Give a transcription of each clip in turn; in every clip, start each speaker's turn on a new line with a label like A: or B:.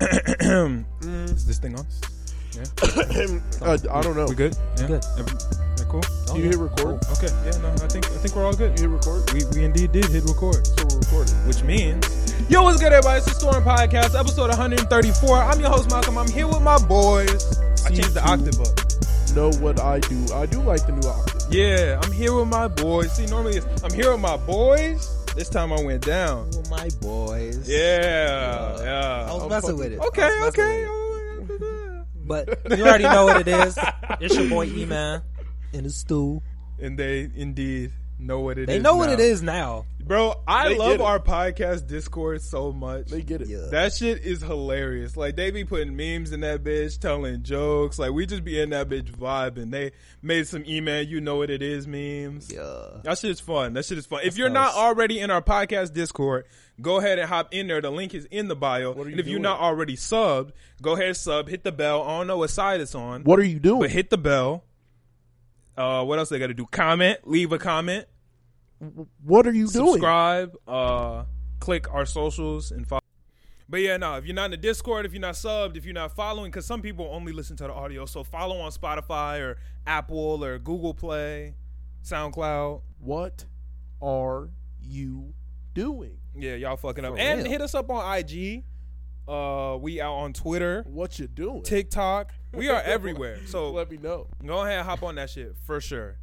A: Is this thing on?
B: Uh, I don't know.
A: We Oh. good? Yeah.
C: Good.
A: Every- yeah, cool.
B: Do you hit record?
A: Okay. Yeah. No. I think I think we're all
B: Do
A: good.
B: you hit record?
A: We, we indeed did hit record,
B: So we're recording.
A: which means yo, what's good, everybody? It's the Storm Podcast, episode 134. I'm your host Malcolm. I'm here with my boys. I changed the octave up.
B: Know what I do? I do like the new octave.
A: Yeah, I'm here with my boys. See, normally it's I'm here with my boys. This time I went down.
C: Well, my boys.
A: Yeah.
C: I
A: Yeah.
C: was
B: I'm
C: messing
B: fucking-
C: with it. I
A: Okay.
C: was messing
A: Okay.
C: with it.
A: Oh,
C: But you already know what it is. It's your boy E Man in the stew.
A: And they indeed know what it is.
C: They know what
A: now.
C: it is now.
A: Bro, I
B: They
A: love
B: get it.
A: our podcast Discord so much.
B: They get it.
C: Yeah.
A: that shit is hilarious. Like they be putting memes in that bitch, telling jokes. Like we just be in that bitch vibing. They made some email, you know what it is memes.
C: Yeah.
A: That shit is fun. That shit is fun. If you're
C: nice.
A: not already in our podcast Discord, go ahead and hop in there. The link is in the bio.
B: are you
A: and if you're
B: doing?
A: not already subbed, go ahead sub, hit the bell. I don't know what side it's on,
B: What are you doing?
A: but hit the bell. Uh, what else they got to do? Comment, leave a comment
B: what are you doing?
A: subscribe, uh, click our socials and follow. But yeah, no, if you're not in the Discord, if you're not subbed, if you're not following, because some people only listen to the audio, so follow on Spotify or Apple or Google Play, SoundCloud.
B: What are you doing?
A: Yeah, y'all fucking up.
C: For
A: And
C: real.
A: hit us up on IG. Uh, we out on Twitter,
B: What you doing?
A: TikTok. We are everywhere. So
B: Let me know.
A: go ahead, hop on that shit for sure.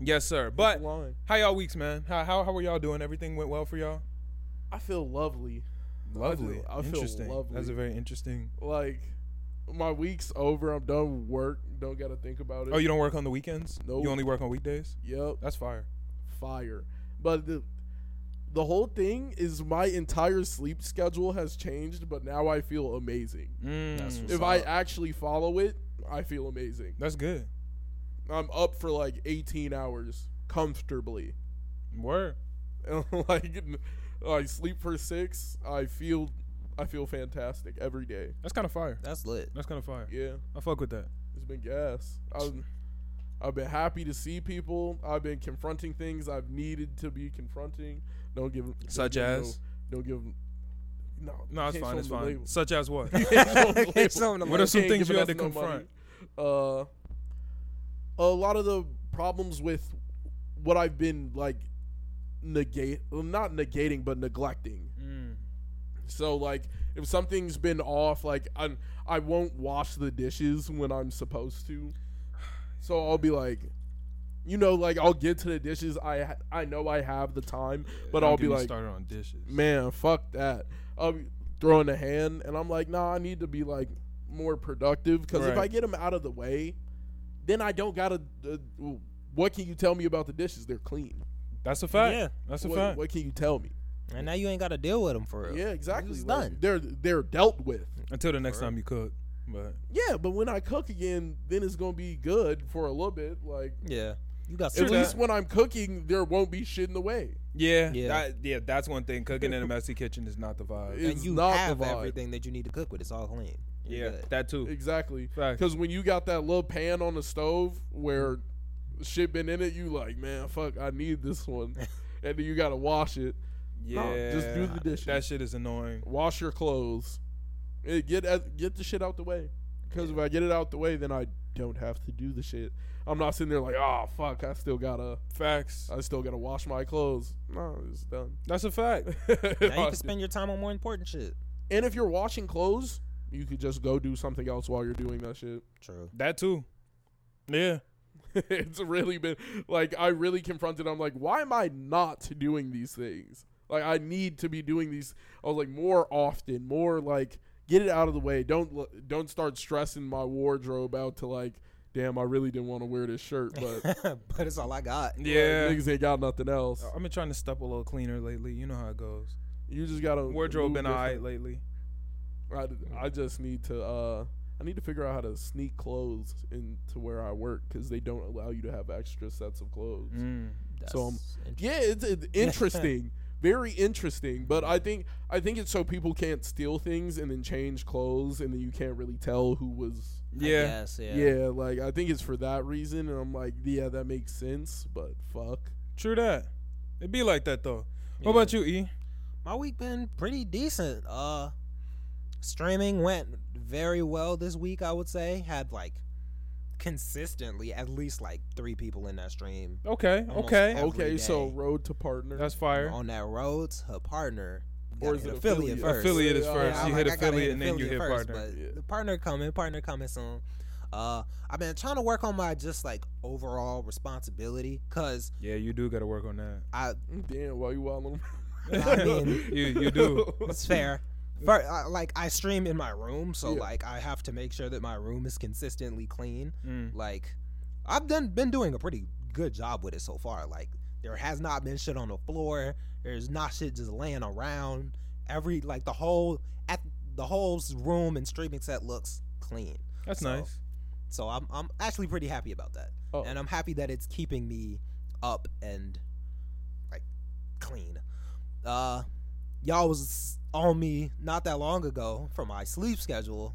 A: Yes, sir. But
B: Line.
A: how y'all weeks, man? How how how were y'all doing? Everything went well for y'all?
B: I feel lovely.
A: Lovely.
B: I feel
A: interesting.
B: lovely.
A: That's a very interesting.
B: Like my week's over. I'm done with work. Don't gotta think about it.
A: Oh, you don't work on the weekends?
B: Nope.
A: You only work on weekdays?
B: Yep.
A: That's fire.
B: Fire. But the the whole thing is my entire sleep schedule has changed, but now I feel amazing.
A: That's,
B: if I actually follow it, I feel amazing.
A: that's good.
B: I'm up for like 18 hours comfortably.
A: Word.
B: And, like I sleep for 6. I feel I feel fantastic every day.
A: That's kind of fire.
C: That's lit.
A: That's kind of fire.
B: Yeah,
A: I fuck with that.
B: it's been gas. I'm, I've been happy to see people. I've been confronting things I've needed to be confronting. Don't give don't
A: Such
B: give
A: as?
B: no, don't give 'em- no.
A: No, it's
B: can't
A: fine.
B: show
A: It's
B: 'em the
A: fine.
B: label.
A: Such as what? Mm.
C: Can't show 'em the
A: What
C: label.
A: are some
B: Can't
A: things
B: give
A: you
B: it
A: had to
B: us no
A: confront?
B: money. Uh, a lot of the problems with what I've been like negate, well, not negating, but neglecting.
A: Mm.
B: So like, if something's been off, like I'm, I won't wash the dishes when I'm supposed to. So I'll be like, you know, like I'll get to the dishes. I ha- I know I have the time, but
A: Don't
B: I'll
A: get
B: be
A: me
B: like,
A: started on dishes.
B: man, fuck that. I'll be throwing a hand, and I'm like, nah, I need to be like more productive because if
A: Right.
B: I get them out of the way, then I don't gotta. Uh, what can you tell me about the dishes? They're clean.
A: That's a fact.
C: Yeah.
A: That's a
B: What,
A: fact.
B: what can you tell me?
C: And now you ain't got to deal with them for real.
B: Yeah, exactly.
C: It's
B: Like,
C: done.
B: They're they're dealt with.
A: Until the next time you cook. But
B: Yeah, but when I cook again, then it's gonna be good for a little bit. Like
C: Yeah. You got
B: at
A: that.
B: least when I'm cooking, there won't be shit in the way.
A: yeah,
C: Yeah.
A: that- yeah, that's one thing. Cooking in a messy kitchen is not the vibe.
B: It-
C: and
B: it's
C: you
B: not the
C: have
B: vibe.
C: everything that you need to cook with. It's all clean.
A: yeah,
C: You're good.
A: that too.
B: Exactly.
A: Fact.
B: Because when you got that little pan on the stove where shit been in it, you like, man, fuck, I need this one, and then you gotta wash it,
A: Yeah,
B: just do the dishes.
A: That shit is annoying.
B: wash your clothes, Eh, get at- get the shit out the way. Because if I get it out the way, then I don't have to do the shit. I'm not sitting there like, oh fuck, I still gotta,
A: Facts.
B: I still gotta wash my clothes. No, it's done.
A: That's a fact.
C: Now you can spend your time on more important shit.
B: And if you're washing clothes, you could just go do something else while you're doing that shit.
C: True.
A: That too. Yeah.
B: it's really been like I really confronted. I'm like, why am I not doing these things? Like I need to be doing these. I was like more often, more like get it out of the way. Don't l- don't start stressing my wardrobe out to like, damn, I really didn't want to wear this shirt, but like,
C: but it's all I got.
A: Yeah.
B: niggas ain't got nothing else.
A: I've been trying to step a little cleaner lately. You know how it goes.
B: You just gotta
A: Wardrobe
B: move
A: been
B: different.
A: alright lately.
B: I, I
C: Mm-hmm.
B: just need to uh I need to figure out how to sneak clothes into where I work because they don't allow you to have extra sets of clothes.
C: Mm.
B: So, um,
C: That's int-
B: Yeah, it's, it's interesting, very interesting. But I think I think it's so people can't steal things and then change clothes and then you can't really tell who was.
C: I
A: Yeah.
C: guess,
B: Yeah,
C: yeah.
B: like I think it's for that reason, and I'm like, yeah, that makes sense. But fuck,
A: True that. It be like that though.
C: Yeah.
A: What about you, E?
C: My week been pretty decent. Uh streaming went very well this week, I would say. Had like consistently at least like three people in that stream.
A: Okay,
C: Almost
A: okay.
C: every
B: Okay, so
C: day.
B: road to partner.
A: That's fire.
C: on that Rhodes, her partner.
B: Or
C: got
B: is
C: an
B: it
C: affiliate,
B: affiliate?
C: first?
A: Affiliate is
B: Yeah,
A: first.
C: I'm
A: you
C: like,
A: hit
C: I gotta
A: affiliate and then you hit
C: affiliate first,
A: partner.
C: But
B: Yeah.
C: The partner coming, partner coming soon. Uh, I've been trying to work on my just like overall responsibility because
A: Yeah, you do got to work on that.
C: I
B: Mm, Damn, why you wilding?
C: I mean-
A: You you do.
C: it's fair. But uh, like I stream in my room, so
B: Yeah.
C: like I have to make sure that my room is consistently clean.
A: Mm.
C: Like I've done been doing a pretty good job with it so far. Like there has not been shit on the floor. There's not shit just laying around. Every like the whole at the whole room and streaming set looks clean.
A: That's
C: So,
A: nice.
C: So I'm I'm actually pretty happy about that.
B: Oh.
C: And I'm happy that it's keeping me up and like clean. Uh y'all was on me not that long ago for my sleep schedule.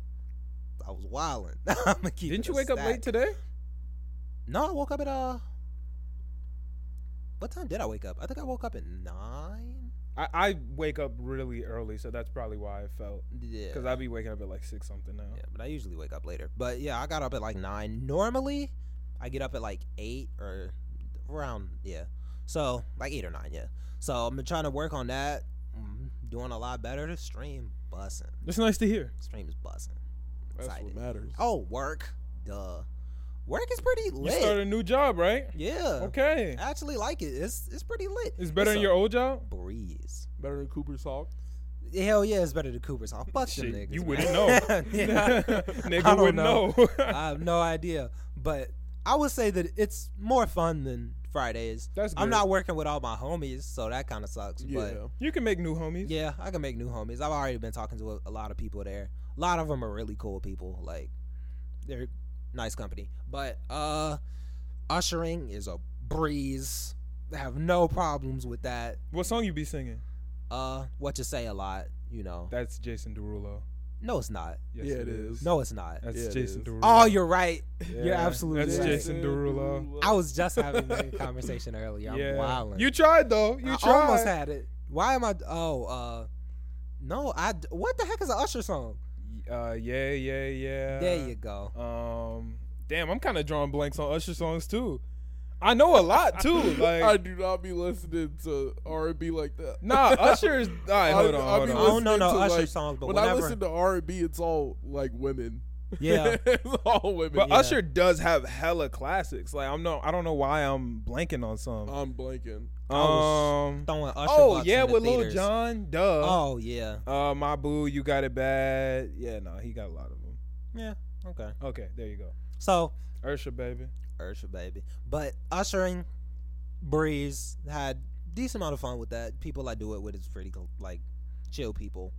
C: I was wilding. I'm gonna keep
A: Didn't
C: it
A: you
C: a
A: wake up late
C: stack.
A: today?
C: No, I woke up at uh what time did I wake up? I think I woke up at nine.
A: I, I wake up really early, so that's probably why I felt.
C: Yeah.
A: Because I'd be waking up at like six something now.
C: Yeah, but I usually wake up later. But yeah, I got up at like nine. Normally, I get up at like eight or around yeah, so like eight or nine. Yeah, so I'm been trying to work on that. Mm, Doing a lot better. Stream bussing.
A: It's nice to hear.
C: Stream is bussing.
B: That's
C: Excited.
B: what matters.
C: Oh, work. Duh. Work is pretty
A: You
C: lit.
A: started a new job, right?
C: yeah.
A: Okay.
C: I actually like it. It's it's pretty lit.
A: It's better
C: It's
A: than
C: a
A: your old job?
C: breeze.
B: Better than Cooper's Hawk.
C: Hell yeah, it's better than Cooper's. I'll fuck them
A: Shit,
C: niggas.
A: you
C: man.
A: wouldn't know.
C: Yeah.
A: Nigga
C: don't
A: would know.
C: know. I have no idea. But I would say that it's more fun than Fridays.
A: That's good.
C: I'm not working with all my homies, so that kind of sucks.
B: Yeah.
A: You can make new homies.
C: But yeah, I can make new homies. I've already been talking to a, a lot of people there. A lot of them are really cool people. Like they're nice company. But uh ushering is a breeze. I have no problems with that.
A: What song you be singing?
C: Uh what you say a lot, you know.
A: That's Jason Derulo.
C: No, it's not.
A: Yes,
B: Yeah, it is.
C: No, it's not.
A: That's
B: Yeah, it
A: Jason
B: is.
A: Derulo.
C: Oh, you're right. You're
A: Yeah,
C: absolutely
A: That's
C: right.
A: Jason Derulo.
C: I was just having that conversation earlier.
A: yeah.
C: I'm wilding.
A: You tried though. You
C: I
A: tried.
C: almost had it. Why am I? Oh, uh, no. I. d- What the heck is an Usher song?
A: uh, yeah, yeah, yeah.
C: there you go.
A: Um, damn, I'm kind of drawing blanks on Usher songs too. I know a lot too. Like,
B: I do not be listening to R and B like that.
A: nah, Usher's. All right, hold
B: I-
A: on,
B: I
A: hold
B: be
A: on.
C: I don't know no
B: listening to,
C: Usher
B: like,
C: songs, but
B: when I
C: whenever.
B: listen to R and B, it's all like women.
C: yeah.
B: it's all women.
A: But
C: Yeah.
A: Usher does have hella classics. Like, I'm no, I don't know why I'm blanking on some.
B: I'm blanking.
C: Um, was
A: Um,
C: Throwing Usher.
A: oh
C: bucks
A: yeah,
C: in the
A: with Lil
C: theaters.
A: John. Duh.
C: Oh yeah.
A: Uh, my boo, you got it bad. Yeah, no, he got a lot of them.
C: Yeah. Okay.
A: Okay, there you go.
C: So
A: Usher, baby.
C: Usher, baby. But ushering, Breeze had decent amount of fun with that. People I do it with is pretty cool, like chill people.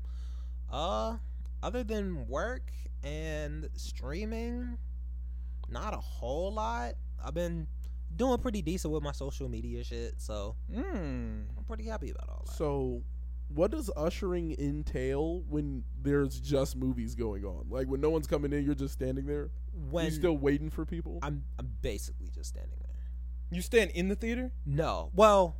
C: Uh, other than work and streaming, not a whole lot. I've been doing pretty decent with my social media shit, so
A: Mm.
C: I'm pretty happy about all that.
B: So, what does ushering entail when there's just movies going on? Like when no one's coming in, you're just standing there.
C: when
B: you still waiting for people.
C: I'm, I'm basically just standing there.
A: You stand in the theater?
C: No. Well,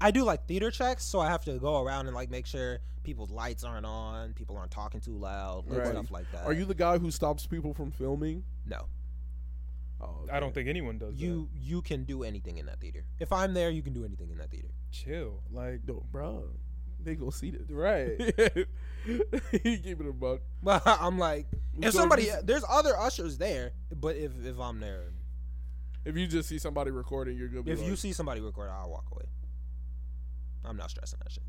C: I do like theater checks, so I have to go around and like make sure people's lights aren't on, people aren't talking too loud, like,
B: Right.
C: stuff like that.
B: Are you the guy who stops people from filming?
C: No.
B: Oh,
A: I don't
B: okay.
A: think anyone does.
C: You you can do anything in that theater. If I'm there, you can do anything in that theater.
A: that. chill, like
B: No, bro. They go see this.
A: right.
B: he keep it a buck.
C: But I'm like, if
B: So
C: somebody
B: just-
C: there's other ushers there, but if if I'm there,
B: if you just see somebody recording, you're gonna be
C: if
B: like,
C: you see somebody record, I'll walk away. I'm not stressing that shit.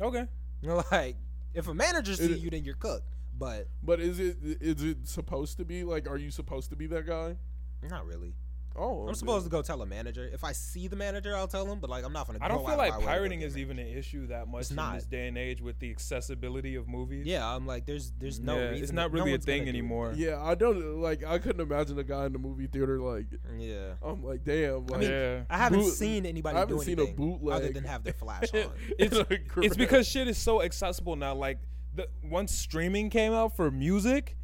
A: Okay.
C: Like, if a manager sees
B: It-
C: you, then you're cooked. But
B: But is it is it supposed to be like? Are you supposed to be that guy?
C: not really.
B: Oh,
C: I'm supposed to go tell a manager. If I see the manager, I'll tell him. But like, I'm not gonna.
A: I
C: go
A: don't feel
C: out of
A: like
C: my way to go
A: pirating
C: get
A: is
C: it.
A: even an issue that much
C: It's
A: in
C: not.
A: this day and age with the accessibility of movies.
C: Yeah, I'm like, there's there's no.
A: Yeah,
C: reason
A: it's
C: to-
A: not
C: no
A: really a
C: one's gonna
A: thing
C: do it.
A: anymore.
B: Yeah, I don't like. I couldn't imagine a guy in the movie theater like.
C: Yeah,
B: I'm like, damn. Like,
A: yeah.
C: I haven't
B: Boot-
C: seen anybody
B: I haven't
C: do
B: seen a
C: anything other
B: bootleg.
C: than have their flash on.
A: It's-
B: Like,
A: It's
B: correct.
A: because shit is so accessible now. Like the once streaming came out for music,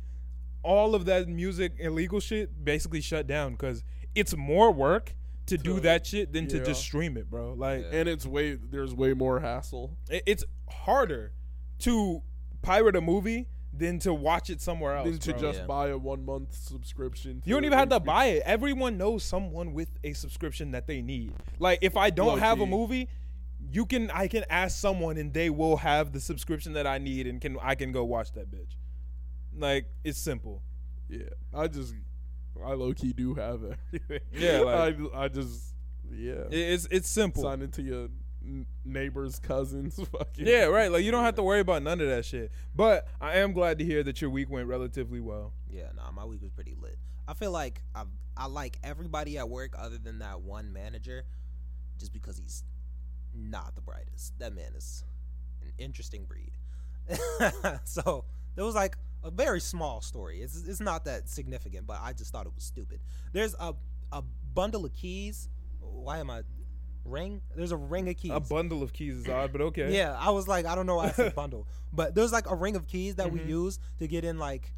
A: all of that music illegal shit basically shut down because it's more work to do
B: To-
A: that shit than to
B: yeah.
A: just stream it, bro. Like
C: Yeah.
B: and it's way there's way more hassle.
A: it- it's harder to pirate a movie than to watch it somewhere else.
B: than to
A: bro.
B: just
C: Yeah.
B: buy a one month subscription.
A: you don't
B: the
A: even have to
B: HBO
A: buy it. Everyone knows someone with a subscription that they need. Like if I don't
B: Low
A: have a
B: key.
A: movie, you can I can ask someone and they will have the subscription that I need and can I can go watch that bitch. Like it's simple.
B: Yeah, I just I low key do have everything.
A: Yeah, like-
B: I I just yeah
A: It- It's it's simple.
B: sign into your n- neighbor's cousins. Fucking
A: Yeah, right. Like you don't have to worry about none of that shit. But I am glad to hear that your week went relatively well.
C: Yeah, nah, my week was pretty lit. I feel like I I like everybody at work other than that one manager, just because he's not the brightest. That man is an interesting breed. so there was like a very small story. It's it's not that significant, but I just thought it was stupid. There's a a bundle of keys. Why am I ring? There's a ring of keys.
A: A bundle of keys is odd, but okay.
C: Yeah, I was like, I don't know why I said bundle, but there's like a ring of keys that
A: Mhm.
C: we use to get in like,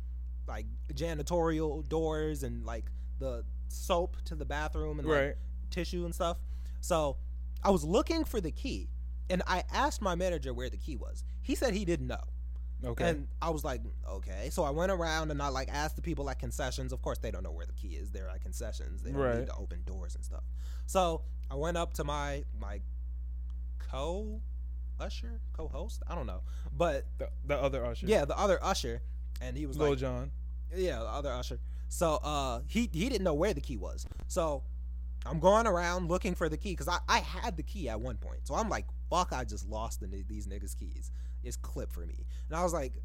C: like janitorial doors and like the soap to the bathroom and like,
A: Right.
C: tissue and stuff. So I was looking for the key, and I asked my manager where the key was. He said he didn't know.
A: Okay.
C: And I was like, okay. So I went around and I like asked the people at concessions. Of course, they don't know where the key is. They're at concessions. They don't
A: Right.
C: need to open doors and stuff. So I went up to my my co usher, co host. I don't know, but
A: the, the other usher.
C: yeah, the other usher, and he was
A: Lil
C: like,
A: John.
C: yeah, the other usher. So uh, he he didn't know where the key was. So I'm going around looking for the key because I, I had the key at one point. So I'm like, fuck, I just lost the, ni- these niggas' keys. It's clip for me. And I was like,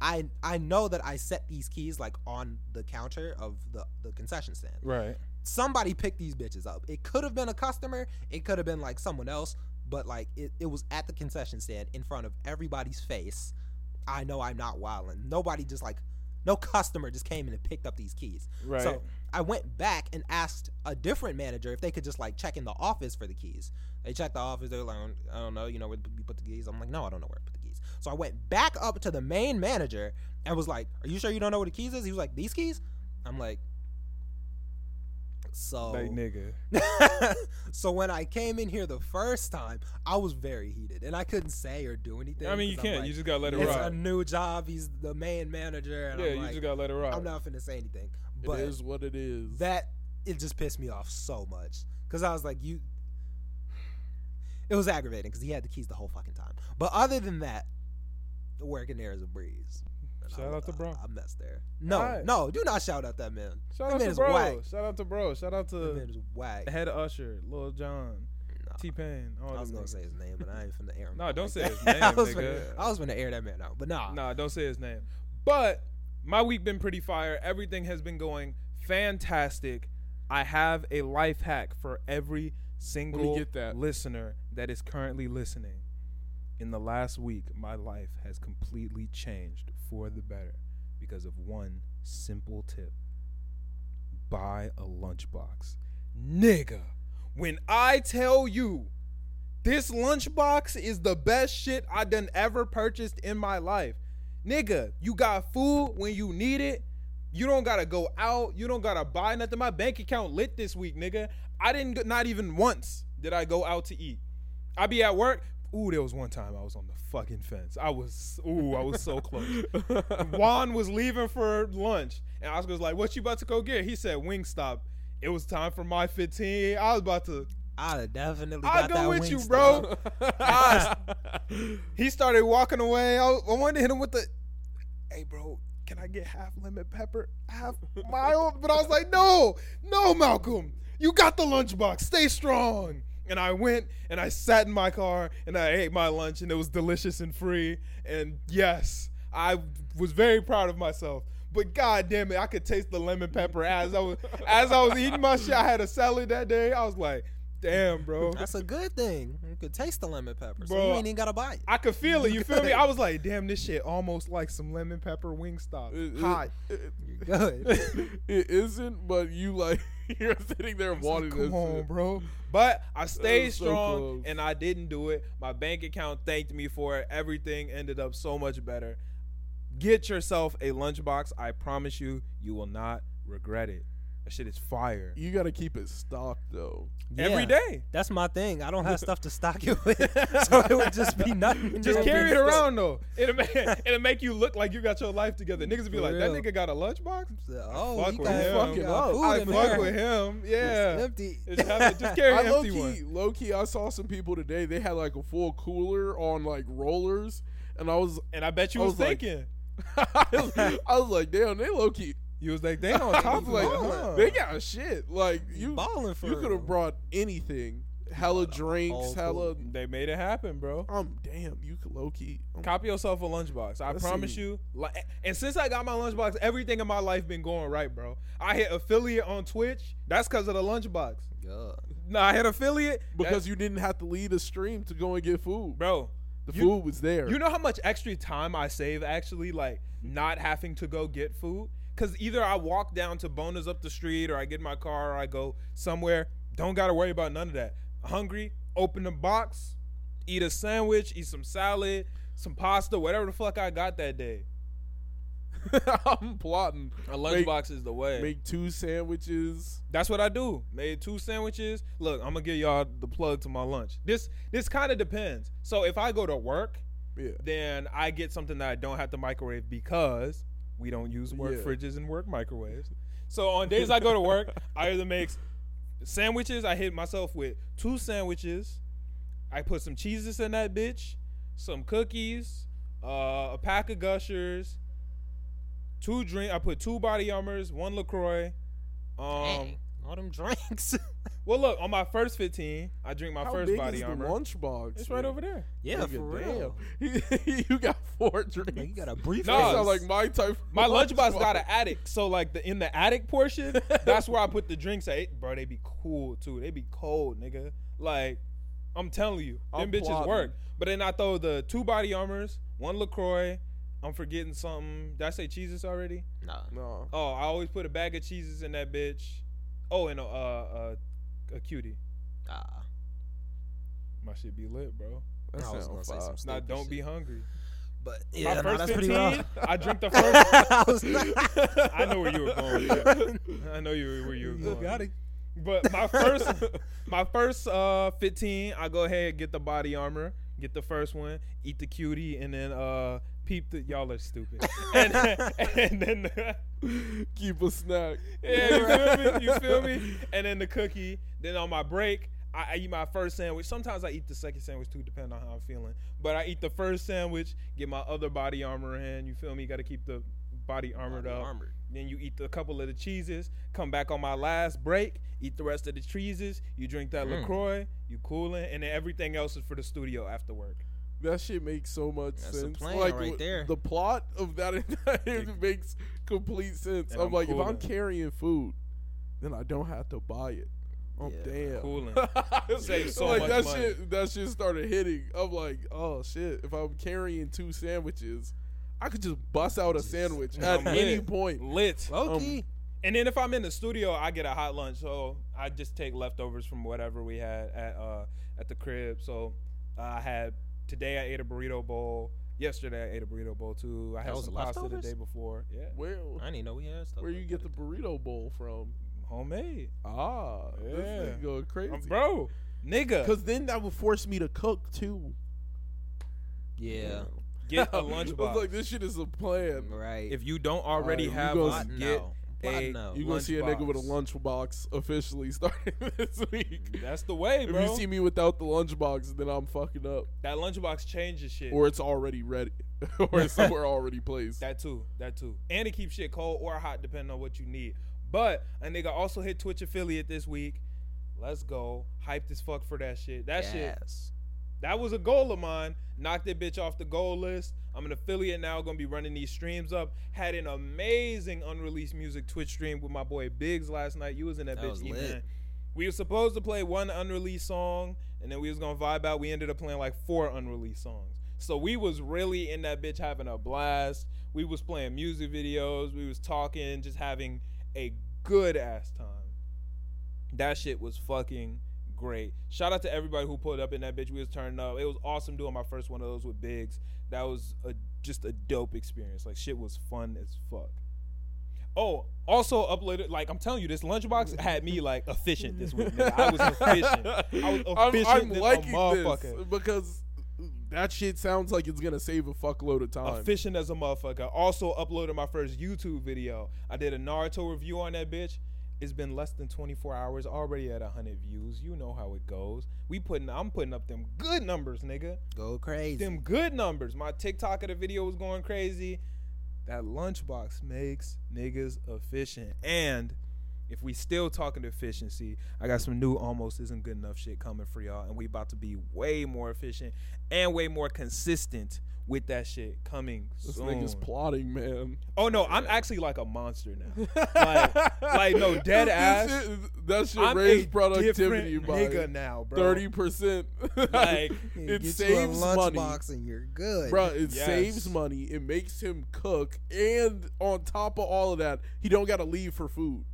C: I I know that I set these keys like on the counter of the the concession stand.
A: Right.
C: Somebody picked these bitches up. It could have been a customer. It could have been like someone else. But like it, it was at the concession stand in front of everybody's face. I know I'm not wilding. Nobody just like no customer just came in and picked up these keys.
A: Right.
C: So I went back and asked a different manager if they could just like check in the office for the keys. They checked the office. They're like, "Oh, I don't know, you know where you put the keys. I'm like, no, I don't know where I put the keys. So I went back up to the main manager and was like, Are you sure you don't know where the keys is? He was like, These keys. I'm like, so
A: like nigga.
C: so when I came in here the first time, I was very heated and I couldn't say or do anything.
A: I mean, you
C: 'cause I'm
A: can't.
C: like,
A: you just gotta let it
C: it's
A: rock.
C: a new job. He's the main manager. And
A: Yeah,
C: I'm
A: you
C: like,
A: just gotta let it rock.
C: I'm not finna say anything.
B: It
C: But
B: is what it is.
C: that it just pissed me off so much because I was like, you. It was aggravating because he had the keys the whole fucking time. But other than that, the work in there is a breeze. And
A: Shout
C: I,
A: out to Bro.
C: I, I messed there. No,
A: Alright.
C: no, do not shout out that man.
A: Shout
C: that
A: out
C: man
A: to
C: is
A: bro.
C: whack.
A: Shout out to bro. Shout out
C: That man
A: to
C: is whack.
A: head usher, Lil John,
C: Nah,
A: T Pain.
C: I was gonna say his name, but I ain't finna air him.
A: Nah,
C: out
A: don't
C: like
A: say
C: that.
A: his name,
C: I
A: nigga.
C: was Finna, I was finna air that man out, but nah.
A: Nah, don't say his name. But my week been pretty fire. Everything has been going fantastic. I have a life hack for every single
B: get that.
A: listener that is currently listening. In the last week, my life has completely changed for the better because of one simple tip. Buy a lunchbox. Nigga, when I tell you this lunchbox is the best shit I done ever purchased in my life. Nigga, you got food when you need it. You don't gotta go out. You don't gotta buy nothing. My bank account lit this week, nigga. I didn't go, not even once did I go out to eat. I be at work. Ooh, there was one time I was on the fucking fence. I was ooh, I was so close. Juan was leaving for lunch, and Oscar was like, "What you about to go get?" He said, "Wingstop." It was time for my fifteen. I was about to.
C: I'd have definitely got
A: I'll
C: that
A: go with you,
C: Wingstop.
A: bro. He started walking away. I, I wanted to hit him with the, hey, bro, can I get half lemon pepper, half mild? But I was like, no, no, Malcolm, you got the lunchbox. Stay strong. And I went and I sat in my car and I ate my lunch and it was delicious and free. And yes, I was very proud of myself. But god damn it, I could taste the lemon pepper as I was as I was eating my shit. I had a salad that day. I was like, damn, bro.
C: That's a good thing. You could taste the lemon pepper, so
A: Bro,
C: you ain't even gotta buy it.
A: I could feel it. You feel me? I was like, damn, this shit almost like some lemon pepper wing stop.
B: It- it-
A: Hot.
B: it-
C: You're good.
B: it isn't, but you like you're sitting there wanting this.
A: Come on, bro. But I stayed
B: was so
A: strong
B: close.
A: and I didn't do it. My bank account thanked me for it. Everything ended up so much better. Get yourself a lunchbox. I promise you, you will not regret it. That shit is fire.
B: You gotta keep it stocked though.
A: Every
C: Yeah.
A: day.
C: That's my thing. I don't have stuff to stock it with, so it would just be nothing.
A: Just
C: It'll be
A: carry it
C: nothing.
A: around though. It'll make, it'll make you look like you got your life together. Niggas be
C: For
A: like,
C: real.
A: that nigga got a lunchbox.
C: Oh,
A: Fuck
C: you
A: with
C: got,
A: him.
C: you
B: Fucking
C: got
B: up.
C: food
A: I
C: in
A: fuck
C: there.
A: with him.
C: It's
A: Yeah.
C: empty.
A: Just, have it, just carry an
B: I low
A: empty
B: key,
A: one.
B: low key, I saw some people today. They had like a full cooler on like rollers, and I was,
A: And I bet you
B: I
A: was,
B: was like-
A: thinking.
B: I was, I was like, damn, they low key.
A: you was like, they on
B: I
A: top
B: was
A: of like,
B: like,
A: huh.
B: they got shit. Like you,
C: balling for
B: you could
C: real.
B: have brought anything. Hella drinks,
C: whole
B: hella.
A: They made it happen, bro.
B: Um, damn, you could low key. um,
A: Copy yourself a lunchbox. I
B: Let's
A: promise
B: see.
A: you. Like, and since I got my lunchbox, everything in my life been going right, bro. I hit affiliate on Twitch. That's because of the lunchbox.
C: God.
A: No, I hit affiliate
B: because you didn't have to leave the stream to go and get food.
A: that- bro.
B: The
A: you-
B: food was there.
A: You know how much extra time I save actually, like not having to go get food? Cause either I walk down to Bona's up the street, or I get in my car, or I go somewhere. Don't gotta worry about none of that. Hungry? Open the box, eat a sandwich, eat some salad, some pasta, whatever the fuck I got that day.
B: I'm plotting.
A: A
B: Make-
A: lunchbox is the way.
B: Make two sandwiches.
A: That's what I do. Made two sandwiches. Look, I'm gonna give y'all the plug to my lunch. This this kind of depends. So if I go to work,
B: Yeah.
A: then I get something that I don't have to microwave because we don't use work
B: Yeah.
A: fridges and work microwaves. So on days I go to work, I either make sandwiches. I hit myself with two sandwiches. I put some cheeses in that bitch, some cookies, uh, a pack of gushers, two drink. I put two body armors, one Lacroix. Um,
C: Dang, all them drinks.
A: well, look on my first fifteen, I drink my
B: How
A: first
B: big
A: body
B: is
A: armor.
B: the lunchbox?
A: It's right over there.
C: yeah, for real.
B: you got four drinks.
C: Like, you got a brief.
A: Nah,
B: That
A: it's
B: sound like my type. of
A: My lunchbox got an
B: lunchbox.
A: attic, so like the in the attic portion, that's where I put the drinks at. It- Bro, they be cool too. They be cold, nigga. Like, I'm telling you,
B: I'm
A: them bitches
B: plotting.
A: work. But then I throw the two body armors, one Lacroix. I'm forgetting something. Did I say cheeses already?
C: nah.
B: No.
A: Oh, I always put a bag of cheeses in that bitch. Oh, and a uh, uh, a cutie.
C: Nah.
A: My shit be lit, bro.
B: That
C: I was
B: sound
C: gonna say some
B: fire.
A: Now
C: stupid
A: don't
C: shit.
A: be hungry.
C: But yeah,
A: My
C: nah,
A: first
C: that's pretty
A: 15,
C: rough.
A: I drink the first.
C: I was not.
A: I know where you were going. with that. I know you where you were going.
C: it.
A: But my first, my first uh, fifteen, I go ahead get the body armor, get the first one, eat the cutie, and then uh, peep the y'all are stupid. and, and then, the,
B: Keep a snack.
A: yeah, you feel me? You feel me? And then the cookie. Then on my break, I, I eat my first sandwich. Sometimes I eat the second sandwich too, depending on how I'm feeling. But I eat the first sandwich, get my other body armor in. You feel me? Got to keep the body armored up.
C: Armored.
A: Then you eat the couple of the cheeses. Come back on my last break. Eat the rest of the cheeses. You drink that Lacroix. You cooling, and then everything else is for the studio after work.
B: That shit makes so much
C: That's the
B: sense.
C: plan
B: like
C: right
B: w-
C: there.
B: the plot of that entire makes complete sense.
A: And
B: I'm,
A: I'm
B: like,
A: cool
B: if I'm
A: then.
B: carrying food, then I don't have to buy it. Oh
C: Yeah.
B: damn.
A: Cooling. Save
B: Like
A: so much
B: that
A: money.
B: shit, that shit started hitting. I'm like, oh shit! If I'm carrying two sandwiches, I could just bust out a sandwich at
A: I'm
B: any
A: lit.
B: point.
A: Lit.
C: Low
B: Um,
C: key.
A: And then if I'm in the studio, I get a hot lunch. So I just take leftovers from whatever we had at uh, at the crib. So I had today I ate a burrito bowl. Yesterday I ate a burrito bowl too. I had
C: That was
A: some pasta
C: leftovers?
A: the day before. Yeah,
B: Where,
C: I didn't even know we had stuff.
B: where
C: like
B: you get the
C: that.
B: burrito bowl from?
A: homemade,
B: Ah, this
A: Yeah.
B: thing going crazy,
A: Um, bro, nigga.
B: Because then that would force me to cook too.
C: Yeah.
A: Get a
B: I was
A: lunchbox.
B: like, this shit is a plan.
C: Right.
A: If you don't already
B: Alright, we
A: have
B: gonna
A: one,
C: Plot
A: get
C: no. Plot
A: a
C: no.
B: You gonna see a nigga with a
A: lunchbox.
B: lunchbox officially starting this week.
A: That's the way,
B: If
A: bro.
B: you see me without the lunchbox, then I'm fucking up,
A: that lunchbox changes shit.
B: or it's already ready, or it's somewhere already placed.
A: that too, that too. And it keeps shit cold or hot depending on what you need. But a nigga also hit Twitch affiliate this week. Let's go. Hyped as fuck for that shit. That shit.
C: Yes.
A: That was a goal of mine. Knocked that bitch off the goal list. I'm an affiliate now. Gonna be running these streams up. Had an amazing unreleased music Twitch stream with my boy Biggs last night. You was in that,
C: That
A: bitch.
C: was
A: E,
C: lit.
A: man. We were supposed to play one unreleased song, and then we was gonna vibe out. We ended up playing like four unreleased songs. So we was really in that bitch having a blast. We was playing music videos. We was talking, just having a good ass time. That shit was fucking great. Shout out to everybody who pulled up in that bitch. We was turning up. It was awesome doing my first one of those with Biggs. That was a, just a dope experience. Like shit was fun as fuck. Oh, also uploaded. Like I'm telling you, this lunchbox had me like efficient this week. nigga. I was efficient. I was
B: I'm-
A: efficient
B: I'm,
A: than a
B: liking
A: motherfucker.
B: this because that shit sounds like it's gonna save a fuckload of time.
A: Efficient as a motherfucker. Also uploaded my first YouTube video. I did a Naruto review on that bitch. It's been less than 24 hours. Already at 100 views. You know how it goes. We putting. I'm putting up them good numbers, nigga.
C: Go crazy.
A: Them good numbers. My TikTok of the video was going crazy. That lunchbox makes niggas efficient. And if we still talking efficiency, I got some new almost isn't good enough shit coming for y'all. And we about to be way more efficient and way more consistent with that shit coming
B: this
A: soon.
B: nigga's plotting, man.
A: oh no, I'm actually like a monster now. like, like no dead
B: This
A: ass.
B: shit is- that shit
A: I'm a
B: raised productivity
A: different nigga
B: by
A: now, bro.
B: thirty percent.
A: Like,
B: it saves money,
C: lunchbox and you're good.
B: bro. It
A: Yes.
B: saves money. It makes him cook, and on top of all of that, he don't gotta leave for food.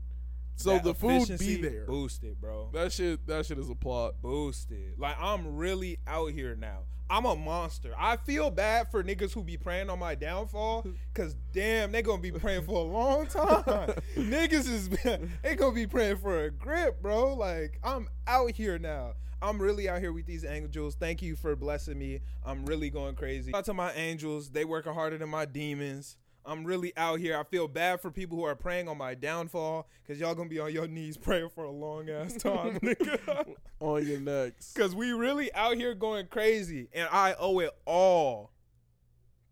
B: So
A: that
B: the food be
A: efficiency
B: there.
A: Boosted, bro.
B: That shit. That shit is a plot.
A: boosted. Like I'm really out here now. I'm a monster. I feel bad for niggas who be praying on my downfall, cause damn, they gonna be praying for a long time. niggas is they gonna be praying for a grip, bro. Like I'm out here now. I'm really out here with these angels. Thank you for blessing me. I'm really going crazy. Shout out to my angels. They working harder than my demons. I'm really out here. I feel bad for people who are praying on my downfall, cause y'all gonna be on your knees praying for a long ass time, nigga.
B: on your necks.
A: Cause we really out here going crazy, and I owe it all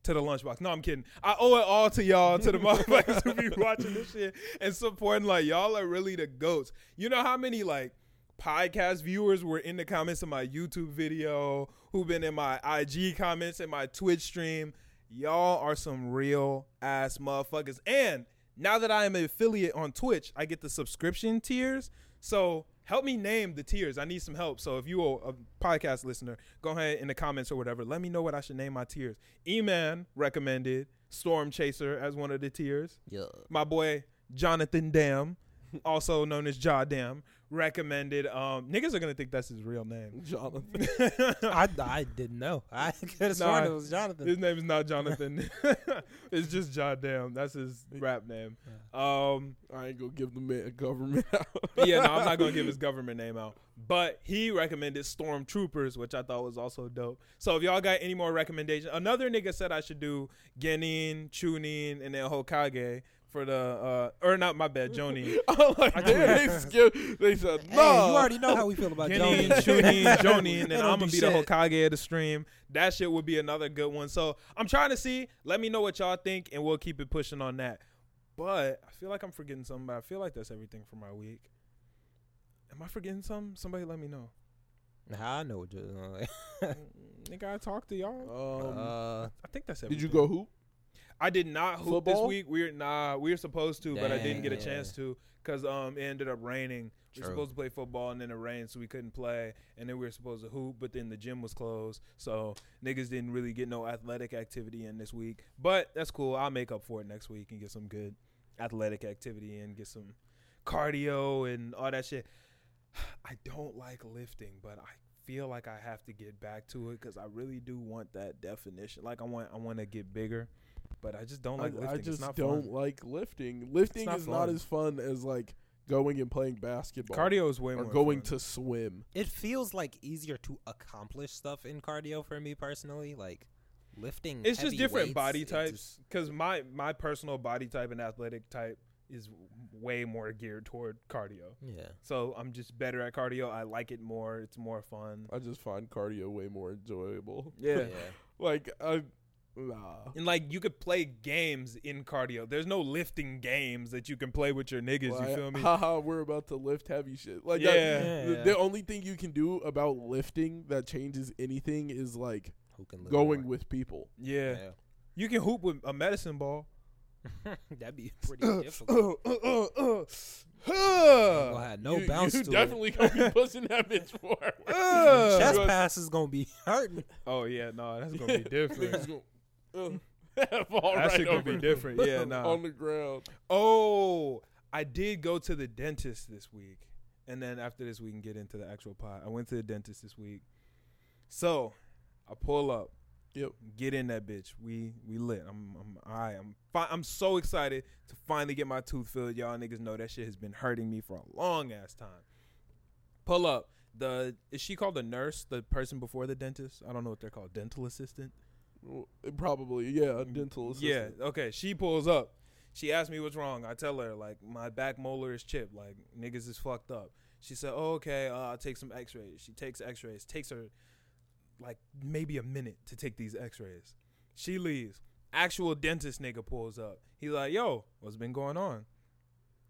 A: to the lunchbox. No, I'm kidding. I owe it all to y'all, to the motherfuckers who be watching this shit and supporting. Like y'all are really the goats. You know how many like podcast viewers were in the comments of my YouTube video, who've been in my IG comments and my Twitch stream. Y'all are some real ass motherfuckers. And now that I am an affiliate on Twitch, I get the subscription tiers. So help me name the tiers. I need some help. So if you are a podcast listener, go ahead in the comments or whatever. Let me know what I should name my tiers. E-Man recommended Storm Chaser as one of the tiers.
C: Yeah.
A: My boy Jonathan Dam, also known as Ja Dam, recommended. Um, niggas are gonna think that's his real name.
B: Jonathan.
C: I, I didn't know. I could have
A: Nah,
C: sworn it was Jonathan.
A: His name is not Jonathan. it's just Ja Dam. That's his rap name. Um,
B: I ain't gonna give the man government out.
A: yeah, no, I'm not gonna give his government name out. But he recommended Stormtroopers, which I thought was also dope. So if y'all got any more recommendations, another nigga said I should do Genin, Chunin, and then Hokage for the uh or not my bad, Jonin.
B: I'm like, man, they skip. They said,
C: Hey,
B: no.
C: you already know how we feel about
A: Genin,
C: Jonin.
A: Chunin, Jonin, and
C: They don't
A: I'm
C: do
A: gonna be
C: shit.
A: the Hokage of the stream. That shit would be another good one. So I'm trying to see. Let me know what y'all think, and we'll keep it pushing on that. But I feel like I'm forgetting something. But I feel like that's everything for my week. Am I forgetting something? Somebody let me know.
C: Nah, I know what you're
A: Nigga, I talked to y'all.
B: Um,
C: uh,
A: I think that's everything.
B: did you go hoop?
A: I did not hoop this
B: Football?
A: week. We're nah, we were supposed to, but I didn't get a
C: Dang.
A: chance to because um it ended up raining. We were
C: True.
A: supposed to play football and then it rained, so we couldn't play. And then we were supposed to hoop, but then the gym was closed, so niggas didn't really get no athletic activity in this week. But that's cool. I'll make up for it next week and get some good athletic activity and get some cardio and all that shit. I don't like lifting, but I feel like I have to get back to it because I really do want that definition. Like I want, I want to get bigger, but I just don't like
B: I-
A: lifting.
B: I,
A: it's
B: just
A: not
B: don't
A: fun.
B: like lifting. Lifting
A: not
B: is not
A: fun.
B: as fun as like going and playing basketball
A: Cardio is way
B: or
A: more
B: going
A: fun.
B: to swim.
C: it feels like easier to accomplish stuff in cardio for me personally. Like lifting.
A: It's
C: heavy
A: just different
C: weights,
A: body
C: it
A: types
C: just-
A: because my my personal body type and athletic type is w- way more geared toward cardio.
C: yeah.
A: So I'm just better at cardio. I like it more. It's more fun.
B: I just find cardio way more enjoyable.
A: Yeah.
C: yeah.
B: Like I nah.
A: And like you could play games in cardio. There's no lifting games that you can play with your niggas.
B: Like,
A: you feel me?
B: Haha, we're about to lift heavy shit. Like that-
A: Yeah.
B: the,
C: Yeah.
B: the only thing you can do about lifting that changes anything is like
C: Who can live
B: going
C: more?
B: with people.
A: yeah. You can hoop with a medicine ball.
C: Yeah. That'd be pretty difficult.
A: Uh,
C: Well, I
A: Chest
C: had no
B: you,
C: bounce
B: you
C: to
B: definitely gonna be pushing that bitch forward.
C: it. Chest
B: you-
C: pass is gonna be hurting.
A: Oh yeah, no, that's Uh. gonna be different.
B: Niggas gonna, uh, fall
A: That
B: right
A: shit gonna be
B: over.
A: different. Yeah, nah.
B: on the ground.
A: Oh, I did go to the dentist this week. And then after this, we can get into the actual pot. I went to the dentist this week. So I pull up.
B: Yep.
A: Get in that bitch. We we lit. I'm I'm I I'm fi- I'm so excited to finally get my tooth filled. Y'all niggas know that shit has been hurting me for a long ass time. Pull up. The is she called the nurse? The person before the dentist? I don't know what they're called. Dental assistant.
B: Well, Probably, yeah. A dental
A: Yeah,
B: assistant.
A: okay. She pulls up. She asked me what's wrong. I tell her, like, my back molar is chipped. Like, niggas is fucked up. She said, oh, okay, uh, I'll take some x rays. She takes x rays. Takes her, like, maybe a minute to take these x rays. She leaves. Actual dentist nigga pulls up. He's like, yo, what's been going on?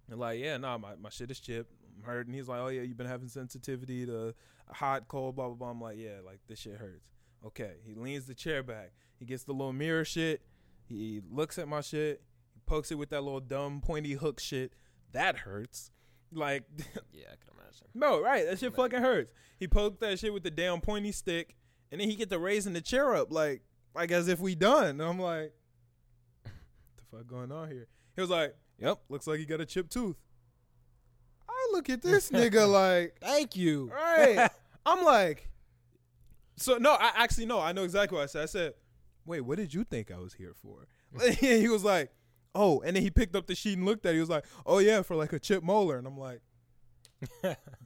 A: And like, yeah, nah, my, my shit is chipped. I'm hurting. He's like, oh, yeah, you've been having sensitivity to hot, cold, blah, blah, blah. I'm like, yeah, like, this shit hurts. Okay. He leans the chair back. He gets the little mirror shit. He looks at my shit. He pokes it with that little dumb pointy hook shit. That hurts. Like,
C: Yeah, I can imagine.
A: no, right? That shit fucking hurts. He poked that shit with the damn pointy stick, and then he get to raising the chair up like, like as if we done. And I'm like, what the fuck going on here? He was like, yep, looks like he got a chipped tooth. I look at this nigga like,
C: Thank you.
A: Right. I'm like, so no, I actually no, I know exactly what I said. I said, wait, what did you think I was here for? he was like, oh, and then he picked up the sheet and looked at it. He was like, oh yeah, for like a chip molar. And I'm like,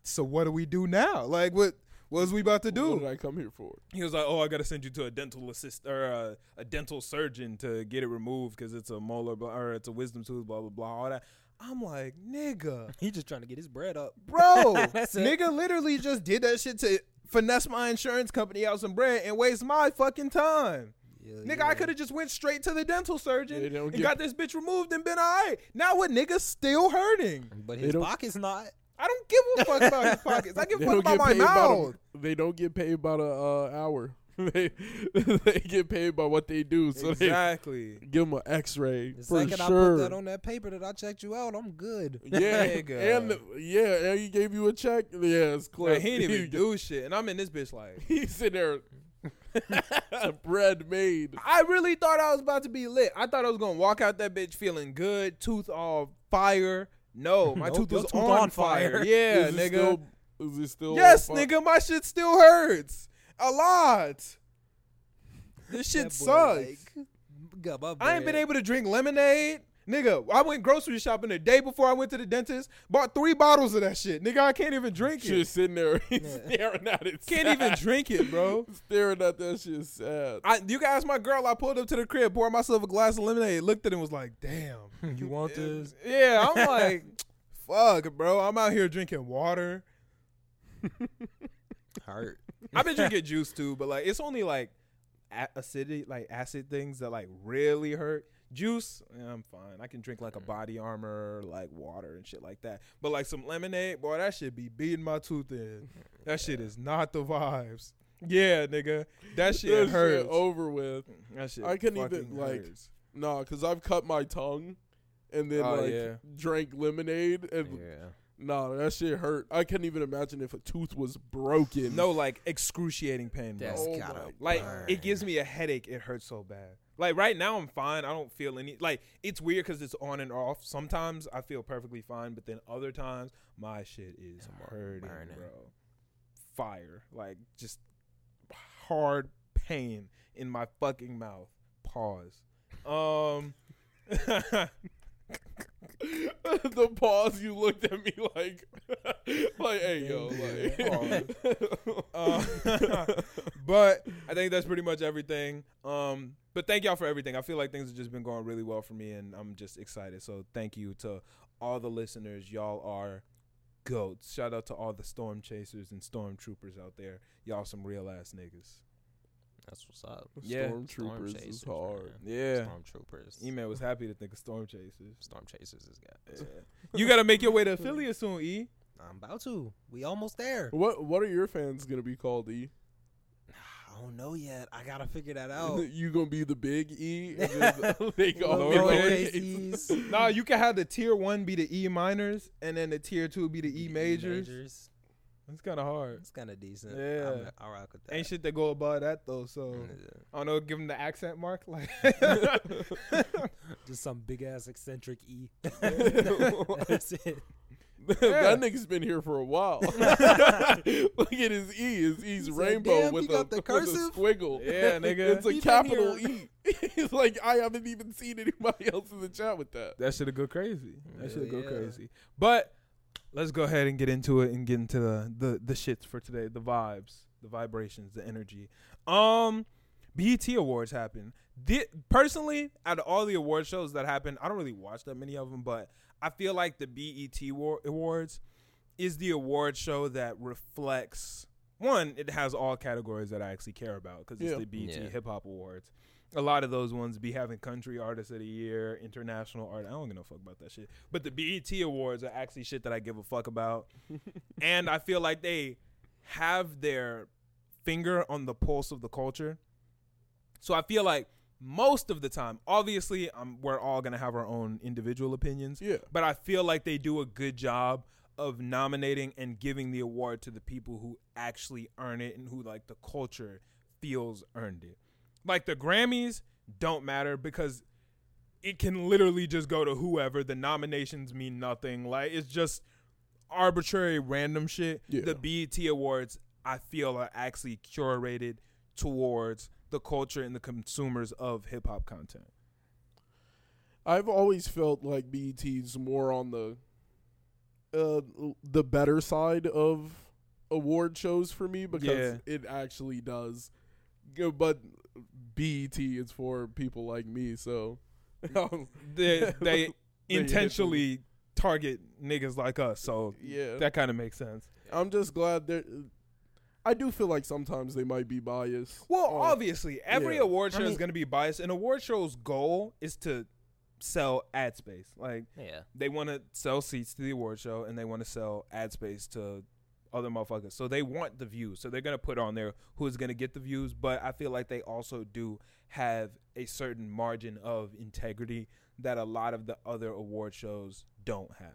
A: so what do we do now? Like, what was we about to
B: What
A: do?
B: did I come here for?
A: He was like, oh, I got to send you to a dental assist or uh, a dental surgeon to get it removed because it's a molar blah, or it's a wisdom tooth, blah blah blah, all that. I'm like, nigga
C: He just trying to get his bread up.
A: bro.
C: That's it.
A: nigga literally just did that shit to finesse my insurance company out some bread and waste my fucking time.
C: Yeah,
A: Nigga, I could have just went straight to the dental surgeon
B: They don't
A: and
B: give-
A: got this bitch removed and been all right. Now what nigga still hurting?
C: But
B: They
C: his
B: don't-
C: pocket's not.
A: I don't give a fuck about his pockets. I give a
B: They
A: fuck
B: don't
A: about
B: get
A: my
B: paid about
A: mouth.
B: a, They don't get paid about a uh, hour. they they get paid by what they do. So
A: Exactly.
B: they give them an X-ray
C: The
B: for
C: second I put
B: sure.
C: that on that paper that I checked you out, I'm good.
B: yeah,
A: Nigga.
B: and yeah, and he gave you a check. Yeah, it's clear.
A: Like, he didn't even do shit. And I'm in this bitch like
B: He's in there, bread made.
A: I really thought I was about to be lit. I thought I was gonna walk out that bitch feeling good, tooth all fire. No, my
C: Nope,
A: tooth
C: your
A: was
C: tooth
A: on,
C: on
A: fire.
C: fire.
A: Yeah,
B: Is
A: nigga.
B: it Still, is it still?
A: Yes,
B: fu-
A: nigga, my shit still hurts a lot. This shit
C: That boy,
A: sucks.
C: like, got my
A: I ain't
C: bread.
A: been able to drink lemonade, nigga. I went grocery shopping the day before I went to the dentist. Bought three bottles of that shit, nigga. I can't even drink it.
B: Just sitting there, he's
C: Yeah.
B: staring at it.
A: Can't even drink it, bro.
B: Staring at that shit, sad.
A: I, you can ask my girl. I pulled up to the crib, poured myself a glass of lemonade, looked at it, and was like, "Damn,
C: You want this?
A: Yeah, I'm like, fuck, bro. I'm out here drinking water.
C: Hurt.
A: I've been drinking juice too, but like it's only like a- acidity, like acid things that like really hurt. Juice, eh, I'm fine. I can drink like a
B: Mm.
A: body armor, like water and shit like that. But like some lemonade, boy, that should be beating my tooth in. That shit is not the vibes. Yeah, nigga, that shit
B: This
A: hurts.
B: over with.
A: that shit,
B: I couldn't even,
A: fucking
B: like-
A: hurts.
B: Nah, cause I've cut my tongue, and then
A: Oh,
B: like
A: yeah.
B: drank lemonade, and nah, that shit hurt. I couldn't even imagine if a tooth was broken.
A: No, like excruciating pain, bro.
C: That's
B: Oh
C: gotta
B: my
A: Like
C: burn.
A: it gives me a headache. It hurts so bad. Like right now I'm fine. I don't feel any. Like it's weird because it's on and off. Sometimes I feel perfectly fine, but then other times my shit is hurting,
C: burning.
A: bro. Fire, like just hard pain in my fucking mouth. Pause. Um.
B: the pause you looked at me like, like hey yo,
A: Yeah.
B: like.
A: Uh, but I think that's pretty much everything. Um, but thank y'all for everything. I feel like things have just been going really well for me, and I'm just excited. So thank you to all the listeners. Y'all are goats. Shout out to all the storm chasers and stormtroopers out there. Y'all some real ass niggas.
C: That's what's up.
A: Yeah.
B: Stormtroopers
C: Storm
B: is
C: chasers,
B: hard.
C: man.
A: Yeah.
C: Stormtroopers.
A: E-Man was happy to think of storm chasers.
C: Storm chasers is got.
A: Yeah. you gotta make your way to Philly soon, E.
C: I'm about to. We almost there.
B: What What are your fans gonna be called? E?
C: I don't know yet. I gotta figure that out.
B: you gonna be the big E? and then they call me
A: Lowercase
B: lowercase.
C: E's.
A: Nah, you can have the tier one be the E minors, and then the tier two be the E majors. That's kind of hard.
C: It's kind of decent.
A: Yeah.
C: I'm, I rock with that.
A: Ain't shit that go above that though. So.
C: Yeah.
A: I don't know, give him the accent mark. Like,
C: Just some big ass eccentric E. That's it.
B: that nigga's been here for a while. Look at his E. His E's
C: said,
B: rainbow
C: "Damn,
B: with,
C: you
B: a,
C: got the
B: with a
C: cursive?"
B: squiggle.
A: Yeah, nigga.
B: It's a
C: He been
B: capital E. It's like I haven't even seen anybody else in the chat with that.
A: That should have go crazy. That should have
C: Hell
A: go
C: yeah.
A: crazy. But let's go ahead and get into it and get into the, the the shits for today. The vibes, the vibrations, the energy. Um, BET Awards happened. Thi- personally, out of all the award shows that happened, I don't really watch that many of them, but I feel like the BET war- Awards is the award show that reflects one. It has all categories that I actually care about because it's
B: Yeah.
A: the BET
C: Yeah.
A: Hip Hop Awards. A lot of those ones be having country artist of the year, international art. I don't give a fuck about that shit. But the BET Awards are actually shit that I give a fuck about, and I feel like they have their finger on the pulse of the culture. So I feel like most of the time, obviously, um, we're all gonna have our own individual opinions
B: Yeah.
A: but I feel like they do a good job of nominating and giving the award to the people who actually earn it and who like the culture feels earned it. Like the Grammys don't matter because it can literally just go to whoever. The nominations mean nothing. Like it's just arbitrary random shit.
B: Yeah.
A: The BET awards I feel are actually curated towards the culture and the consumers of hip hop content.
B: I've always felt like BET's more on the uh the better side of award shows for me because it actually does. go- But BET is for people like me, so
A: they they
B: They
A: intentionally target niggas like us. So
B: yeah.
A: that kind of makes sense.
B: I'm just glad that I do feel like sometimes they might be biased. um,
A: Well,
B: on-
A: obviously, every
B: yeah.
A: award
C: I
A: show is
C: mean-
A: going to be biased. An award show's goal is to sell ad space. Like
C: Yeah.
A: they want to sell seats to the award show and they want to sell ad space to other motherfuckers. So they want the views. So they're going to put on there who's going to get the views, but I feel like they also do have a certain margin of integrity that a lot of the other award shows don't have.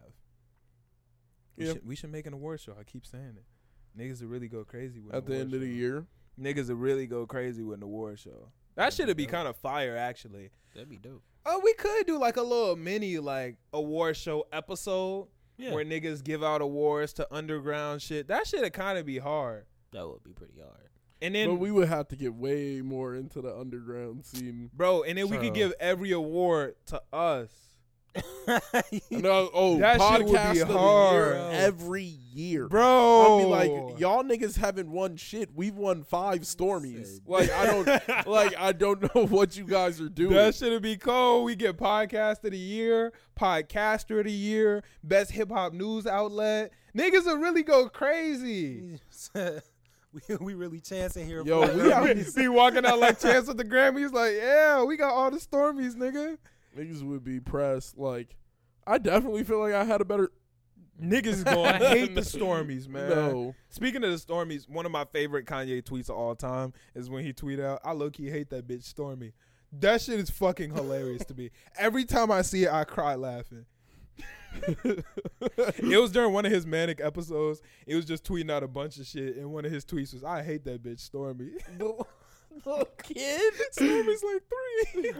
A: We,
B: Yeah.
A: should, we should make an award show. I keep saying it. Niggas would really go crazy with an
B: at the
A: award
B: end of the
A: show.
B: year.
A: Niggas would really go crazy with an award show. That shit would be kind of fire, actually.
C: That'd be dope.
A: Oh, we could do like a little mini like award show episode
C: Yeah.
A: where niggas give out awards to underground shit. That shit'd kind of be hard.
C: That would be pretty hard.
A: And then,
B: but we would have to get way more into the underground scene.
A: bro, and then we could
C: Child.
A: give every award to us.
B: No, oh,
A: That
B: podcast
A: shit would be
B: of the
A: hard. Oh.
B: year every year.
A: Bro,
B: I'd be like, y'all niggas haven't won shit. We've won five Stormies.
C: Said-
B: Like I don't, like I don't know what you guys are doing.
A: That should be cold. We get podcast of the year, podcaster of the year, best hip hop news outlet. Niggas will really go crazy.
C: we we really chancing here.
B: Yo,
C: for
B: we
C: the
B: are-
C: Grammys.
A: be walking out like Chance with the Grammys, like, yeah, we got all the Stormies, nigga.
B: niggas would be pressed. Like I definitely feel like I had a better.
A: Niggas is going. I hate the Stormies, man.
B: No,
A: Speaking of the Stormies, one of my favorite Kanye tweets of all time is when he tweeted out, I low key hate that bitch Stormy. That shit is fucking hilarious to me. Every time I see it, I cry laughing. it was during one of his manic episodes. It was just tweeting out a bunch of shit, and one of his tweets was, "I hate that bitch Stormy."
B: little kid.
A: Stormy's like three.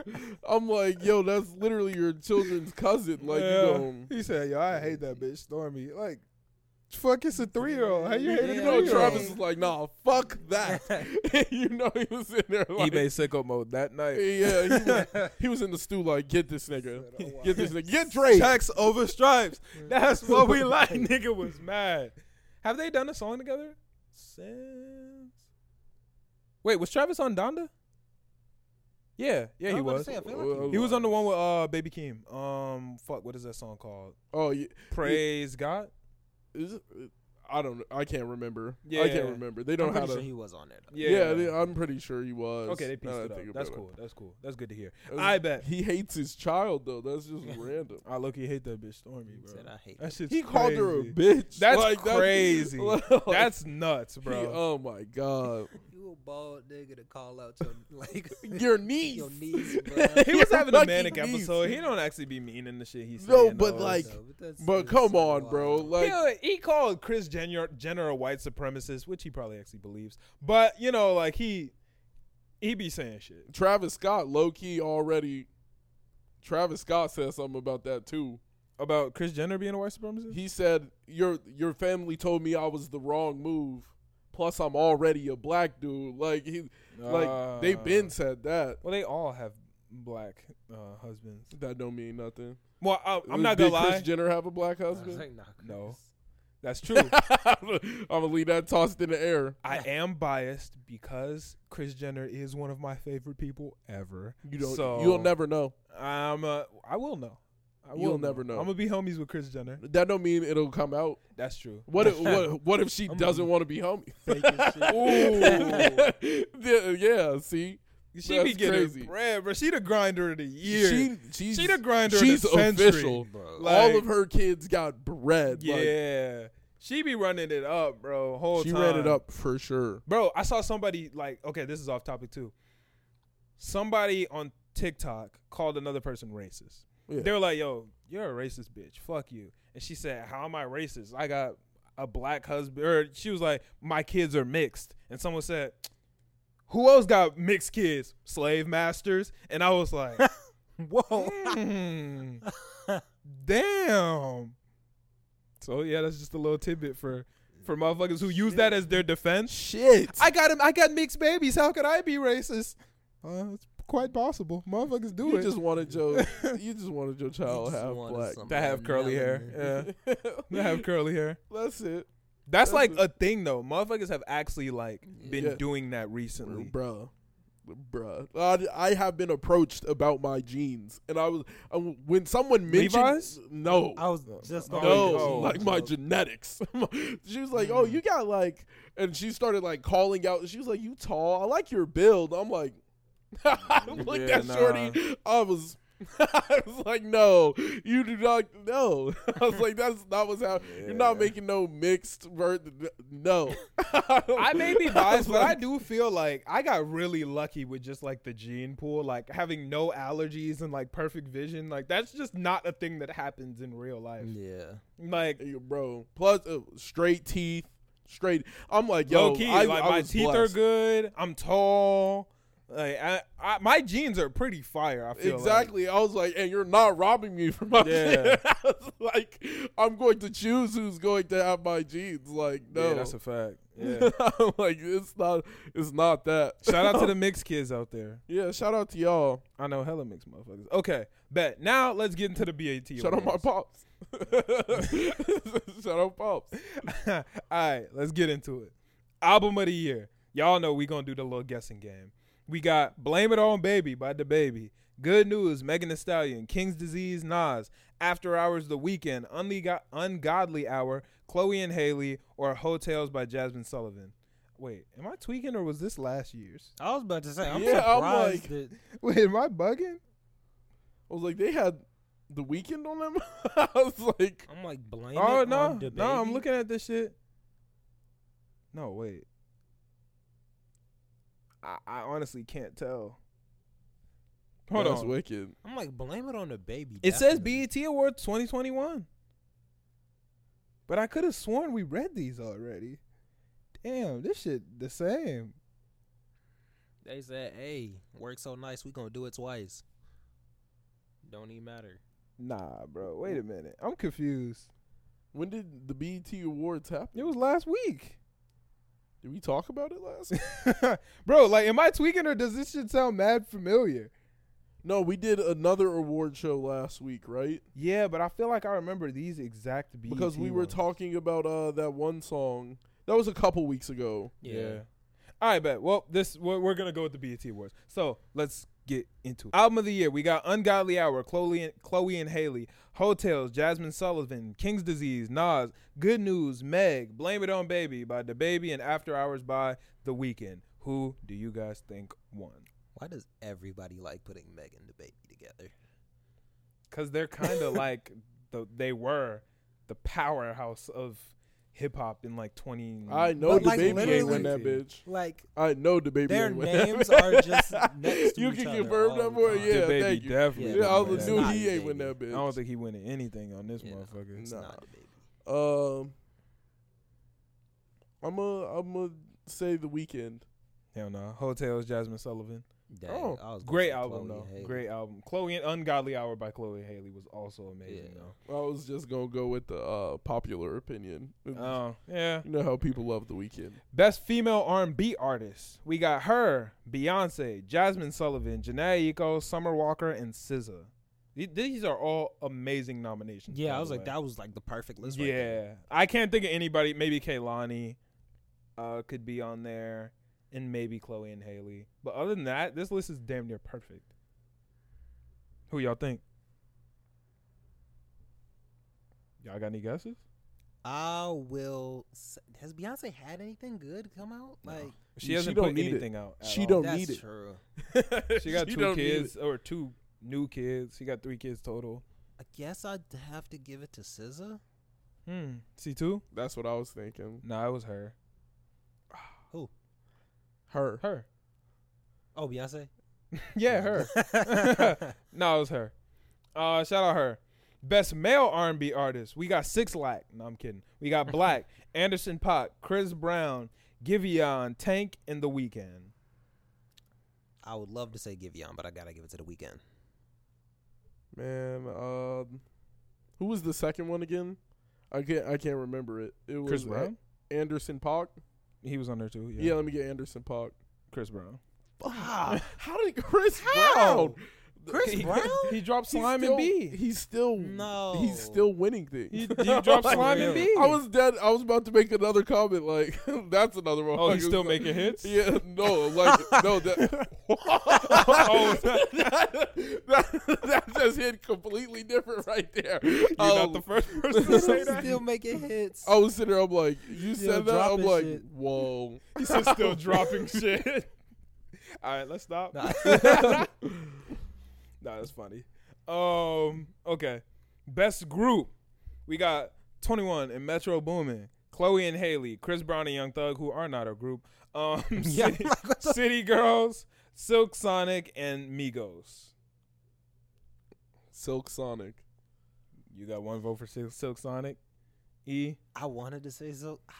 B: I'm like, yo, that's literally your children's cousin. Like,
A: Yeah.
B: you know,
A: he said, "Yo, I hate that bitch Stormy." Like, fuck, it's a three year old. How you hate
C: Yeah,
A: a
B: you
A: three
B: know,
A: year old?
B: Travis is like, nah, fuck that. you know, he was in there like,
A: sicko mode that night.
B: yeah, he was, he was in the stew like, get this nigga,
C: "Oh,
B: get this nigga, get Drake.
A: Checks over stripes.
B: Mm.
A: That's what we like. Nigga was mad. Have they done a song together? Since. Wait, was Travis on Donda? Yeah, yeah,
C: I
A: he
C: about to
A: was.
C: say, I feel
B: Well,
C: like
A: He was on the one with uh Baby Keem. Um, fuck, what is that song called?
B: Oh, yeah.
A: Praise God.
B: Is it- I don't. know. I can't remember. I
A: Yeah.
B: can't remember. They
C: I'm
B: don't
C: pretty
B: have
C: sure
B: a.
C: he was on there. Though.
B: yeah, they- I'm pretty sure he was.
A: okay, they
B: now
A: pieced
B: that
A: it
B: I
A: up.
B: think about
A: That's
B: it.
A: cool. That's cool. That's good to hear.
B: That's-
A: I bet.
B: He hates his child though. That's just random.
A: I look, he hate that bitch Stormy,
C: He said,
A: bro.
C: I hate
A: That
C: that.
A: shit's
B: he called her a
A: crazy.
B: bitch.
A: That's
B: Like,
A: crazy.
B: like,
A: That's nuts,
B: he-
A: bro.
B: oh my god.
C: You a bald nigga to call out your like
B: Your niece.
C: your niece, bro.
A: he was
B: Your
A: having a
B: fucking
A: manic
B: niece.
A: episode. He don't actually be mean in the shit he said.
B: No, but
A: though.
B: like-
C: No, that's-
B: But
C: it's
B: come
C: so
B: on,
C: wild.
B: bro. Like
A: Yeah, he called Chris Jenner, Jenner a white supremacist, which he probably actually believes. But you know, like he he be saying shit.
B: Travis Scott, low key already. Travis Scott said something about that too.
A: about Chris Jenner being a white supremacist?
B: He said, "Your your family told me I was the wrong move. Plus, I'm already a black dude. Like he,
A: Uh,
B: like they've been said that.
A: Well, they all have black uh, husbands.
B: That don't mean nothing.
A: Well, I, I'm not
B: Did
A: gonna lie.
B: Chris Jenner have a black
C: I was
B: husband?
C: like, nah, Chris.
A: No. That's true.
B: I'm gonna leave that tossed in the air.
A: I am biased because Chris Jenner is one of my favorite people ever.
B: You don't.
A: So,
B: you'll never know.
A: I'm. Uh, I will know. I will
B: You'll never know.
A: I'm gonna be homies with Chris Jenner.
B: That don't mean it'll come out.
A: That's true.
B: What if, what what if she
A: I'm
B: doesn't
A: gonna-
B: want to be homie?
C: Fake as shit.
B: yeah, yeah, see,
A: She be
B: That's
A: getting
B: crazy.
A: bread, bro. She the grinder of the year.
B: she she's
A: she the grinder.
B: she's
A: of the century.
B: official.
A: Like-
B: All of her kids got bread. like,
A: Yeah, she be running it up, bro. Whole
B: she
A: time.
B: ran it up for sure.
A: bro. I saw somebody like, okay, this is off topic too. Somebody on TikTok called another person racist.
B: Yeah.
A: They were like, "Yo, you're a racist bitch. Fuck you." And she said, "How am I racist? I got a black husband." Or she was like, "My kids are mixed." And someone said, "Who else got mixed kids? Slave masters?" And I was like,
C: Whoa.
A: Hmm. Damn. So yeah, that's just a little tidbit for for motherfuckers who use that as their defense.
B: Shit,
A: I got him. I got mixed babies. How could I be racist? Uh, it's quite possible. Motherfuckers do
B: you
A: it.
B: just wanted your you just wanted your
C: You
B: child
C: just
B: half
C: wanted
B: black.
C: some
A: That have curly hair.
C: melanin.
A: Yeah, that have curly hair.
B: That's it,
A: That's
B: That's
A: like
B: a-
A: a thing though. Motherfuckers have actually like been
B: Yeah.
A: doing that recently.
B: bruh. Bruh, I, I have been approached about my jeans, and I was I, when someone mentioned
A: Levi's?
B: no,
C: I was just
A: Oh, Mm.
C: going
B: no,
A: oh,
B: like my
C: joke.
B: genetics. she was like, "Oh, you got like," and she started like calling out. She was like, "You tall? I like your build." I'm like, I'm like
A: Yeah,
B: that shorty. I was, I was like, "No, you do not. No." I was like, "That's not what's happening. You're not
A: Yeah.
B: making no mixed birth. No."
A: I may be
B: I was
A: biased, but I
B: like-
A: do feel like I got really lucky with just like the gene pool, like having no allergies and like perfect vision. Like that's just not a thing that happens in real life.
C: Yeah.
A: Like
B: Yeah, bro. Plus, uh, straight teeth. Straight. I'm like, yo,
A: low key,
B: I,
A: like
B: I
A: my
B: was
A: teeth
B: blessed.
A: are good. I'm tall. Like I, I, my genes are pretty fire. I feel like.
B: Exactly. I was like, and you're not robbing me from my
A: Yeah.
B: shit. I was like, I'm going to choose who's going to have my genes. Like, no.
A: Yeah, that's a fact. Yeah.
B: I'm like, it's not it's not that.
A: Shout out to the mixed kids out there.
B: Yeah, shout out to y'all.
A: I know hella mixed motherfuckers. Okay, bet. Now let's get into the BAT.
B: shout out my
A: awards.
B: pops. shout out pops.
A: All right, let's get into it. Album of the year. Y'all know we gonna do the little guessing game. We got "Blame It On Baby" by the Baby. Good News, Megan Thee Stallion. King's Disease, Nas. After Hours, The Weekend. Unle- Ungodly Hour, Chloe and Haley, or Hotels by Jasmine Sullivan. Wait, am I tweaking or was this last year's?
C: I was about to say, I'm
B: Yeah, I'm
C: surprised
B: like-
C: that
A: Wait, am I bugging?
B: I was like, they had the weekend on them? I was like,
C: I'm like blaming.
A: Oh
C: on
A: no,
C: DaBaby.
A: no, I'm looking at this shit. No, wait. I, I honestly can't tell. Hold
B: that's
A: on.
B: wicked.
C: I'm like blame it on the baby.
A: It says
C: definitely.
A: BET Awards 2021. But I could have sworn we read these already. Damn, this shit the same.
C: They said, "Hey, work so nice, we gonna do it twice." Don't even matter.
A: Nah, bro. Wait a minute. I'm confused.
B: When did the BET Awards happen?
A: It was last week.
B: Did we talk about it last?
A: bro, like am I tweaking or does this shit sound mad familiar?
B: no, we did another award show last week, right?
A: Yeah, but I feel like I remember these exact BET
B: because we were
A: ones.
B: talking about uh that one song that was a couple weeks ago.
A: Yeah. All right, bet. Well, this we're, we're gonna go with the BET Awards. So let's get into it. album of the year. We got Ungodly Hour, Chloe and, Chloe and Haley, Hotels, Jasmine Sullivan, King's Disease, Nas, Good News, Meg, Blame It On Baby by The Baby, and After Hours by The Weeknd. Who do you guys think won?
C: Why does everybody like putting Meg and the baby together?
A: Because they're kind of like the they were the powerhouse of hip hop in like twenty.
B: I know
C: But,
B: the
C: like,
B: baby ain't
C: literally-
B: win that bitch.
C: Like
B: I know the baby
C: their
B: ain't win
C: names
B: that
C: are
B: bitch.
C: just next to
B: You
C: each
B: can
C: other
B: confirm
C: all
B: that
C: the
B: for
C: time.
B: yeah,
A: The Baby
B: thank you.
A: definitely.
B: Yeah, I
A: won
B: was
A: that.
B: knew
C: Not
B: he
C: the
B: ain't win
C: baby.
B: that
A: I
B: bitch.
A: don't think he winning anything on this
C: Yeah.
A: motherfucker.
C: It's
B: Nah.
C: not the baby.
B: Um, I'm a I'm a say the weekend.
A: Hell no. Hotels, Jasmine Sullivan.
C: Dang,
B: Oh,
C: I was gonna
A: Great
C: say
A: album
C: Chloe
A: though.
C: Haley.
A: Great album. Chloe and Ungodly Hour by Chloe Haley was also amazing
C: Yeah.
B: I was just gonna go with the uh, popular opinion.
A: though. Oh yeah.
B: You know how people love the weekend.
A: Best female R&B artist. We got her, Beyonce, Jasmine Sullivan, Janae Eiko, Summer Walker, and SZA. Th- These are all amazing nominations.
C: Yeah,
A: by
C: I
A: the
C: was like,
A: way.
C: that was like the perfect list. right
A: yeah,
C: there.
A: I can't think of anybody. Maybe Kaylani uh, could be on there, and maybe Chloe and Haley. But other than that, this list is damn near perfect. Who y'all think? Y'all got any guesses?
C: I will. s- Has Beyonce had anything good come out?
A: No.
C: Like
A: She
B: She
A: hasn't
B: don't
A: put
B: need it.
A: anything out. at
B: She
A: all.
B: don't need
C: that's
B: it.
C: true.
A: She got two
B: don't need
A: kids
B: it.
A: or two new kids. She got three kids total.
C: I guess I'd have to give it to SZA.
A: Hmm. See two?
B: That's what I was thinking.
A: Nah, it was her.
B: Her.
A: Her.
C: Oh, Beyonce.
A: yeah, her. no, it was her. Uh, shout out her. Best male R and B artist. We got Six Lack. No, I'm kidding. We got Black, Anderson Pot, Chris Brown, Giveon, Tank, and The Weeknd.
C: I would love to say Giveon, but I gotta give it to the weekend.
B: Man, um, who was the second one again? I can't. I can't remember it. It was
A: Chris
B: A-
A: Brown.
B: Anderson Park.
A: eh, He was on there too.
B: Yeah.
A: Yeah. Ah.
B: let me get Anderson Park.
A: Chris Brown.
B: How did Chris
C: How?
B: Brown?
C: Chris
B: He-
C: Brown?
A: He dropped
B: He's
A: Slime
B: still,
A: and B.
B: He's still
C: No.
B: He's still winning things.
A: He, he dropped
B: Like,
A: Slime and B.
B: I was dead. I was about to make another comment. Like that's another one.
A: Oh, he's still making hits?
B: Yeah, no, like no, that,
A: Oh,
B: that that just hit completely different right there. Um, You're
A: You're not
B: Oh.
A: the first person to say that.
C: still making hits.
B: I was sitting there. I'm like, you
C: Still
B: said that. I'm
C: dropping
B: like,
C: shit.
B: whoa.
A: He said still dropping shit. All right, let's stop.
C: Nah.
A: nah, that's funny. Um, okay. Best group. We got 21 and Metro Boomin, Chloe and Haley, Chris Brown and Young Thug, who are not a group. Um,
C: Yeah,
A: City,
C: like, what the-
A: City Girls, Silk Sonic, and Migos.
B: Silk Sonic.
A: You got one vote for Sil- Silk Sonic. E.
C: I wanted to say Silk.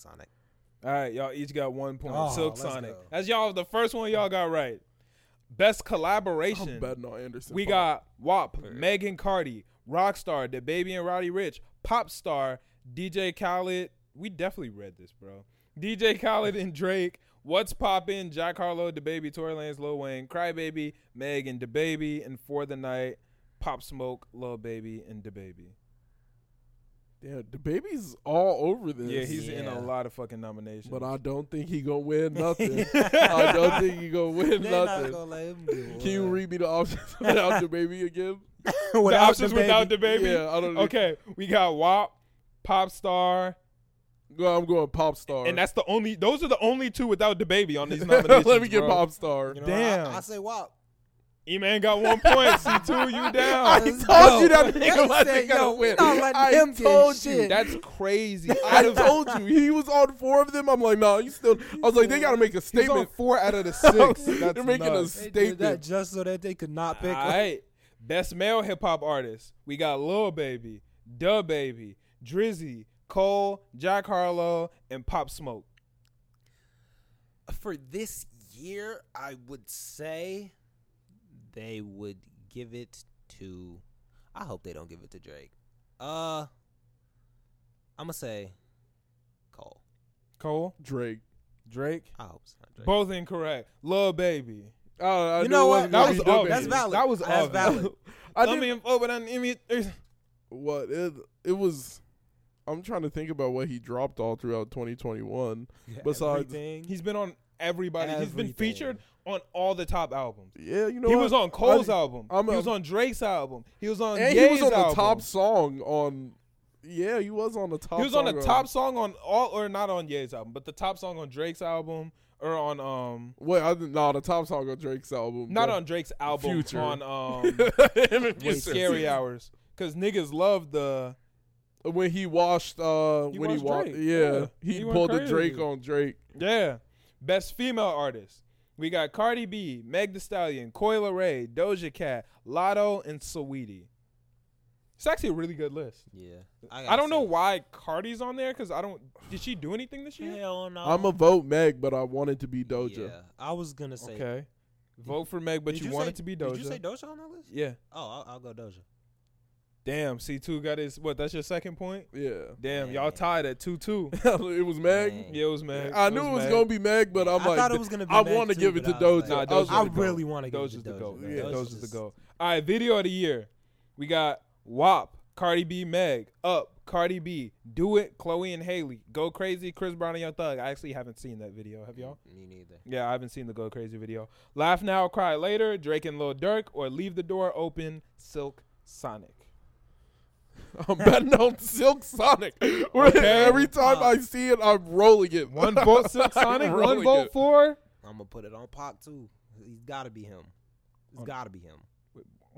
C: Sonic.
A: All right, y'all each got one point.
C: Oh,
A: Silk
C: let's
A: Sonic.
C: go. Oh,
A: That's y'all the first one y'all got right. Best collaboration.
B: I'm betting on Anderson.
A: We
B: Paak.
A: got WAP, Megan Cardi, Rockstar, The Baby and Roddy Rich, Pop Star, DJ Khaled. We definitely read this, bro. DJ Khaled and Drake, What's Poppin', Jack Harlow, The Baby, Tory Lanez, Lil Wayne, Crybaby, Meg and The Baby, and For the Night, Pop Smoke, Lil Baby, and The Baby.
B: Yeah, the baby's all over this.
A: Yeah, he's in
C: Yeah.
A: a lot of fucking nominations.
B: But I don't think he gonna win nothing. I Oh, don't think he gonna win
C: They're not
B: nothing.
C: gonna let him do
B: Can you
C: one.
B: read me the options without the baby again?
A: the
C: Without
A: options without The Baby.
B: Yeah, I don't. Okay,
A: Okay, we got WAP, Pop Star,
B: well, I'm going pop star.
A: and that's the only. Those are the only two without the baby on these nominations.
B: Let me get
A: bro.
B: pop star.
C: You know,
A: Damn.
C: I, I say WAP.
A: E man got one point. C two, you
B: I
A: down.
C: Let's
B: told you
C: go.
B: that nigga
C: He
B: wasn't
C: said,
B: gonna
C: "Yo, we
B: win.
C: not letting
B: I
C: him get
B: told you.
C: shit."
A: That's crazy.
B: I
A: Out of
B: told you he was on four of them. I'm like, no, nah, you still. I was like, they gotta make a
A: he's on
B: statement.
A: four out of the six.
B: They're
A: That's
B: making
A: nuts.
B: a
C: They did
B: statement.
C: that just so that they could not pick.
A: All right. Best male hip hop artist. We got Lil Baby, Da Baby, Drizzy, Cole, Jack Harlow, and Pop Smoke.
C: For this year, I would say they would give it to. I hope they don't give it to Drake. Uh, I'm gonna say Cole.
A: Cole,
B: Drake.
A: Drake.
C: I hope it's not Drake.
A: Both incorrect. Lil Baby.
B: Oh, I
C: You
B: knew
C: know
B: it
C: what?
B: wasn't
A: That
B: gonna
A: was
B: be the
A: obvious.
C: That's
B: baby.
C: valid.
A: That was
C: That's
A: obvious.
C: valid.
B: I
A: Dumb
B: didn't-
A: and- oh, but I'm- I mean, there's-
B: what it it was. I'm trying to think about what he dropped all throughout 2021. Besides,
C: Everything.
A: He's been on everybody. He's been
C: Everything.
A: featured on all the top albums.
B: yeah, you know
A: he
B: what?
A: was on Cole's
B: I-
A: album.
B: I'm-
A: he was on Drake's album. He was on
B: and
A: Ye's
B: he was on the
A: album.
B: top song on. Yeah, he was on the top.
A: he was on the
B: song
A: top song on all or not on Ye's album, but the top song on Drake's album or on um
B: Wait, I didn't, no, the top song on Drake's album.
A: not
B: but-
A: on Drake's album
B: Future.
A: on um
B: Him and
A: with
B: Future.
A: Scary Hours cuz niggas love the
B: when he washed. Uh,
A: He
B: when he
A: washed
B: washed.
A: Drake.
B: Yeah,
A: Yeah.
B: he,
A: He went
B: pulled a
A: crazy.
B: Drake on Drake.
A: yeah, best female artist. We got Cardi B, Meg The Stallion, Coil Ray, Doja Cat, Lotto and Saweetie. It's actually a really good list.
C: Yeah.
A: I don't know why Cardi's on there because I don't. Did she do anything this year?
C: Hell no.
B: I'm a vote Meg, but I want it to be Doja.
C: Yeah, I was gonna say.
A: Okay. Vote for Meg, but
C: Did
A: you, want
C: say-
A: it to be Doja.
C: Did you say Doja on that list?
A: yeah.
C: Oh, I'll, I'll go Doja.
A: Damn. C two got his. What? That's your second point.
B: Yeah.
A: Damn. Y'all
C: Man.
A: tied at two two.
B: it was Meg.
C: Man.
A: Yeah, it was Meg.
B: I knew it was,
A: Meg.
B: gonna be Meg, but I'm
C: I
B: like,
C: thought it was gonna be
B: I
C: Meg
B: want to
C: too,
B: give it to
C: but I was
B: Doja.
A: like-
B: I,
A: Nah,
B: was
A: Doja's
C: I
A: the
B: like,
A: goat.
C: really want to go.
A: Doja's the goat.
B: man.
A: Yeah,
B: Doja's
A: Doja's the goat. All right. Video of the year. We got WAP, Cardi B, Meg, Up, Cardi B, Do It, Chloe and Haley, Go Crazy, Chris Brown and Young Thug. I actually haven't seen that video. Have y'all?
C: Me neither.
A: Yeah, I haven't seen the Go Crazy video. Laugh Now, Cry Later, Drake and Lil Durk, or Leave the Door Open, Silk Sonic.
B: I'm betting on Silk Sonic.
A: Okay.
B: Every time
C: Wow.
B: I see it, I'm rolling it.
A: One vote Silk
B: I'm
A: Sonic, one
B: rolling
A: vote
B: it.
A: for.
C: I'm gonna put it on Pac too. He's gotta be him. It's
A: On-
C: gotta be him.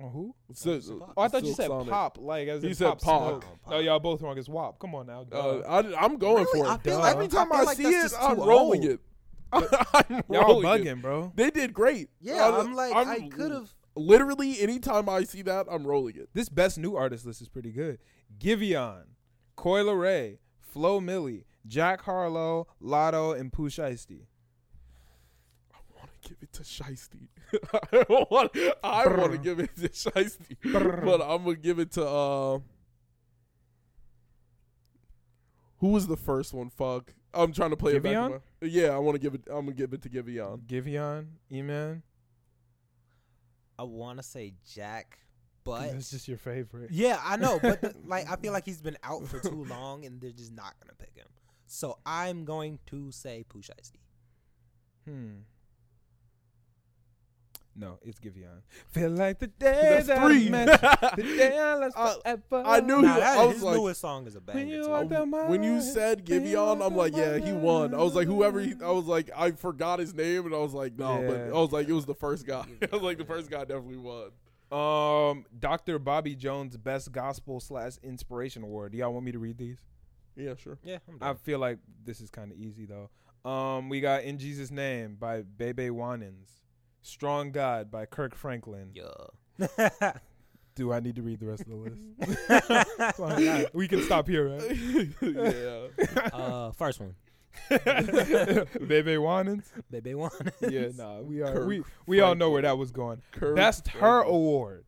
A: On who?
B: Silk-
A: Oh, I thought you
B: Silk
A: said
B: Sonic.
A: pop, like as
B: You
A: in pop
B: said Pog.
A: Smoke.
C: Pog.
A: No, y'all both wrong. It's WAP. Come on now.
B: Uh,
A: duh.
B: I, am going
C: Really?
B: for
C: I
B: it.
C: feel
A: like-
B: Every
A: I
B: time
C: feel
B: I,
C: like
B: see
C: that's
B: it,
C: just
B: I'm
C: too
B: rolling
C: old.
B: it. I'm
A: y'all
B: rolling it.
A: bugging, bro.
B: They did great.
C: Yeah,
B: I-
C: I'm like
B: I'm-
C: i could have.
B: Literally, anytime I see that, I'm rolling it.
A: This best new artist list is pretty good. Giveon, Coil Ray, Flo Millie, Jack Harlow, Lotto, and Pooh Shiesty.
B: I want to give it to Shiesty. I want. I want to give it to Shiesty, but I'm gonna give it to. Uh, who was the first one? Fuck. I'm trying to play it back. in
A: Giveon?
B: my- Yeah, I want to give it. I'm gonna give it to Giveon.
A: Giveon, E-Man.
C: I want to say Jack,
A: 'cause
C: but
A: That's just your favorite.
C: yeah, I know. But the- like, I feel like he's been out for too long, and they're just not gonna pick him. So I'm going to say Pusha T.
A: Hmm. No, it's Giveon. Feel like the day
B: That's
A: that
B: three.
A: I met you, the day I lost
B: I-
A: forever.
B: I knew
C: Nah,
B: he-
C: that,
B: I was
C: his
B: like-
C: newest song is a banger.
A: you
C: too.
A: are the-
B: when you said Giveon, I'm like, yeah, he won. I was like, whoever. He, I was like, I forgot his name, and I was like, no, but
A: Yeah.
B: I was like, it was the first guy. I was like, the
C: Giveon.
B: first guy definitely won.
A: um, Dr. Bobby Jones Best Gospel slash Inspiration Award. Do y'all want me to read these?
B: Yeah, sure.
C: yeah, I'm
A: I
C: down.
A: feel like this is kind of easy though. Um, we got In Jesus Name by Bebe Wanins, Strong God by Kirk Franklin.
C: yeah.
A: Do I need to read the rest of the list? Fine, we can stop here, right?
B: yeah.
C: uh, first one,
A: Bebe Wanins.
C: Baby One.
A: yeah, nah, we are.
B: Kirk
A: we we all know where that was going.
B: Kirk
A: That's her
B: Franklin.
A: award.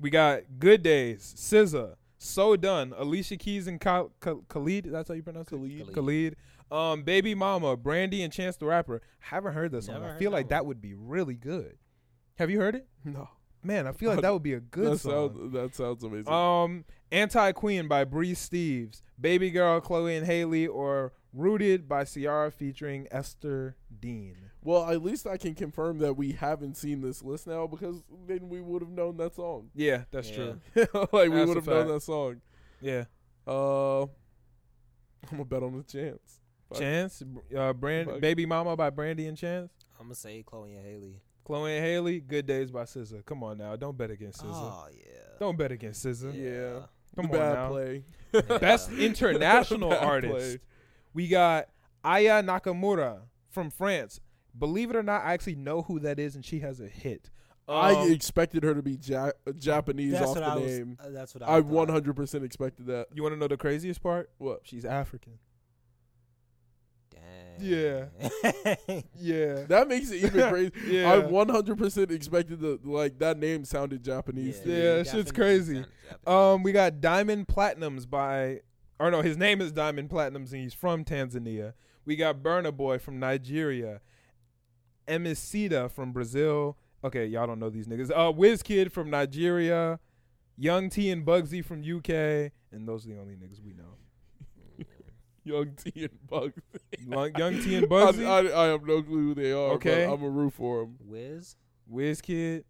A: We got Good Days, SZA, So Done, Alicia Keys and Kha- Kha- Khalid. That's how you pronounce it.
B: Khalid.
A: Khalid. Um, Baby Mama, Brandy and Chance the Rapper. Haven't heard this song.
C: Never
A: I
C: heard
A: feel
C: that
A: like
C: one.
A: that would be really good. Have you heard it?
B: No.
A: Man, I feel like that would be a good
B: that
A: song.
B: sounds that sounds amazing.
A: Um, Anti Queen by Bree Steves, Baby Girl, Chloe and Haley, or Rooted by Ciara featuring Esther Dean.
B: well, at least I can confirm that we haven't seen this list now because then we would have known that song.
A: Yeah, that's
C: Yeah.
A: true. That's
B: like we would
A: a
B: have known
A: fact.
B: that song.
A: Yeah.
B: Uh, I'm gonna bet on the chance. Fuck.
A: Chance, br- uh, Brand,
B: Fuck.
A: Baby Mama by Brandy and Chance,
C: I'm gonna say Chloe and Haley.
A: Chloe and Haley, Good Days by SZA. Come on now, don't bet against SZA.
C: Oh yeah.
A: Don't bet against SZA.
B: Yeah.
A: Come on
B: the bad
A: now.
B: play.
A: Best
C: Yeah.
A: international
B: Bad
A: artist. We got Aya Nakamura from France. Believe it or not, I actually know who that is, and she has a hit.
B: I
A: Um,
B: expected her to be ja- Japanese
C: That's
B: off
C: what
B: the
C: I was.
B: name.
C: uh, that's what I.
B: I
C: thought.
B: 100% expected that.
A: you want to know the craziest part?
B: What?
A: She's African.
C: Dang.
A: Yeah. Yeah.
B: That makes it even crazy.
A: Yeah.
B: I 100% expected that. Like that name sounded Japanese. to me.
A: Yeah, shit's
C: definitely
A: crazy.
C: sounded Japanese.
A: Um, we got Diamond Platinums by, or no, his name is Diamond Platinums, and he's from Tanzania. We got Burna Boy from Nigeria, Emicida from Brazil. Okay, y'all don't know these niggas. Uh, Wizkid from Nigeria, Young T and Bugsy from UK, and those are the only niggas we know.
B: Young T and Bugsy.
A: Young, Young T and
B: I,
A: Bugsy,
B: I, I have no clue who they are.
A: Okay.
B: but I'm a root for them.
C: Wiz.
A: Wizkid,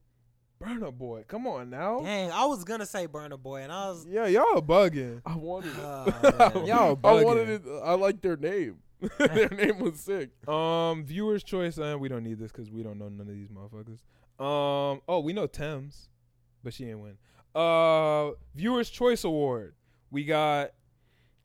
A: Burna Boy. Come on now,
C: Dang, I was gonna say Burner Boy, and I was.
A: yeah, y'all bugging.
B: I wanted it.
C: Oh, man.
A: Y'all
B: I
A: bugging.
B: wanted it. I like their name. their name was sick.
A: Um, viewers' choice. Uh, we don't need this because we don't know none of these motherfuckers. Um, oh, we know Thames, but she ain't win. Uh, viewers' choice award. We got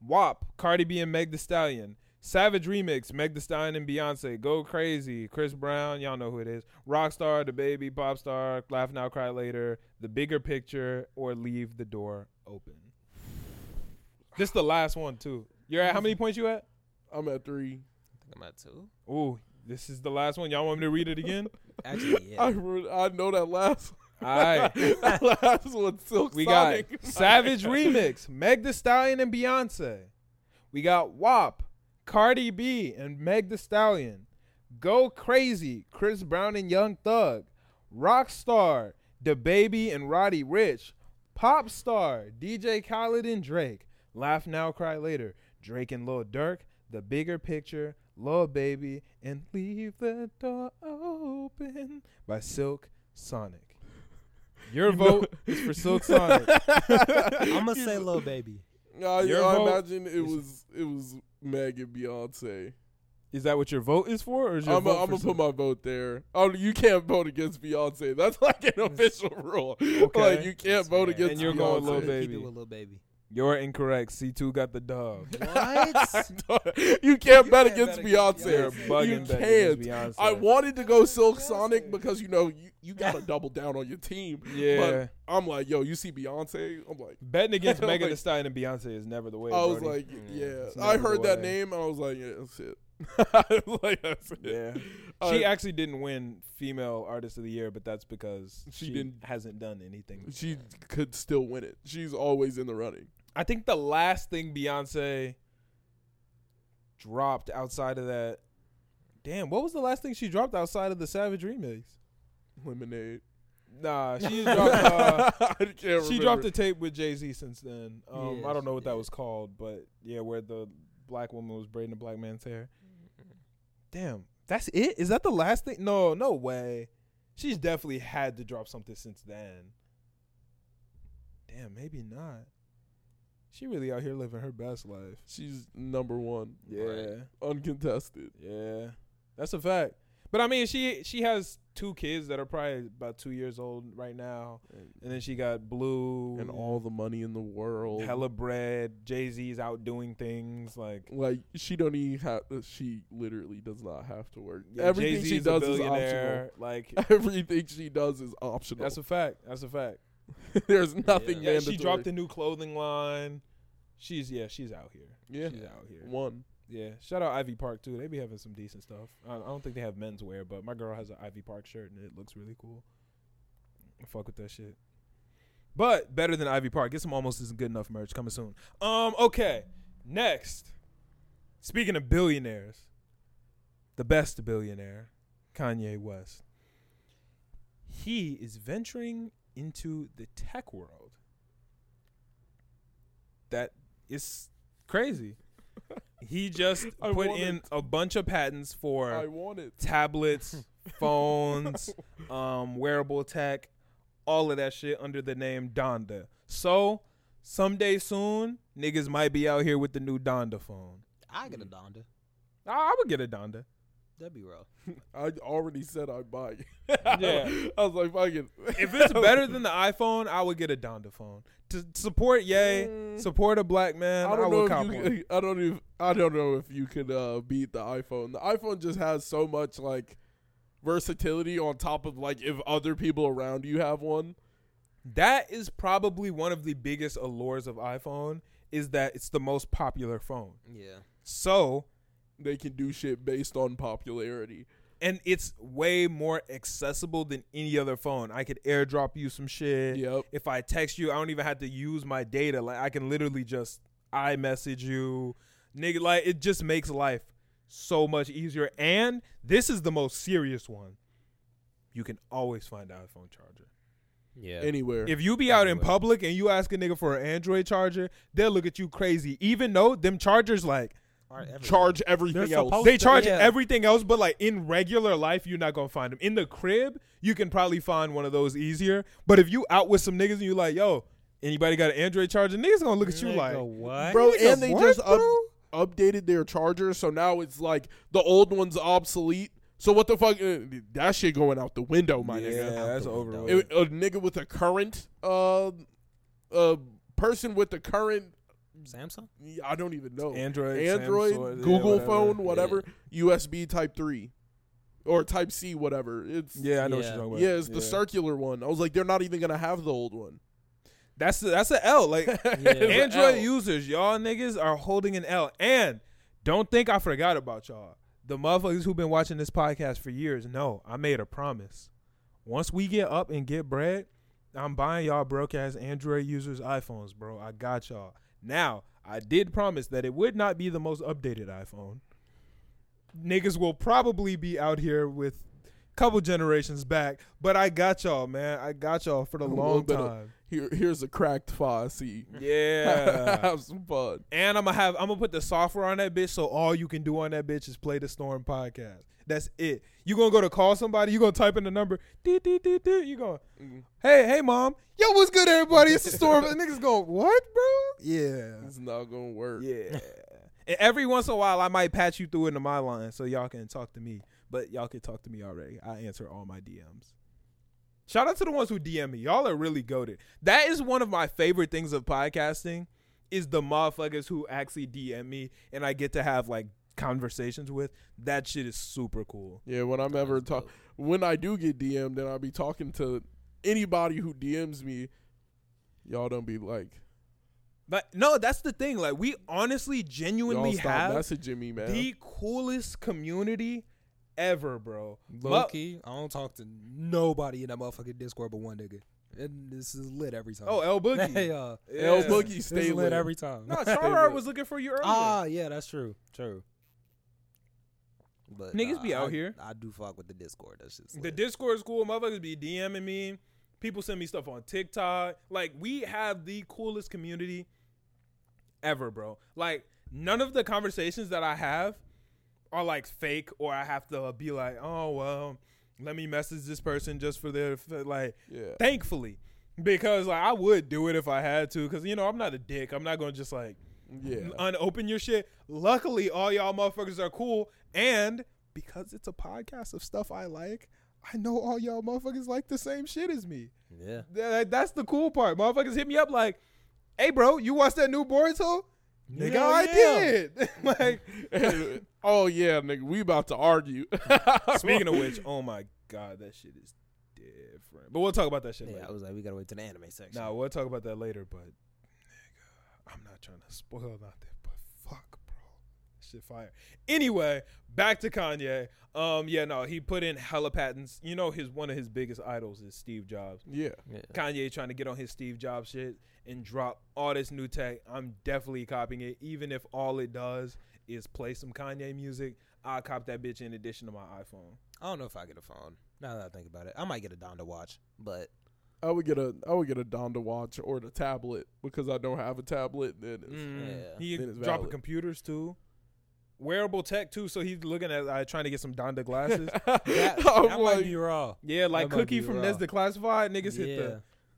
A: WAP, Cardi B and Meg The Stallion, Savage Remix, Meg The Stallion and Beyonce, Go Crazy, Chris Brown. Y'all know who it is. Rockstar, The Baby, Popstar, Laugh Now, Cry Later, The Bigger Picture, or Leave the Door This the last one too. You're at how many points you at?
B: I'm at three.
C: think I'm at two.
A: Ooh, this is the last one. Y'all want me to read it again?
C: Actually,
B: I
C: yeah.
B: re- I know that last.
A: All right.
B: that last one, Silk
A: We got
B: Sonic.
A: Savage Remix, Meg The Stallion and Beyonce. We got WAP, Cardi B and Meg The Stallion. Go Crazy, Chris Brown and Young Thug. Rockstar, The Baby and Roddy Rich. Popstar, DJ Khaled and Drake. Laugh Now, Cry Later, Drake and Lil Durk. The Bigger Picture, Lil Baby, and Leave the Door Open by Silk Sonic. Your vote is for Silk Sonic.
C: I'm gonna say little baby.
B: I,
A: Your
B: I
A: vote
B: imagine it
A: is-
B: was it was Meg and Beyonce.
A: Is that what your vote is for, or is your
B: I'm
A: vote
B: gonna
A: for
B: put my vote there. Oh, you can't vote against Beyonce. That's like an official rule.
A: Okay.
B: Like you can't
C: That's
B: vote
C: fair.
B: against.
A: And you're
B: Beyonce.
A: going Lil
C: Keep it
A: Baby.
C: with little baby.
A: You're incorrect. C2 got the dub.
C: What?
B: you can't
C: You
B: bet
C: can't
B: against
C: bet against
A: They're
B: Beyonce.
A: bugging
B: you
A: back
B: can't.
A: against Beyonce.
B: I wanted to go Silk
C: Beyonce.
B: Sonic because you know you, you gotta double down on your team.
A: Yeah.
B: But I'm like, yo, you see Beyonce? I'm like,
A: Betting against
B: Like-
A: Megan Thee Stallion and Beyonce is never the way.
B: I was
A: Brody. Mm,
B: like, yeah.
A: it's
B: I
A: never
B: heard
A: the
B: that
A: way.
B: name and I was like, yeah, that's it. I was like, that's it.
A: Yeah.
B: Uh,
A: she actually didn't win female artist of the year, but that's because she,
B: She didn't-
A: hasn't done anything.
B: she could still win it. She's always in the running.
A: I think the last thing Beyonce dropped outside of that. Damn, what was the last thing she dropped outside of the Savage remix?
B: Lemonade.
A: Nah, she dropped. Uh,
B: I can't
A: she
B: remember.
A: dropped a tape with Jay Z since then. Um,
C: Yeah,
A: I don't know what that
C: yeah.
A: was called, but yeah, where the black woman was braiding the black man's hair. Damn, that's it. Is that the last thing? No, no way. She's definitely had to drop something since then. Damn, maybe not. She really out here living her best life.
B: She's number one,
A: Yeah,
B: uncontested.
A: yeah, that's a fact. But I mean, she she has two kids that are probably about two years old right now, and then she got blue
B: and all the money in the world.
A: hella bread. Jay Z's out doing things like
B: Like she don't even have. uh, She literally does not have to work.
A: yeah,
B: Everything
A: Jay-Z
B: she
A: is a
B: does is optional.
A: billionaire, Like
B: Everything she does is optional.
A: that's a fact. That's a fact.
B: There's nothing
A: Yeah,
B: mandatory.
A: she dropped a new clothing line. She's yeah, she's out here.
B: Yeah.
A: she's out here.
B: one.
A: Yeah, shout out Ivy Park too. They be having some decent stuff. I, I don't think they have menswear, but my girl has an Ivy Park shirt and it looks really cool. I fuck with that shit. But better than Ivy Park. Get some almost isn't good enough merch coming soon. Um, okay. Next, speaking of billionaires, the best billionaire, Kanye West. He is venturing into the tech world. That is crazy. He just
B: I
A: put
B: want
A: in
B: it.
A: a bunch of patents for
B: I want it.
A: tablets, phones, um, wearable tech, all of that shit under the name Donda. So someday soon, niggas might be out here with the new Donda phone.
C: I get a Donda.
A: I, I would get a Donda.
C: That'd be real.
B: I already said I buy it.
A: Yeah.
B: I was like, fucking.
A: If it's better than the iPhone, I would get a Donda phone to support. Yay,
B: Mm.
A: support a black man. I,
B: I don't
A: would
B: know
A: cop
B: if
A: one.
B: you, I don't even I don't know if you could uh, beat the iPhone. The iPhone just has so much like versatility on top of like if other people around you have one.
A: That is probably one of the biggest allures of iPhone is that it's the most popular phone.
C: Yeah.
A: So
B: They can do shit based on popularity.
A: and it's way more accessible than any other phone. I could airdrop you some shit.
B: Yep.
A: If I text you, I don't even have to use my data. Like I can literally just I message you. Nigga, like it just makes life so much easier. And this is the most serious one. You can always find an iPhone charger.
C: Yeah.
B: Anywhere.
A: If you be out in
C: Anyway.
A: public and you ask a nigga for an Android charger, they'll look at you crazy. Even though them chargers like
B: charge everything
C: They're
B: else.
C: supposed-
A: they charge
C: yeah.
A: everything else, but like in regular life, you're not gonna find them. In the crib, you can probably find one of those easier. But if you out with some niggas and you like, yo, anybody got an Android charger? Niggas gonna look at you like,
C: what?
B: bro,
A: Nigga,
B: and they
A: what,
B: just up,
A: bro?
B: updated their charger, so now it's like the old one's obsolete. So what the fuck? uh, That shit going out the window, my nigga.
A: yeah, that's over.
C: It-
A: with.
B: It- a nigga with a current uh a person with the current
C: Samsung?
B: I don't even know
A: Android,
B: Android
A: Samsung, yeah,
B: Google
A: whatever.
B: phone whatever USB type 3 or type C whatever it's
A: Yeah, I know what
C: Yeah.
A: you're talking about.
B: yeah, it's the circular one I was like they're not even going to have the old one
A: That's a, that's a L. Like
C: It's a
A: Android
B: L.
A: users, y'all niggas are holding an L. And don't think I forgot about y'all. The motherfuckers who've been watching this podcast for years know I made a promise. Once we get up and get bread, I'm buying y'all broke ass Android users iPhones, bro. I got y'all. Now, I did promise that it would not be the most updated iPhone. Niggas will probably be out here with couple generations back, but I got y'all, man. I got y'all for the
B: A little
A: long
B: bit of-
A: time.
B: Here, here's a cracked Fosse.
A: Yeah.
B: Have some fun.
A: and I'm gonna have I'm gonna put the software on that bitch so all you can do on that bitch is play the Storm podcast. That's it. You gonna go to call somebody, you gonna type in the number, dee, dee, dee, dee. you going, hey, hey mom, yo, what's good everybody? It's the storm. and niggas going, what, bro? Yeah.
B: It's not gonna work.
A: Yeah. and every once in a while I might patch you through into my line so y'all can talk to me. But y'all can talk to me already. I answer all my DMs. Shout out to the ones who DM me. Y'all are really goaded. That is one of my favorite things of podcasting is the motherfuckers who actually DM me and I get to have like conversations with. That shit is super cool.
B: Yeah, when I'm ever talk, when I do get DM'd, then I'll be talking to anybody who DMs me. Y'all don't be like,
A: But no, that's the thing. Like we honestly
B: y'all
A: genuinely
B: stop
A: have
B: messaging me, man.
A: the coolest community ever, bro.
C: Low key, I don't talk to nobody in that motherfucking Discord but one nigga. And this is lit every time.
A: Oh, L Boogie.
C: hey, uh,
B: L
A: Yeah.
B: Boogie
C: this
B: stay
C: is lit
B: lit.
C: every time.
A: No,
B: Favorite.
A: Charhart was looking for you earlier.
C: ah, yeah, that's true. True. But
A: Niggas
C: nah,
A: be out
C: I-
A: here.
C: I do fuck with the Discord. That's just
A: the
C: lit.
A: Discord is cool. Motherfuckers be DMing me. People send me stuff on TikTok. Like we have the coolest community ever, bro. Like none of the conversations that I have are like fake, or I have to be like, oh well, let me message this person just for their like.
B: Yeah.
A: Thankfully, because like I would do it if I had to, because you know I'm not a dick. I'm not gonna just like
B: Yeah.
A: unopen your shit. Luckily, all y'all motherfuckers are cool, and because it's a podcast of stuff I like, I know all y'all motherfuckers like the same shit as me.
C: yeah.
A: Th- That's the cool part. Motherfuckers hit me up like, "Hey, bro, you watched that new Boruto?" Nigga,
C: Hell
A: I
C: yeah.
A: did. like,
B: And- oh yeah, nigga, we about to argue.
A: speaking of which, oh my god, that shit is different. But we'll talk about that shit
C: Yeah, I
A: later.
C: was like, we gotta wait to the anime section.
A: Nah, we'll talk about that later. But nigga, I'm not trying to spoil nothing. But fuck, bro, shit fire. Anyway, back to Kanye. Um, yeah, no, he put in hella patents. You know, his one of his biggest idols is Steve Jobs.
B: yeah,
C: Yeah.
A: Kanye trying to get on his Steve Jobs shit and drop all this new tech. I'm definitely copying it, even if all it does is play some Kanye music. I'll cop that bitch in addition to my iPhone.
C: I don't know if I get a phone. Now that I think about it, I might get a Donda watch, but
B: I would get a I would get a Donda watch or the tablet because I don't have a tablet. Then it's,
C: Mm. Yeah.
A: Mm-hmm. He
B: Then it's
A: dropping
B: valid.
A: computers too, wearable tech too. So he's looking at uh, trying to get some Donda glasses.
C: that,
B: I'm
C: that might
B: like,
C: be raw.
A: yeah, like
C: That might
A: Cookie
C: be
A: from
C: raw.
A: Nesda Classified. Niggas
C: yeah.
A: hit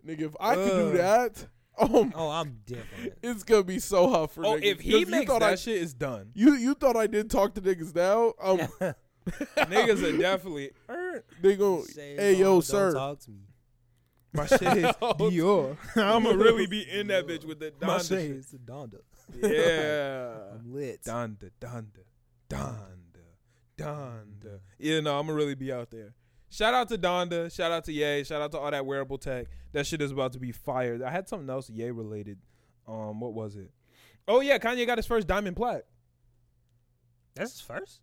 A: the.
B: nigga, if I could
A: Ugh. Um,
B: do that, oh, my-
C: Oh, I'm different.
B: it's gonna be so hot for
A: Oh,
B: niggas.
A: if he
B: 'Cause you
A: makes
B: thought
A: that
B: I,
A: shit, it's done.
B: you you thought I did talk to niggas now?
A: Oh,
B: Um,
A: Niggas are definitely. Er,
B: they go,
C: Say
B: hey
C: no,
B: yo,
C: don't
B: sir,
C: Talk to me.
A: my shit is Dior. I'ma really be in that
C: Yeah.
A: bitch with the
C: My
A: Donda.
C: shade
A: Shit.
C: is the Donda.
A: Yeah.
C: I'm lit.
A: Donda, Donda, Donda, Donda. Yeah, no, I'm gonna really be out there. Shout out to Donda. Shout out to Ye. Shout out to all that wearable tech. That shit is about to be fired. I had something else Ye related. Um, what was it? Oh yeah, Kanye got his first diamond plaque.
C: That's his first.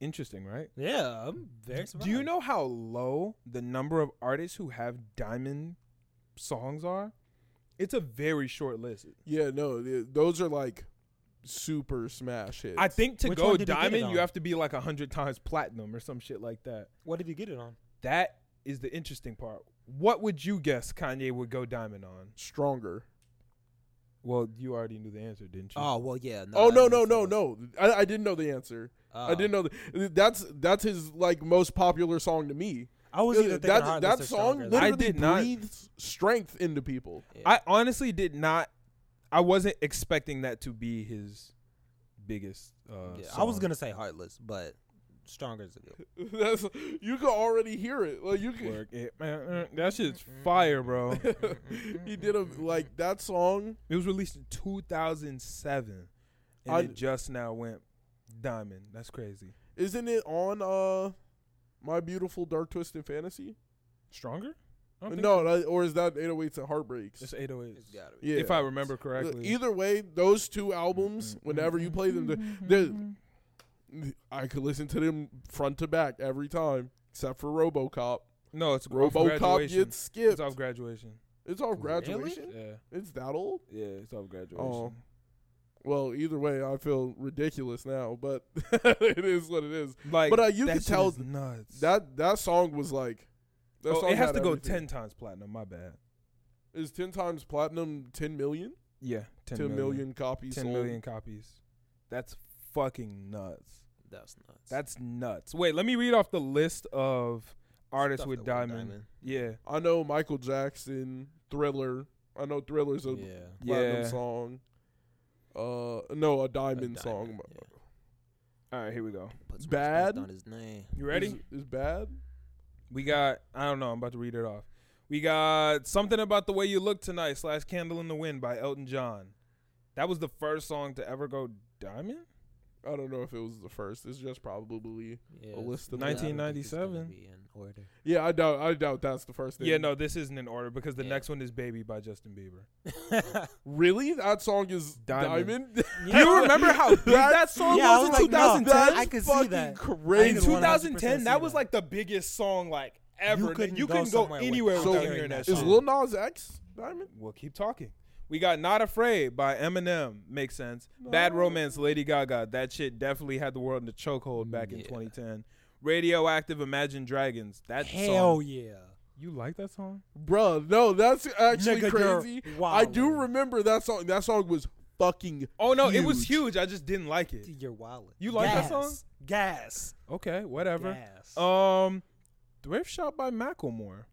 A: Interesting, right?
C: Yeah, I'm very surprised.
A: Do you know how low the number of artists who have diamond songs are? It's a very short list.
B: yeah, no, th- those are like super smash hits.
A: I think to
C: Which
A: go
C: one did he get it
A: diamond,
C: on?
A: you have to be like a hundred times platinum or some shit like that.
C: what did he get it on?
A: That is the interesting part. What would you guess Kanye would go diamond on?
B: stronger.
A: Well, you already knew the answer, didn't you?
C: Oh well, yeah.
B: oh
C: that
B: no
C: makes
B: no no
C: sense.
B: no! I, I didn't know the answer. I
C: Oh.
B: didn't know the, that's that's his like most popular song to me.
C: I was either
B: That,
C: thinking
B: that,
C: Heartless or
B: song
C: Stronger.
B: literally
A: I did not-
B: breathes strength into people.
A: I honestly did not. I wasn't expecting that to be his biggest. Uh,
C: Yeah, I was
A: song.
C: gonna say heartless, but stronger is a good. one.
B: That's you can already hear it. Like you can,
A: Work it, man. mm, That shit's fire, bro.
B: he did a like that song.
A: It was released in 2007, and
B: I-
A: it just now went diamond. That's crazy.
B: Isn't it on uh, My Beautiful Dark Twisted Fantasy?
A: Stronger? I don't think
B: No, that- or is that 808s and Heartbreaks?
A: It's 808s.
C: It's gotta be.
B: Yeah.
A: If I remember
B: Look,
A: correctly. Mm-hmm.
B: Either way, those two albums, whenever you play them, they're, they're- I could listen to them front to back every time, except for RoboCop.
A: no, it's off
B: RoboCop
A: graduation.
B: gets skipped.
A: It's off graduation.
B: It's off
C: Really?
B: graduation.
A: Yeah.
B: It's that old.
A: Yeah, it's off graduation.
B: Oh, well. Either way, I feel ridiculous now, but it is what it is.
A: Like,
B: but, uh, you
A: that
B: can
A: shit
B: tell
A: is nuts.
B: That that song was like. That
A: Oh,
B: song
A: it has
B: had
A: to go
B: everything.
A: ten times platinum. My bad.
B: Is ten times platinum ten million?
A: Yeah,
B: Ten
A: ten
B: million
A: million.
B: copies.
A: Ten
B: sold.
A: million copies. That's fucking nuts.
C: That's nuts.
A: That's nuts. Wait, let me read off the list of artists
C: Stuff
A: with
C: that went
A: diamond. Yeah,
B: I know Michael Jackson, Thriller. I know Thriller's a
C: Yeah.
B: platinum
A: yeah.
B: song. Uh, no, a
C: A
B: diamond, song.
C: yeah.
A: All right, here we go.
C: Put some
B: Bad?
C: respect on his name.
A: You ready?
B: Is, is bad.
A: We got. I don't know. I'm about to read it off. We got something about the way you look tonight. Slash "Candle in the Wind" by Elton John. That was the first song to ever go diamond.
B: I don't know if it was the first. It's just probably.
C: Yeah,
B: A list of
C: I don't think it's
A: 1997.
C: gonna be in order.
B: Yeah, I doubt. I doubt that's the first. Thing.
A: Yeah, no, this isn't in order because the
C: Yeah.
A: next one is "Baby" by Justin Bieber.
B: Really, that song is
A: Diamond.
B: diamond.
A: Do you remember how big
B: That's-
A: that song
C: Yeah, I
A: was,
C: was
A: in
C: like, no,
A: 2010?
C: I could see
B: fucking
C: that.
A: in
B: Crazy.
C: I could
A: 2010,
C: 100%
A: that
C: see
A: was
C: that.
A: like the biggest song like ever. You couldn't,
C: couldn't
A: you
C: go
A: couldn't go,
C: somewhere
A: anywhere
B: without
A: without
B: hearing
A: hearing that song.
C: that
B: Is Lil Nas X diamond?
A: We'll keep talking. We got Not Afraid by Eminem. Makes sense. Bad
B: No.
A: Romance, Lady Gaga. That shit definitely had the world in the chokehold back in
C: Yeah.
A: 2010. Radioactive, Imagine Dragons. That
C: Hell
A: song.
C: yeah.
A: You like that song?
B: Bruh, no, that's actually
C: Nigga, you're
B: crazy. I
C: wildin'.
B: do remember that song. That song was fucking.
A: Oh no, it was huge.
B: Huge.
A: I just didn't like it.
C: You're wild.
A: You like that
C: Gas.
A: song?
C: Gas.
A: Okay, whatever.
C: Gas.
A: Um, Thrift Shop by Macklemore.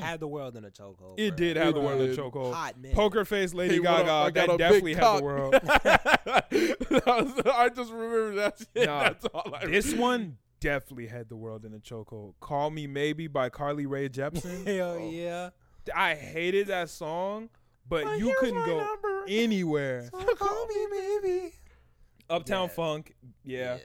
C: had the world in a chokehold.
A: It
C: bruh.
A: did have
B: Oh, It
A: the world in the
B: did.
A: chokehold.
C: Hot man.
A: Poker Face, Lady
B: Hey, what up? I
A: Gaga.
B: got a
A: That
B: big
A: definitely had
B: cock.
A: the world.
B: That was- I just remember that shit.
A: Nah,
B: That's all I
A: this one definitely had the world in a chokehold. Call Me Maybe by Carly Rae Jepsen.
C: Hell yeah.
A: I hated that song, but
B: But
A: you
B: here's
A: couldn't
B: my
A: go
B: number.
A: anywhere.
C: Call me maybe.
A: Uptown
C: Yeah.
A: Funk, yeah.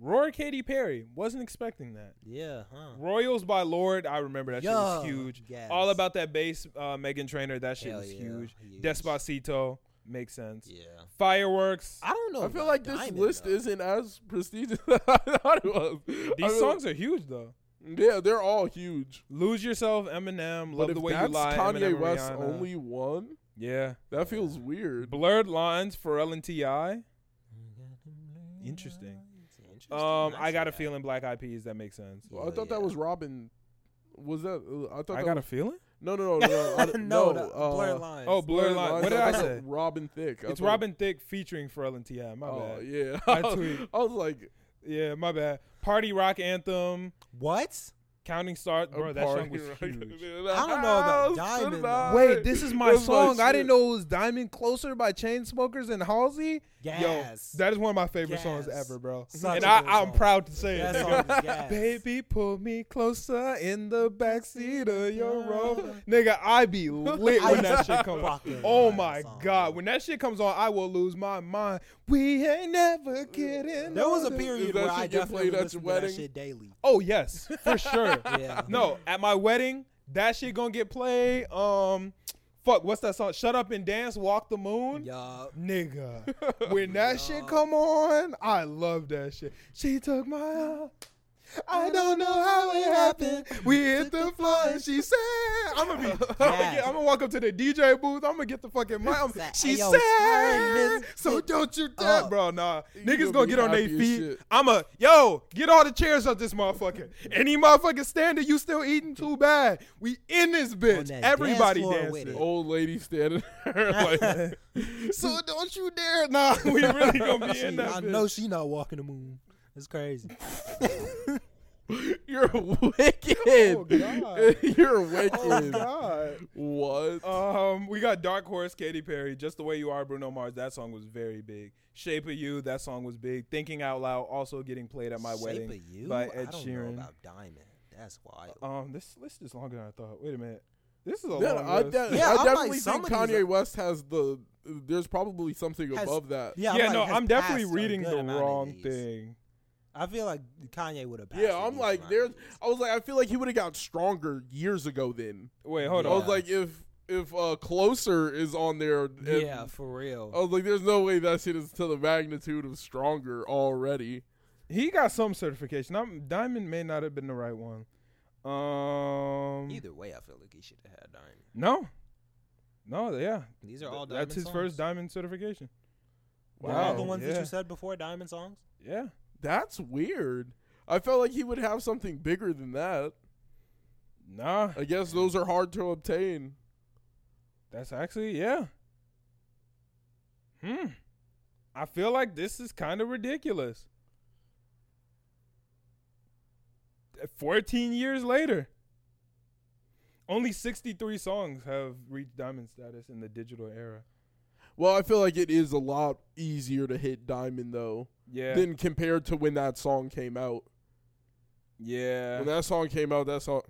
A: Roar Katy Perry, wasn't expecting that.
C: Yeah, huh?
A: Royals by Lord, I remember that shit was
C: Yeah,
A: huge.
C: yes.
A: All about that bass, uh, Megan Trainor, that shit
C: Hell
A: was
C: yeah,
A: huge.
C: huge.
A: Despacito, makes sense.
C: Yeah.
A: Fireworks.
C: I don't know.
B: I feel
C: about
B: like this
C: Oh Diamond,
B: list
C: though.
B: isn't as prestigious as I thought it was.
A: These songs are huge though.
B: yeah, they're all huge.
A: Lose Yourself, Eminem,
B: But
A: Love
B: if
A: the Way You
B: that's
A: Lie,
B: Kanye
A: Eminem,
B: West
A: Rihanna.
B: only one,
A: Yeah.
B: that feels weird.
A: Blurred Lines, Pharrell and T.I. Interesting.
C: It's interesting.
A: Um, I
C: see
A: got a
C: that.
A: feeling Black Eyed Peas. That makes sense.
B: Well, I
C: Well,
B: thought that
C: yeah.
B: was Robin. Was that? uh, I
A: I
B: thought that
A: got a
B: was,
A: feeling.
B: no, no, no, no, I,
C: no,
B: no.
C: the
B: uh,
C: blur lines.
A: Oh, blur line. What did I
B: thought
A: say?
B: Robin Thicke. I
A: It's
B: thought-
A: Robin Thicke featuring Pharrell and Ti. My
B: Oh
A: bad.
B: yeah,
A: I tweet.
B: I was like,
A: Yeah, my bad. Party rock anthem,
C: what?
A: Counting Stars.
B: a
A: Bro, that song
B: party
A: was
B: rock
A: huge.
B: in the
C: I don't know about
B: house
C: Diamond, though.
B: tonight.
A: Wait, this is my
B: That's
A: song. I didn't
B: shit.
A: know it was Diamond Closer by Chainsmokers and Halsey.
C: Gas.
A: Yo, that is one of my favorite songs
C: Yes.
A: ever, bro.
C: Such
A: and
C: a
A: I,
C: good
A: I'm
C: song.
A: proud to say
C: That
A: it.
C: song is gas.
A: Baby, pull me closer in the backseat of your robe. Nigga, I be lit
C: I
A: when that
C: used to
A: shit comes on.
C: rock and roll
A: Oh
C: that
A: my
C: song,
A: god,
C: bro.
A: when that shit comes on, I will lose my mind. We ain't never getting.
C: There was a
A: older.
B: Is
C: period
B: that
C: where
B: shit
C: I
B: get
C: definitely
B: played at your
C: listened to
B: wedding?
C: that shit daily.
A: Oh yes, for sure.
C: Yeah.
A: No, at my wedding, that shit gonna get played. Um, fuck, what's that song? Shut up and dance, walk the moon.
C: Yup.
A: Nigga, when that shit come on, I love that shit. She took my arm. I don't know how it happened. We hit the floor and she said, "I'm gonna be, I'm, gonna
C: Yes.
A: get, I'm gonna walk up to the DJ booth. I'm gonna get the fucking mic." I'm-
C: Like,
A: she
C: "Hey, yo,
A: said,
C: turn this
A: "So don't you dare,
C: up."
A: bro? Nah,
B: gonna
A: niggas gonna
B: be
A: get on their
B: happy as
A: feet.
B: shit.
A: I'm a yo, get all the chairs up this motherfucker. Any motherfucker standing, you still eating too bad. We in this bitch.
C: that dance
A: Everybody
C: floor
A: dancing.
C: with it.
B: old lady standing there like
A: So don't you dare. Nah, we really gonna be in
C: She-
A: that.
C: I
A: bitch.
C: know she not walking the moon. It's crazy.
B: you're
A: Oh,
B: wicked.
A: God.
B: you're
C: Oh,
B: wicked.
A: Oh God.
B: what?
A: Um, we got Dark Horse, Katy Perry, Just the Way You Are, Bruno Mars. That song was very big. Shape of You, that song was big. Thinking Out Loud, also getting played at my
C: Shape
A: wedding
C: of you?
A: by Ed
C: I don't
A: Sheeran.
C: Know about Diamond. That's wild.
A: um, this list is longer than I thought. Wait a minute, this is a
B: yeah,
A: long
B: I,
A: list.
B: de-
C: Yeah,
B: I
C: I'm like,
B: definitely
C: some
B: think
C: of these
B: Kanye
C: are-
B: West has the. There's probably something
C: Has-
B: above that.
A: yeah,
C: I'm like,
A: no,
C: has
A: I'm definitely
C: passed a
A: reading
C: good
A: the
C: amount of
A: wrong
C: these.
A: thing.
C: I feel like Kanye would have.
B: Yeah, I'm like there's. I was like, I feel like he would have got stronger years ago. Then
A: Wait, hold
B: I
A: on.
B: was like, if if uh, closer is on there, and-
C: Yeah, for real.
A: Oh,
B: I was like, there's no way that shit is to the magnitude of stronger already.
A: He got some certification. I'm, Diamond may not have been the right one. Um,
C: Either way, I feel like he should have had diamond.
A: No. No, yeah.
C: These are all
A: Th-
C: diamond.
A: That's his
C: songs.
A: first diamond certification.
C: Were all the
A: Wow,
C: ones that
A: yeah.
C: you said before diamond songs.
A: Yeah.
B: That's weird. I felt like he would have something bigger than that.
A: Nah.
B: I guess those are hard to obtain.
A: That's actually, yeah. Hmm. I feel like this is kind of ridiculous. 14 years later, only 63 songs have reached diamond status in the digital era.
B: Well, I feel like it is a lot easier to hit diamond though
A: Yeah.
B: than compared to when that song came out.
A: yeah.
B: When that song came out, that song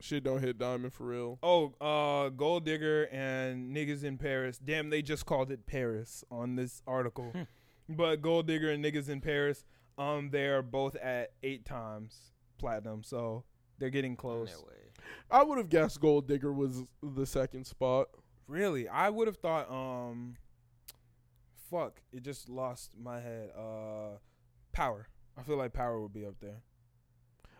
B: shit don't hit diamond for real.
A: Oh, uh, Gold Digger and Niggas in Paris. Damn, they just called it Paris on this article.
B: Hmm.
A: but Gold Digger and Niggas in Paris, um, they are both at eight times platinum, so they're getting close.
C: No way.
B: I would have guessed Gold Digger was the second spot.
A: Really, I would have thought, um, fuck, it just lost my head. Uh, Power. I feel like Power would be up there.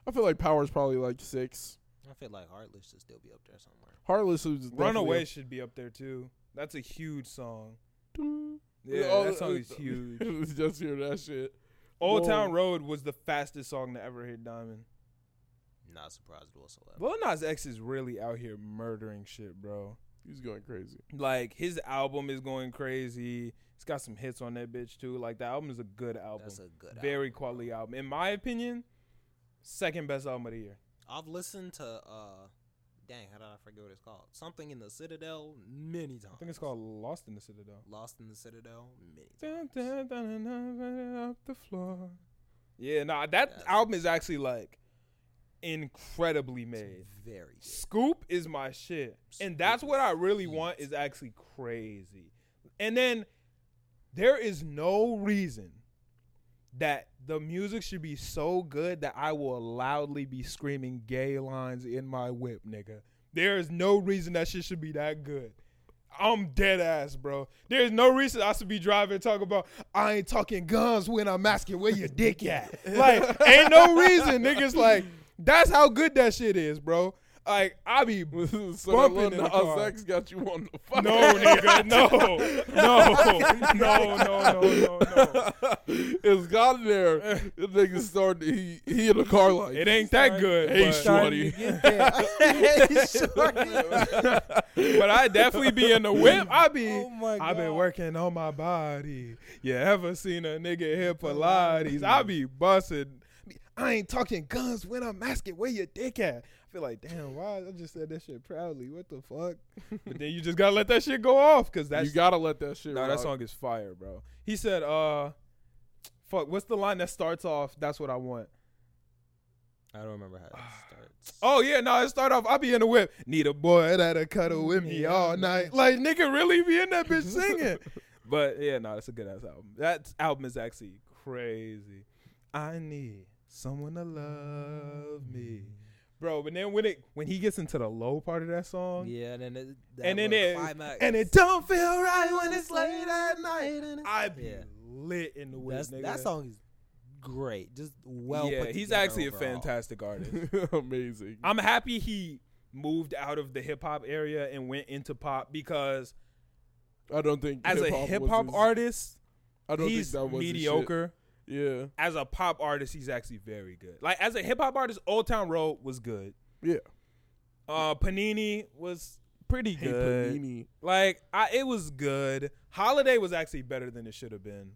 B: I feel like Power's probably like six.
C: I feel like Heartless should still be up there somewhere.
B: Heartless is definitely
A: Runaway
B: up-
A: should be up there too. That's a huge song.
B: Dun.
A: Yeah,
B: Oh,
A: that song
B: uh,
A: is huge.
B: just hear that shit.
A: Old
B: Whoa.
A: Town Road was the fastest song to ever hit Diamond.
C: Not surprised whatsoever.
A: Lil Nas X is really out here murdering shit, bro.
B: He's going crazy.
A: Like his album is going crazy. It's got some hits on that bitch too. Like the album is a good album,
C: That's a good.
A: very
C: album.
A: quality album. In my opinion, second best album of the year.
C: I've listened to uh, dang, how did I forget what it's called? Something in the Citadel many times.
A: I think it's called Lost in the Citadel.
C: Lost in the Citadel many
A: Dun, dun, dun,
C: times.
A: dun, dun, dun, dun, up the floor. Yeah, nah, that
C: Yes.
A: album is actually like incredibly
C: It's
A: made.
C: very good.
A: Scoop is my shit. And
C: Scoop
A: that's what I
C: is
A: really
C: heat.
A: want is actually crazy. And then there is no reason that the music should be so good that I will loudly be screaming gay lines in my whip, nigga. There is no reason that shit should be that good. I'm dead ass, bro. There's no reason I should be driving and talking about I ain't talking guns when I'm asking where your dick at. Like, ain't no reason, niggas. Like, that's how good that shit is, bro. Like, I be no,
B: so
A: Bumping
B: Lil
A: in the
B: Nas
A: car.
B: X got you on the fire.
A: nigga, no, no, no, no, no, no, no.
B: it's got in there. The nigga started. He he in the car like
A: It ain't that good.
B: Hey,
A: but-
B: shorty.
A: but I definitely be in the whip. I be.
C: Oh my
A: I been
C: God.
A: working on my body. You ever seen a nigga hit Pilates? I be busting. I ain't talking guns when I'm asking where your dick at. I feel like, damn, why? I just said that shit proudly. What the fuck? but then you just gotta let that shit go off because that's
B: you gotta let that shit.
A: Nah,
B: rock.
A: that song is fire, bro. He said, uh, fuck, what's the line that starts off? That's what I want.
C: I don't remember how it starts.
A: Oh, yeah, no, it start off, I be in the whip. Need a boy that'll cuddle with me all night. Like, nigga really be in that bitch singing. but yeah, no, that's a good ass album. That album is actually crazy. I need someone to love me. Bro, but then when it when he gets into the low part of that song,
C: Yeah, and then it, that
A: Oh. and then
C: little
A: it
C: climax.
A: and it don't feel right when it's late at night.
C: and it's-
A: I be
C: Yeah.
A: lit in the whip,
C: That's,
A: nigga.
C: that song is great. Just well
A: yeah,
C: put
A: he's
C: together
A: actually a
C: overall.
A: fantastic artist.
B: amazing.
A: I'm happy he moved out of the hip hop area and went into pop because
B: I don't think
A: as a
B: hip-hop
A: hip
B: was
A: hop
B: his-
A: artist,
B: I don't
A: he's
B: think that was his shit.
A: mediocre.
B: Yeah,
A: As a pop artist, he's actually very good. Like as a hip hop artist, Old Town Road was good.
B: yeah.
A: Uh, Panini was pretty
B: Hey,
A: good.
B: Panini.
A: Like I, it was good. Holiday was actually better than it should have been,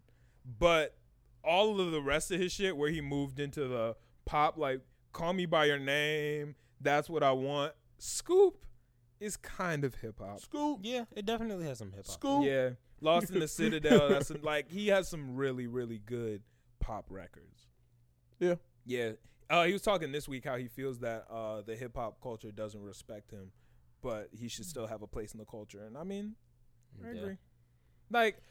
A: but all of the rest of his shit, where he moved into the pop, like "Call Me by Your Name," that's what I want. Scoop is kind of hip hop.
B: Scoop.
C: Yeah, it definitely has some hip hop.
A: Uh,
B: Scoop.
A: Yeah, Lost in the Citadel. That's some, like he has some really, really good pop records.
B: Yeah.
A: Yeah. Uh, he was talking this week how he feels that uh, the hip hop culture doesn't respect him, but he should still have a place in the culture. And I mean, I
C: Yeah.
A: agree. Like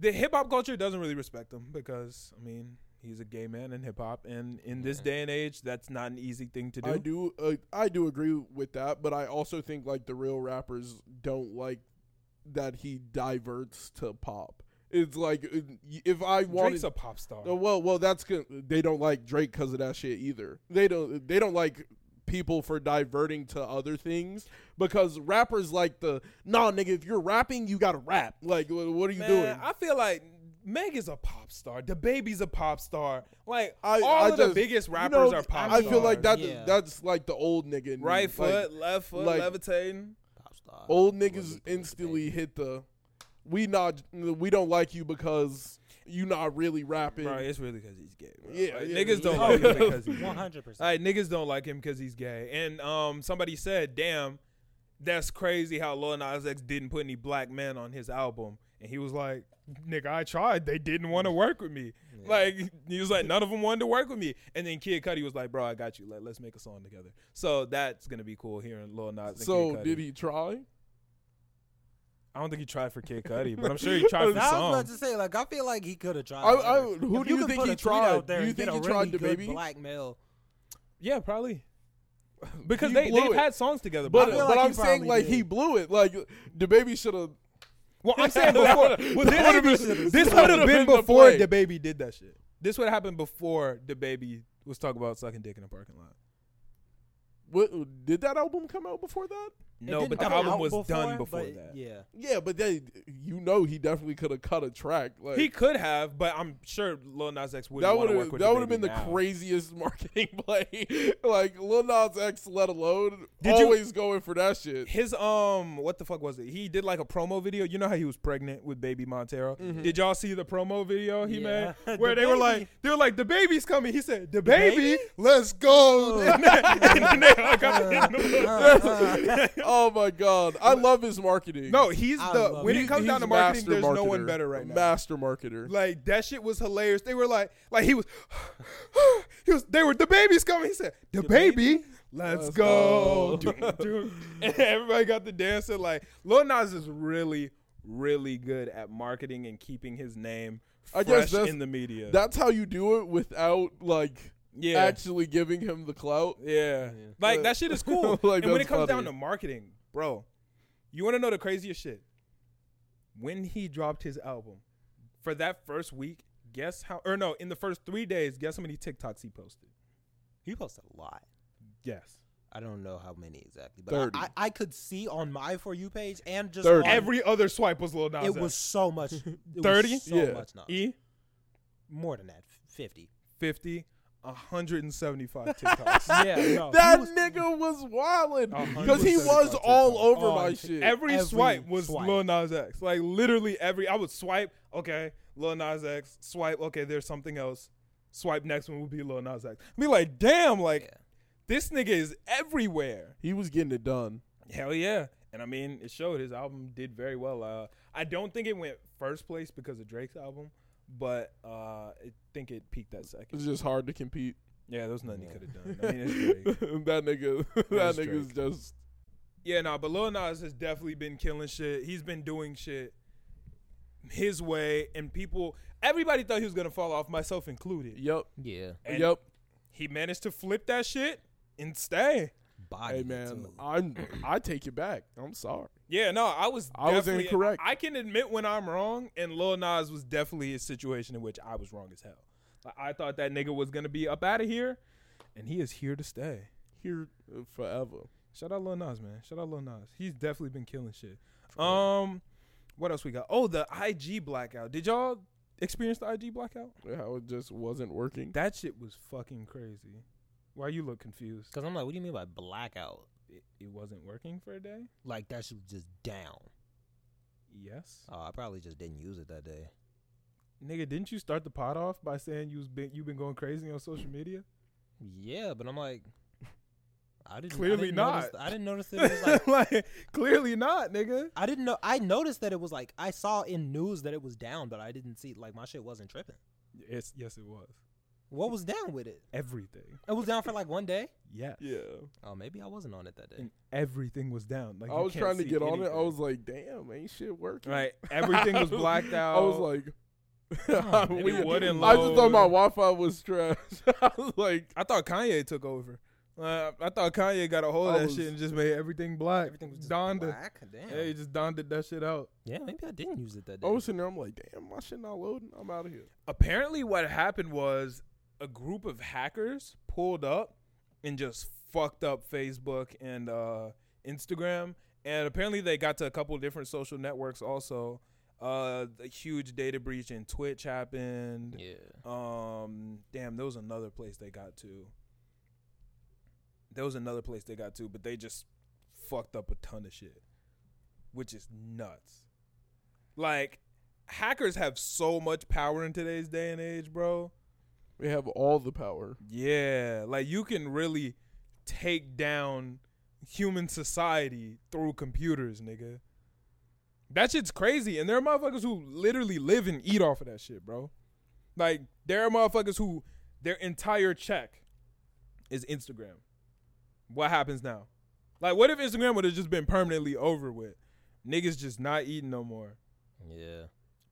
A: the hip hop culture doesn't really respect him because I mean He's a gay man in hip hop, and in this day and age, that's not an easy thing to do.
B: I do uh, I do agree with that, but I also think like the real rappers don't like that he diverts to pop. It's like uh, y- if I wanted
A: Drake's a pop star.
B: Oh, well, well, that's good. They don't like Drake because of that shit either. They don't. They don't like people for diverting to other things because rappers like the nah, nigga. If you're rapping, you gotta rap. Like, wh- what are you
A: Man,
B: doing?
A: I feel like Meg is a pop star. The baby's a pop star. Like
B: I-
A: all
B: I
A: of the
B: just-
A: biggest
B: you
A: rappers
B: know,
A: are pop
B: I
A: stars.
B: feel like that.
C: Yeah.
B: That's like the old nigga. in me.
A: Right
B: Like,
A: foot, left foot,
B: like-
A: levitating.
C: Pop star.
B: Old
C: Wasn't
B: niggas
C: supposed to be.
B: instantly hit the. We not. We don't like you because you not really rapping.
A: Bro, it's really because he's gay. bro.
B: Yeah,
A: Like,
B: yeah,
A: niggas don't
B: yeah.
A: like him because he's
C: One
A: gay.
C: hundred percent.
A: Like niggas don't like him because he's gay. And um, somebody said, "Damn, that's crazy how Lil Nas X didn't put any black men on his album." And he was like, "Nigga, I tried. They didn't want to work with me. Like he was like, none of them wanted to work with me." And then Kid Cudi was like, "Bro, I got you. Like, let's make a song together." So that's gonna be cool hearing Lil Nas. And
B: So
A: Kid Cudi.
B: did he try?
A: I don't think he tried for Kid Cudi, but I'm sure he tried for
C: Now I was about
A: songs.
C: to say, like, I feel like he could have tried.
B: I,
C: better.
B: I, who
C: If
B: do you,
C: can
B: think
C: put
B: he
C: a tweet
B: tried?
C: out there
B: Do you
C: and get
B: think he
C: a
B: tried
C: really
B: the
C: good
B: baby?
C: Black male.
A: Yeah, probably. Because
B: He
A: they,
B: blew
A: they've
B: it.
A: had songs together.
B: But,
A: before.
B: but
C: I feel like he
B: I'm saying
C: probably
B: like
C: did.
B: he blew it. Like the baby should have.
A: Well, I'm saying before. well,
B: That would've
A: this
B: been-
A: this would
B: that would've
A: have been
B: been the
A: before
B: play.
A: the baby did that shit. This would have happened before the baby was talking about sucking dick in a parking lot.
B: What, did that album come out before that?
C: It
A: No,
C: didn't
A: but the
C: come
A: album
C: out
A: was done before
C: but
A: that.
C: Yeah.
B: Yeah, but they, you know, he definitely could have cut a track. Like
A: He could have, but I'm sure Lil Nas X would
B: that
A: want
B: would
A: to work
B: have
A: with
B: that
A: would
B: would have been the craziest marketing play. like Lil Nas X, let alone
A: Did you-
B: always going for that shit.
A: His um, what the fuck was it? He did like a promo video. You know how he was pregnant with baby Montero.
B: Mm-hmm.
A: Did y'all see the promo video he
C: Yeah.
A: made where
C: The
A: they were
C: baby.
A: like, they were like, the baby's coming. He said, the baby,
C: baby?
A: let's go. and then they hung up in the
C: Uh, uh,
B: oh my god, I love his marketing.
A: No, he's
C: I
A: the
C: love
A: when
C: it.
A: it comes
B: He's
A: down to marketing,
B: master
A: there's no one
B: marketer.
A: better right now.
B: Master marketer.
A: Like that shit was hilarious. They were like, like he was, he was. They were the baby's coming. He said, "The, baby, let's,
B: Let's
A: go."
B: go.
A: Dun, dun. and everybody got the dancing. Like Lil Nas is really, really good at marketing and keeping his name fresh
B: I guess that's-
A: in the media.
B: That's how you do it without like
A: yeah,
B: actually giving him the clout.
A: yeah, Like
B: Yeah.
A: that shit is cool.
B: Like,
A: and when it
B: that's
A: comes down
B: funny.
A: to marketing, bro, you want to know the craziest shit? When he dropped his album, for that first week, guess how? Or no, in the first three days, guess how many TikToks he posted?
C: he posted a lot.
A: Yes,
C: I don't know how many exactly, but
B: 30.
C: I, I, I could see on my for you page and just
B: 30.
C: on-
A: every other swipe was Lil Nas.
C: It
A: X.
C: was so much. it was
A: 30?
C: so
B: Yeah.
C: much. Not
A: E
C: more than that. Fifty.
A: 50, 175 TikToks.
C: Yeah. No,
B: That nigga was wildin' because he
A: 100%
B: was
A: about
B: all
A: TikTok.
B: over
C: On
B: my
C: Tik-
B: shit.
A: Every,
C: Every
A: swipe was
C: swipe.
A: Lil Nas X. Like literally every. I would swipe. Okay, Lil Nas X. Swipe. Okay, there's something else. Swipe next one would be Lil Nas X. I'd be like, damn, like
C: Yeah.
A: this nigga is everywhere.
B: He was getting it done.
A: Hell yeah. And I mean, it showed his album did very well. Uh, I don't think it went first place because of Drake's album, but uh, I think it peaked at second.
B: It's just hard to compete.
A: Yeah, there was nothing he could have done. I mean, it's Drake.
B: that nigga, that
A: That's
B: nigga's
A: Drake.
B: just.
A: Yeah, nah, but Lil Nas has definitely been killing shit. He's been doing shit his way, and people, everybody thought he was gonna fall off, myself included.
B: Yep,
C: Yeah.
A: And
B: yep.
A: He managed to flip that shit and stay.
C: Body.
B: Hey man, I'm. I take it back. I'm sorry.
A: Yeah, no, I was.
B: I was
A: definitely-
B: incorrect.
A: I can admit when I'm wrong, and Lil Nas was definitely a situation in which I was wrong as hell. Like, I thought that nigga was gonna be up out of here, and he is here to stay.
B: Here uh, forever.
A: Shout out Lil Nas, man. Shout out Lil Nas. He's definitely been killing shit. Um, what else we got? Oh, the IG blackout. Did y'all experience the IG blackout?
B: How it just wasn't working.
A: That shit was fucking crazy. Why you look confused?
C: Because I'm like, what do you mean by blackout?
A: It, it wasn't working for a day.
C: Like that shit was just down.
A: Yes,
C: Oh, I probably just didn't use it that day.
A: nigga. Didn't you start the pot off by saying you was been you been going crazy on social media?
C: Yeah, but I'm like, I didn't.
A: Clearly
C: I didn't
A: not.
C: Notice, I didn't notice that it was like.
A: Like, clearly not, nigga.
C: I didn't know. I noticed that it was like I saw in news that it was down, but I didn't see like my shit wasn't tripping.
A: Yes, yes, it was
C: What was down with it?
A: everything.
C: It was down for like one day.
A: Yes.
B: Yeah,
C: Oh, maybe I wasn't on it that day.
A: and everything was down. Like
B: I
A: you
B: was
A: can't
B: trying to
A: see
B: get on it. I
A: anything.
B: was like, damn, ain't shit working.
A: right. Everything was blacked out.
B: I was like,
A: and it wouldn't
B: I just thought my
A: load.
B: Wi-Fi was trash. I was like,
A: I thought Kanye took over. Uh, I thought Kanye got a hold of
B: I
A: that
B: was-
A: shit and just made everything black.
C: Everything was just
A: Donda.
C: black. Damn.
A: Yeah, he just donned that shit out.
C: Yeah, maybe I didn't use it that day.
A: Oh,
B: I was sitting there. I'm like, damn, my shit not loading. I'm out of here.
A: Apparently, what happened was a group of hackers pulled up and just fucked up Facebook and uh, Instagram. And apparently, they got to a couple different social networks also. Uh, a huge data breach in Twitch happened.
C: yeah.
A: Um, damn, there was another place they got to. There was another place they got to, but they just fucked up a ton of shit, which is nuts. Like, hackers have so much power in today's day and age, bro.
B: We have all the power.
A: Yeah, like you can really take down human society through computers, nigga. That shit's crazy, and there are motherfuckers who literally live and eat off of that shit, bro. Like there are motherfuckers who their entire check is Instagram. What happens now? Like, what if Instagram would have just been permanently over with? Niggas just not eating no more.
C: Yeah.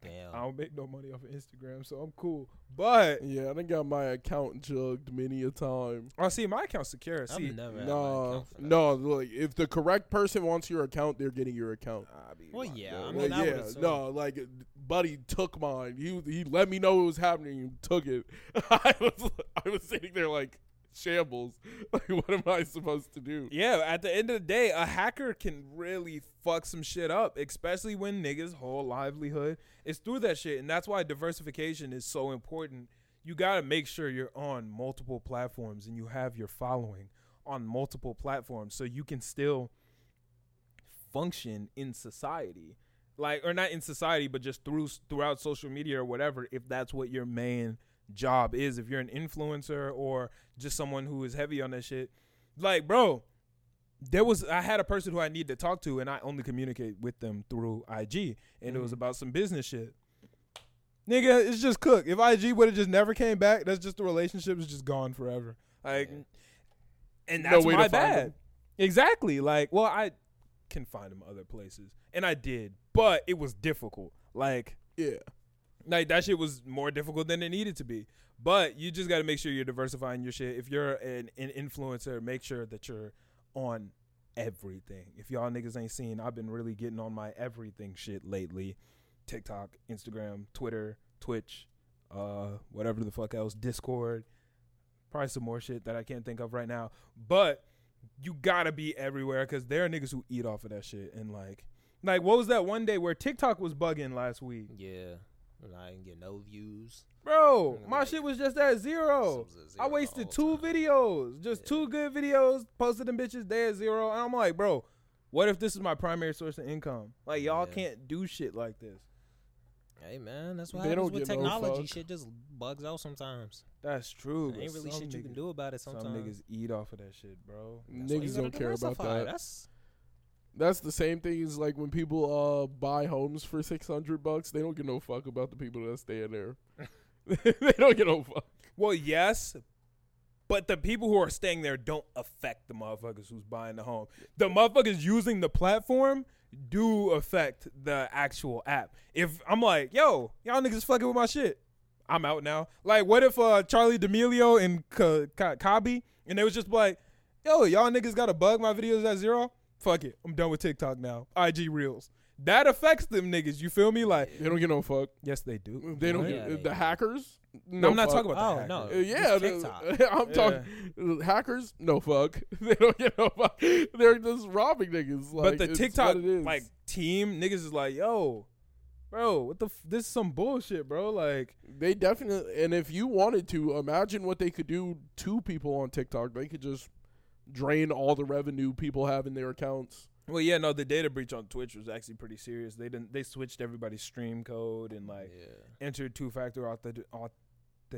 C: Damn.
A: I don't make no money off of Instagram, so I'm cool. But
B: Yeah, I done got my account jugged many a time.
A: I see my account's secure. See,
C: I'm never.
B: Nah, no, like if the correct person wants your account, they're getting your account.
A: I be
C: Well,
A: locked
C: yeah,
A: up.
C: I
B: Like,
C: mean, I
B: yeah,
C: would've sold
B: no, like buddy took mine. He he let me know it was happening. and took it. I was I was sitting there like shambles. Like what am I supposed to do?
A: Yeah, at the end of the day, a hacker can really fuck some shit up, especially when niggas' whole livelihood is through that shit. And that's why diversification is so important. You got to make sure you're on multiple platforms and you have your following on multiple platforms so you can still function in society. Like or not in society, but just through throughout social media or whatever, if that's what your main job is, if you're an influencer or just someone who is heavy on that shit, like bro, there was I had a person who I need to talk to, and I only communicate with them through IG, and it was
B: Mhm.
A: about some business shit. Nigga, it's just cook. If IG would have just never came back, that's just the relationship is just gone forever. Like,
C: Yeah.
A: and
B: No
A: that's
B: way to
A: my
B: find
A: bad.
B: them.
A: Exactly. Like, well, I can find them other places, and I did, but it was difficult. Like,
B: Yeah,
A: like that shit was more difficult than it needed to be. But you just got to make sure you're diversifying your shit. If you're an, an influencer, make sure that you're on everything. If y'all niggas ain't seen, I've been really getting on my everything shit lately. TikTok, Instagram, Twitter, Twitch, uh, whatever the fuck else, Discord, probably some more shit that I can't think of right now. But you gotta be everywhere because there are niggas who eat off of that shit. And like, like what was that one day where TikTok was bugging last week?
C: Yeah. And I didn't get no views.
A: Bro,
C: Mm,
A: my
C: like,
A: shit was just at zero.
C: Subs at
A: Oh, I
C: zero
A: wasted
C: the whole
A: two
C: time.
A: videos, just
C: Yeah.
A: two good videos, posted them bitches there at zero. And I'm like, bro, what if this is my primary source of income? Like, y'all
C: Yeah.
A: can't do shit like this.
C: Hey man, that's what
B: They
C: happens
B: don't
C: with
B: get no
C: technology.
B: fuck.
C: shit just bugs out sometimes.
A: That's true. but
C: ain't really
A: some
C: shit you
A: niggas-
C: can do about it
A: Some niggas
C: sometimes.
A: eat off of that shit, bro.
C: That's why you
B: niggas
C: gotta
B: don't care about
C: diversify.
B: that.
C: That's
B: That's the same thing as like when people uh buy homes for six hundred bucks. They don't give no fuck about the people that stay in there. they don't give no fuck.
A: Well, yes, but the people who are staying there don't affect the motherfuckers who's buying the home. The motherfuckers using the platform do affect the actual app. If I'm like, yo, y'all niggas fucking with my shit, I'm out now. Like, what if uh, Charlie D'Amelio and Ka- Ka- Kabi and they was just like, yo, y'all niggas got to bug my videos at zero? Fuck it, I'm done with TikTok now. IG Reels. That affects them niggas. You feel me? Like,
B: They don't give no fuck.
A: yes, they do.
B: They don't. give,
C: Yeah, they
B: the
C: do.
B: hackers.
A: No,
B: No,
A: I'm not
B: fuck.
A: talking about the
C: Oh, no.
A: hacker.
B: Uh, yeah,
C: Just
B: the-
C: TikTok.
B: I'm talking hackers. No fuck. they don't get no fuck. They're just robbing niggas. Like,
A: but the
B: it's
A: TikTok
B: what it is.
A: like team niggas is like, yo, bro, what the? F- this is some bullshit, bro. Like,
B: they definitely. And if you wanted to, imagine what they could do to people on TikTok. They could just drain all the revenue people have in their accounts.
A: well, yeah, no, the data breach on Twitch was actually pretty serious. They didn't. They switched everybody's stream code and like
C: yeah.
A: entered two factor authentic-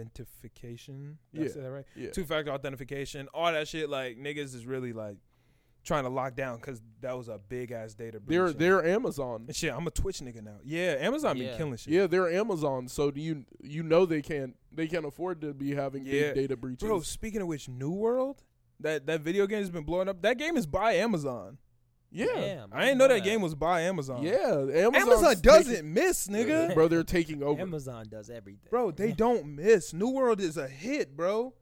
A: authentication. Did I
B: Yeah.
A: say that right?
B: Yeah.
A: Two factor authentication, all that shit. Like niggas is really like trying to lock down because that was a big ass data breach.
B: They're
A: and-
B: they're Amazon.
A: and shit. I'm a Twitch nigga now. Yeah, Amazon be
C: Yeah.
A: killing shit.
B: Yeah, they're Amazon. So do you you know they can't they can't afford to be having
A: Yeah.
B: big data breaches.
A: Bro, speaking of which, New World, that that video game has been blowing up. That game is by Amazon.
B: Yeah. Yeah.
A: I didn't know that game was by Amazon.
B: Amazon,
A: Amazon doesn't miss,
C: Yeah.
A: nigga.
B: Bro, they're taking over.
C: Amazon does everything.
A: Bro, they don't miss. New World is a hit, bro.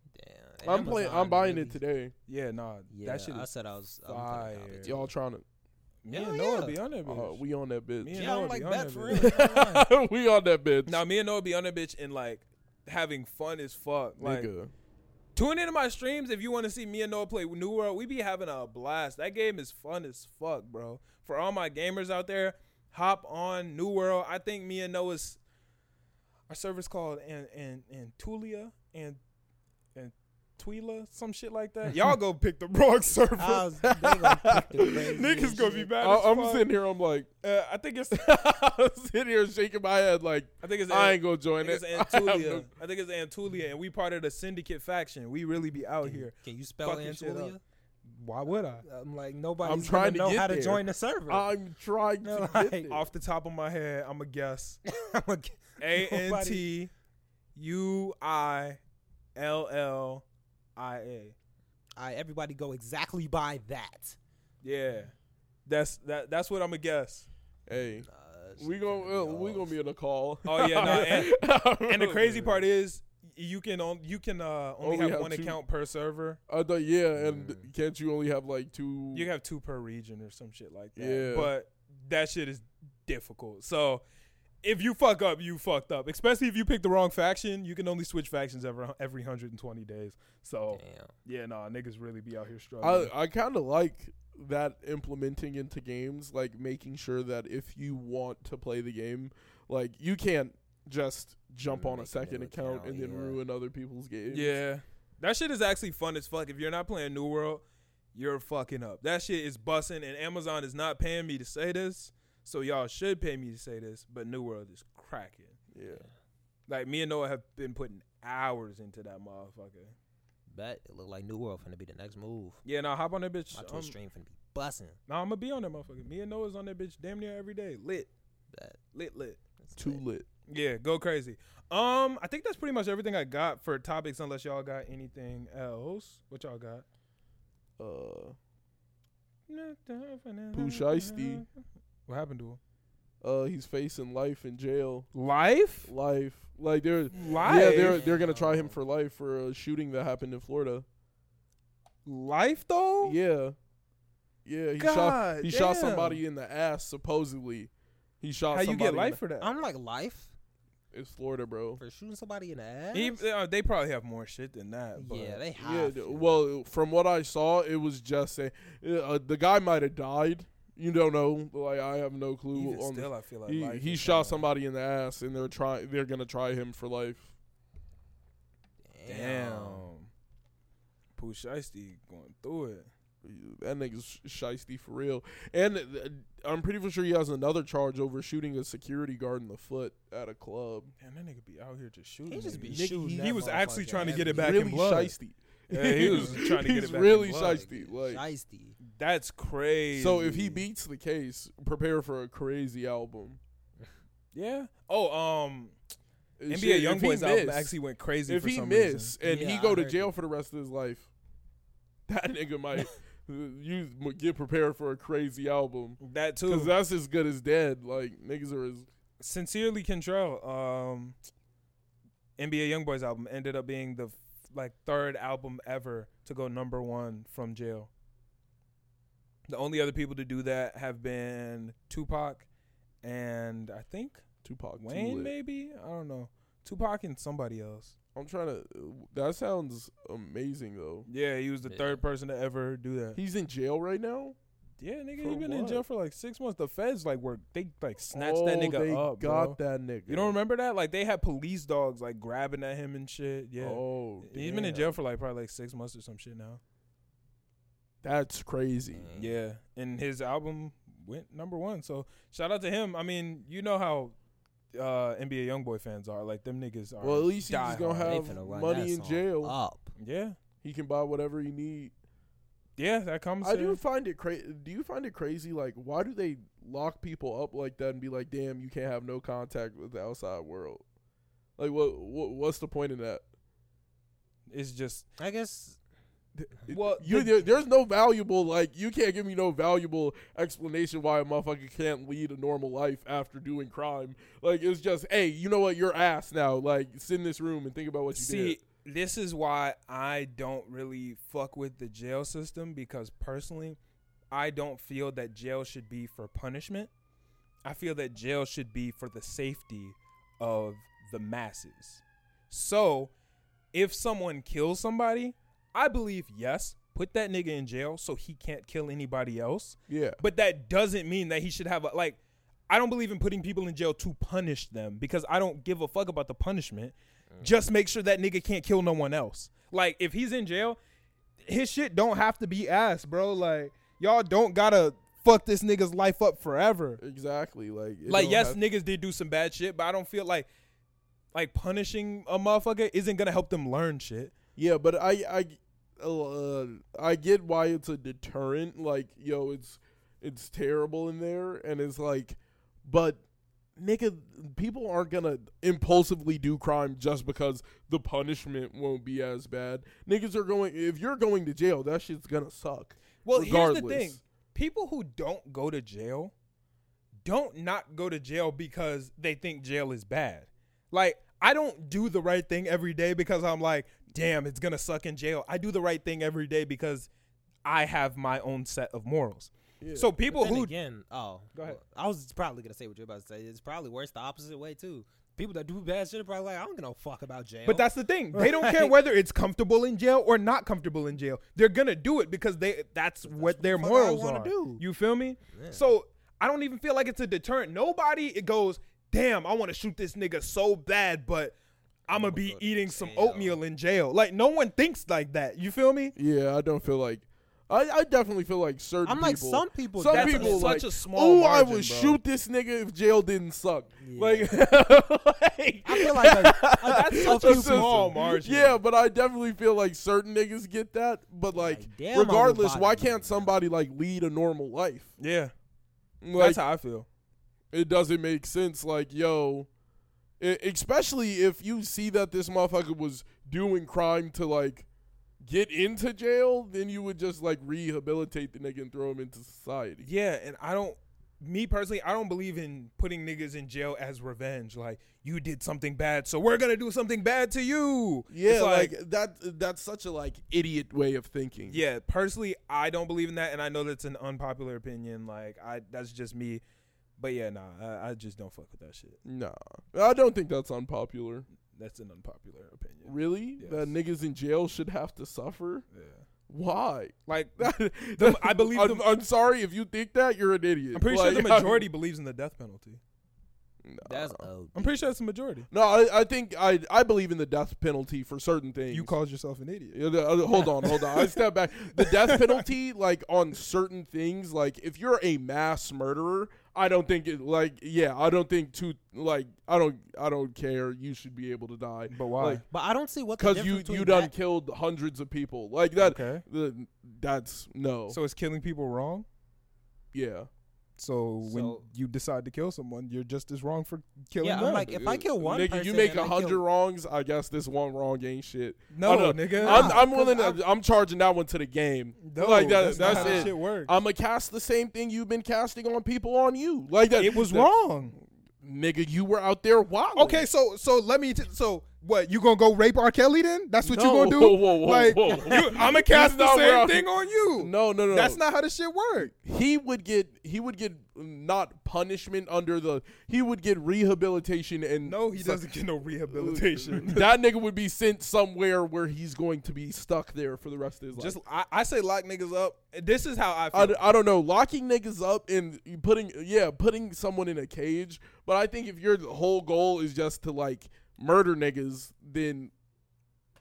C: Damn,
B: I'm playing.
C: Amazon
B: I'm buying it
C: really-
B: today.
A: Yeah, nah,
C: Yeah,
A: that shit
C: I
A: is.
C: said I was. I'm
A: fire.
C: playing it.
B: Y'all trying to?
A: Me
C: Hell
A: and Noah
C: yeah.
A: be on that bitch.
B: Uh, we on that bitch.
A: Me and
C: Yeah, I'm
A: Noah
C: like
A: be on
C: that
A: that
C: for
A: bitch.
C: real. Online.
B: we on that bitch.
A: Now me and Noah be on that bitch and like having fun as fuck. Like
B: nigga.
A: tune into my streams if you want to see me and Noah play New World. We be having a blast. That game is fun as fuck, bro. For all my gamers out there, hop on New World. I think me and Noah's our server's called and and and Tulia and and Twila, some shit like that. Y'all go pick the wrong server.
C: I was, they gonna pick the craziest
A: Niggas gonna be
C: shit.
A: bad.
B: I,
A: as
B: I'm
A: fuck.
B: sitting here. I'm like,
A: Uh, I think it's.
B: I'm sitting here shaking my head. Like,
A: I think it's.
B: I ain't gonna
A: I
B: join
A: think it's
B: it. I have
A: Antulia.
B: no-
A: I think it's Antulia, and we part of the syndicate faction. We really be out here.
C: Can you spell
A: Fucking shit up.
C: Antulia?
A: Why would I?
C: I'm like nobody.
B: I'm trying to
C: know
B: get
C: how
B: there.
C: to join the server.
B: I'm trying
C: No,
B: to
C: like-
B: get there.
A: Off the top of my head, I'm a guess.
C: I'm a-
A: A N T U I L L I A.
C: All right, everybody go exactly by that.
A: Yeah, that's that. That's what I'm a guess.
B: Hey,
C: Uh,
B: we gonna uh, we gonna be in a call.
A: Oh, yeah, nah, and- And the crazy
B: part.
A: part is, you can on, you can uh, only
B: Only
A: have,
B: have
A: one
B: two.
A: account per server.
B: I thought, yeah, and
C: Mm.
B: can't you only have like two?
A: You can have two per region or some shit like that.
B: Yeah.
A: But that shit is difficult. So if you fuck up, you fucked up. Especially if you pick the wrong faction, you can only switch factions every every 120 days. So yeah, nah, niggas really be out here struggling.
B: I I kind of like that implementing into games, like making sure that if you want to play the game, like you can't just jump on
C: Make
B: a
C: a
B: second
C: new
B: account,
C: account,
B: and then
C: yeah.
B: ruin other people's games.
A: yeah, that shit is actually fun as fuck. If you're not playing New World, you're fucking up. That shit is bussing, and Amazon is not paying me to say this. So y'all should pay me to say this, but New World is cracking.
B: yeah.
A: Like me and Noah have been putting hours into that motherfucker.
C: Bet it look like New World finna be the next move.
A: Yeah, nah, hop on that bitch.
C: My Twitch
A: Um,
C: stream finna be bussing.
A: Nah, I'm gonna be on that motherfucker. Me and Noah's on that bitch damn near every day. Lit,
C: Bet.
A: lit, lit.
C: That's
B: Too
C: lit.
B: lit.
A: Yeah, go crazy. Um, I think that's pretty much everything I got for topics, unless y'all got anything else. What y'all got?
B: Uh, Pooh Shiesty.
A: What happened to him?
B: uh, he's facing life in jail.
A: Life?
B: Life, like they're
A: Life?
B: yeah, they're they're gonna try him
C: Wow.
B: for life for a shooting that happened in Florida.
A: Life though?
B: Yeah, yeah. He shot
A: Oh. God
B: he shot
A: damn.
B: somebody in the ass. Supposedly, he shot.
A: How you
B: somebody
A: get
B: in
A: life
B: the-
A: for that?
C: I'm like life
B: It's Florida, bro.
C: for shooting somebody in the ass.
A: He- uh, they probably have more shit than that. But
C: yeah, they
B: Yeah,
C: have.
B: d-
C: to.
B: well, from what I saw, it was just a uh, the guy might have died. You don't know. Like I have no clue.
A: even
B: on
A: still, I feel like
B: he
A: life
B: he
A: is
B: shot
A: kinda-
B: somebody in the ass, and they're try they're gonna try him for life.
A: Damn. Pooh Shiesty going through it.
B: That nigga's sh- shiesty for real. And uh, I'm pretty sure he has another charge over shooting a security guard in the foot at a club.
A: Damn, that nigga be out here just shooting.
C: He just be
A: niggas.
B: Nigga,
C: shooting.
B: he-
A: he
C: that
A: was actually
C: motherfucker.
A: trying to
C: That
A: get it
C: nigga
A: back
B: really
A: in blood.
B: shiesty.
A: Yeah, he was trying to get
B: He's
A: it back in
B: really
A: blood.
B: shiesty. Like
C: Shiesty.
A: That's crazy.
B: so, if he beats the case, prepare for a crazy album.
A: yeah. Oh, um, NBA
B: Shit, if he
A: YoungBoy's album
B: miss-
A: actually went crazy.
B: if
A: for
B: he
A: some
B: miss and
C: Yeah,
B: he
C: I
B: go to
C: heard
B: jail
C: it.
B: for the rest of his life, that nigga might you m- get prepared for a crazy album
A: reason. that
B: because
A: too.
B: that's as good as dead. Like niggas are as
A: Sincerely, Control, um, NBA YoungBoy's album ended up being the f- like third album ever to go number one from jail. The only other people to do that have been Tupac, and I think
B: Tupac. too
A: Wayne,
B: lit.
A: maybe I don't know. Tupac and somebody else.
B: I'm trying to. That sounds amazing though.
A: Yeah, he was the
C: Yeah.
A: third person to ever do that.
B: He's in jail right now.
A: Yeah, nigga,
B: For
A: he been in jail
B: what?
A: for like six months. The feds like were they like snatched that
B: Oh,
A: nigga
B: they
A: up,
B: Got
A: bro.
B: that nigga.
A: You don't remember that? Like they had police dogs like grabbing at him and shit. Yeah,
B: Oh,
A: he's been in
B: damn.
A: jail for like probably like six months or some shit now.
B: That's crazy.
C: Mm.
A: Yeah, and his album went number one. So shout out to him. I mean, you know how uh NBA YoungBoy fans are. Like them niggas are.
B: Well, at least he's
A: die
B: gonna
A: hard.
C: They
B: have
C: finna run
B: money
C: that
B: in
C: song
B: jail.
C: Up.
A: yeah,
B: He can buy whatever he need.
A: yeah, that comes.
B: I
A: to-
B: do find it crazy. Do you find it crazy? Like, why do they lock people up like that and be like, "Damn, you can't have no contact with the outside world"? Like, what? what what's the point in that?
A: It's just
C: I guess
A: Well,
B: you
A: the-
B: there- there's no valuable like you can't give me no valuable explanation why a motherfucker can't lead a normal life after doing crime. Like it's just hey, you know what? You're ass now. Like sit in this room and think about what you
A: See,
B: did.
A: this is why I don't really fuck with the jail system because personally, I don't feel that jail should be for punishment. I feel that jail should be for the safety of the masses. So, if someone kills somebody, I believe yes, put that nigga in jail so he can't kill anybody else.
B: Yeah.
A: But that doesn't mean that he should have a like. I don't believe in putting people in jail to punish them because I don't give a fuck about the punishment.
B: Mm.
A: Just make sure that nigga can't kill no one else. Like if he's in jail, his shit don't have to be ass, bro. Like y'all don't gotta fuck this nigga's life up forever.
B: Exactly. Like it
A: Like
B: don't
A: yes,
B: have-
A: niggas did do some bad shit, but I don't feel like like punishing a motherfucker isn't gonna help them learn shit.
B: Yeah, but I I uh, I get why it's a deterrent. Like, yo, it's it's terrible in there, and it's like, but nigga, people aren't gonna impulsively do crime just because the punishment won't be as bad. Niggas are going. If you're going to jail, that shit's gonna suck.
A: Well, here's the
B: Regardless.
A: thing: people who don't go to jail don't not go to jail because they think jail is bad. Like I don't do the right thing every day because I'm like, damn, it's gonna suck in jail. I do the right thing every day because I have my own set of morals. So people
C: Then
A: who
C: again, oh,
A: Go ahead.
C: I was probably gonna say what you're about to say. It's probably worse the opposite way too. People that do bad shit are probably like, I don't give no fuck about jail.
A: But that's the thing. They don't care
C: Right.
A: whether it's comfortable in jail or not comfortable in jail. They're gonna do it because they that's what their
C: the fuck I
A: morals
C: wanna
A: are.
C: do.
A: You feel me? So I don't even feel like it's a deterrent. Nobody it goes, damn, I wanna shoot this nigga so bad, but I'm gonna be
C: go to
A: eating some
C: jail."
A: oatmeal in jail. Like no one thinks like that. You feel me?
B: Yeah, I don't feel like. I, I definitely feel like certain.
C: I'm like,
B: people,
C: some people-
B: Some
A: That's
B: people
A: such
B: like,
A: a small
B: Oh, I
A: margin,
B: would
A: bro."
B: shoot this nigga if jail didn't suck. Like,
C: I feel like a, a,
A: That's
C: a
A: such
C: few
A: a
C: people-
A: small margin.
B: Yeah, but I definitely feel like certain niggas get that. But like,
C: Like, damn, I would
B: regardless,
C: bother
B: why
C: you, man.
B: can't somebody like lead a normal life?
A: Yeah.
B: Like,
A: that's how I feel.
B: it doesn't make sense. Like, yo, e- especially if you see that this motherfucker was doing crime to like get into jail, then you would just like rehabilitate the nigga and throw him into society.
A: Yeah, and I don't me personally, I don't believe in putting niggas in jail as revenge. Like, you did something bad, so we're gonna do something bad to you.
B: Yeah,
A: It's
B: like, that. That's such a like idiot way of thinking.
A: Yeah, personally, I don't believe in that, and I know that's an unpopular opinion. Like, I that's just me. But yeah, nah, I, I just don't fuck with that shit.
B: Nah, I don't think that's unpopular.
A: That's an unpopular opinion.
B: Really, that niggas in jail should have to suffer.
A: Yeah,
B: Why?
A: like
B: The-
A: I believe
B: I'm,
A: the-
B: I'm sorry if you think that you're an idiot.
A: I'm pretty sure
B: Like,
A: the majority believes in the deth penalty.
B: No.
C: That's OD.
A: I'm pretty sure it's the majority.
B: no, I, I think I I believe in the death penalty for certain things.
A: You called yourself an idiot.
B: Yeah, the- uh, hold on, hold on. I step back. The death penalty, like on certain things, like if you're a mass murderer, I don't think it. Like, yeah, I don't think too. Like, I don't, I don't care. You should be able to die.
A: But why?
B: Like,
C: But I don't see what the
B: Cause
C: difference
B: you
C: between
B: you done
C: that-
B: killed hundreds of people like that.
A: Okay.
B: the- that's no.
A: So it's killing people wrong.
B: yeah.
A: So, when
C: So-
A: you decide to kill someone, you're just as wrong for killing
C: Yeah,
A: them.
C: I'm like, if I kill one
B: nigga,
C: person,
B: you make
C: and I
B: a
C: kill-
B: hundred wrongs. I guess this one wrong ain't shit.
A: No,
B: I don't-
A: nigga.
B: I'm,
A: Nah,
B: I'm willing.
A: cause
B: To, I'm charging that one to the game.
A: No,
B: like that,
A: that's Oh,
B: that's,
A: not how that
B: it.
A: shit works.
B: I'ma cast the same thing you've been casting on people on you. Like that.
A: it was
B: that-
A: wrong.
B: nigga. You were out there wild.
A: Okay, so so let me. T- so what? You gonna go rape R. Kelly then? That's what
B: No,
A: you gonna do?
B: whoa, whoa, whoa,
A: like
B: whoa.
A: You, I'm gonna
B: That's
A: cast the
B: not where
A: same
B: I'm-
A: thing on you.
B: No, no, no.
A: that's not how this shit work.
B: He would get. He would get not punishment under the. He would get rehabilitation and
A: No, he
B: so-
A: doesn't get no rehabilitation.
B: that nigga would be sent somewhere where he's going to be stuck there for the rest of his life.
A: Just I, I say lock niggas up. This is how I
B: I,
A: feel.
B: I don't know locking niggas up and putting yeah putting someone in a cage but i think if your whole goal is just to like murder niggas then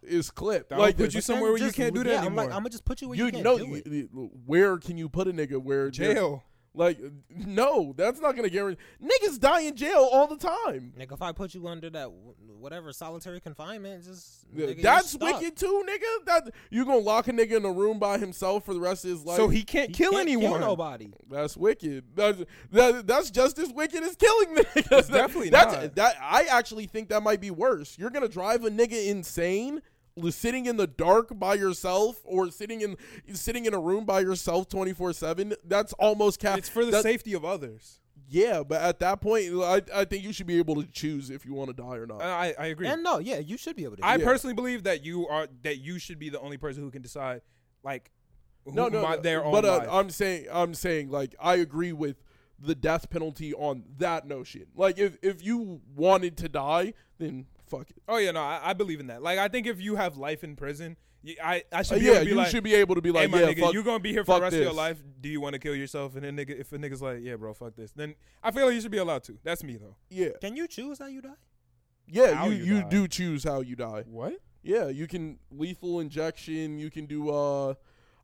B: it's clipped
A: That would
B: like
A: put you
B: you,
C: But then
A: somewhere where you
C: just-
A: can't do that
C: yeah, I'm
A: anymore.
C: like, I'm gonna just put you where you,
B: you
C: can't
B: know
C: do
B: you-
C: it.
B: you- where can you put a nigga where they're-
A: jail.
B: like no that's not gonna guarantee niggas die in jail all the time
C: Nigga, if I put you under that w- whatever solitary confinement, just
B: Yeah,
C: nigga, you're
B: that's
C: stuck.
B: wicked too nigga that you gonna lock a nigga in a room by himself for the rest of his life
A: so he can't
C: You
A: kill
C: can't
A: anyone.
C: Kill nobody.
B: That's wicked. That's that, that's just as wicked as killing niggas.
A: definitely
B: that's,
A: not.
B: That I actually think that might be worse. You're gonna drive a nigga insane li- sitting in the dark by yourself or sitting in sitting in a room by yourself 24/7, that's almost cap.
A: It's for the
B: that-
A: safety of others.
B: Yeah, but at that point, I, I think you should be able to choose if you want to die or not.
A: I, I agree.
C: And no, yeah, you should be able to.
A: I
B: Yeah.
A: personally believe that you are that you should be the only person who can decide, like, who
B: no, no,
A: my,
B: no,
A: their own
B: but uh,
A: life.
B: I'm saying, I'm saying, like, I agree with the death penalty on that notion. Like, if if you wanted to die, then fuck it.
A: oh yeah, no, I, I believe in that. Like, I think if you have life in prison, y- I I
B: Uh,
A: should be
B: yeah,
A: able to be
B: you
A: like,
B: should be able to be like,
A: hey, my
B: yeah,
A: nigga,
B: fuck.
A: you're gonna be here for
B: fuck
A: the rest of
B: this.
A: your life. Do you want to kill yourself? And then nigga, if a nigga's like, yeah, bro, fuck this, then I feel like you should be allowed to. That's me though.
B: yeah,
C: Can you choose how you die?
B: yeah,
A: How
B: you
A: you
B: you
A: die.
B: do choose how you die.
A: What?
B: Yeah, you can lethal injection. You can do. uh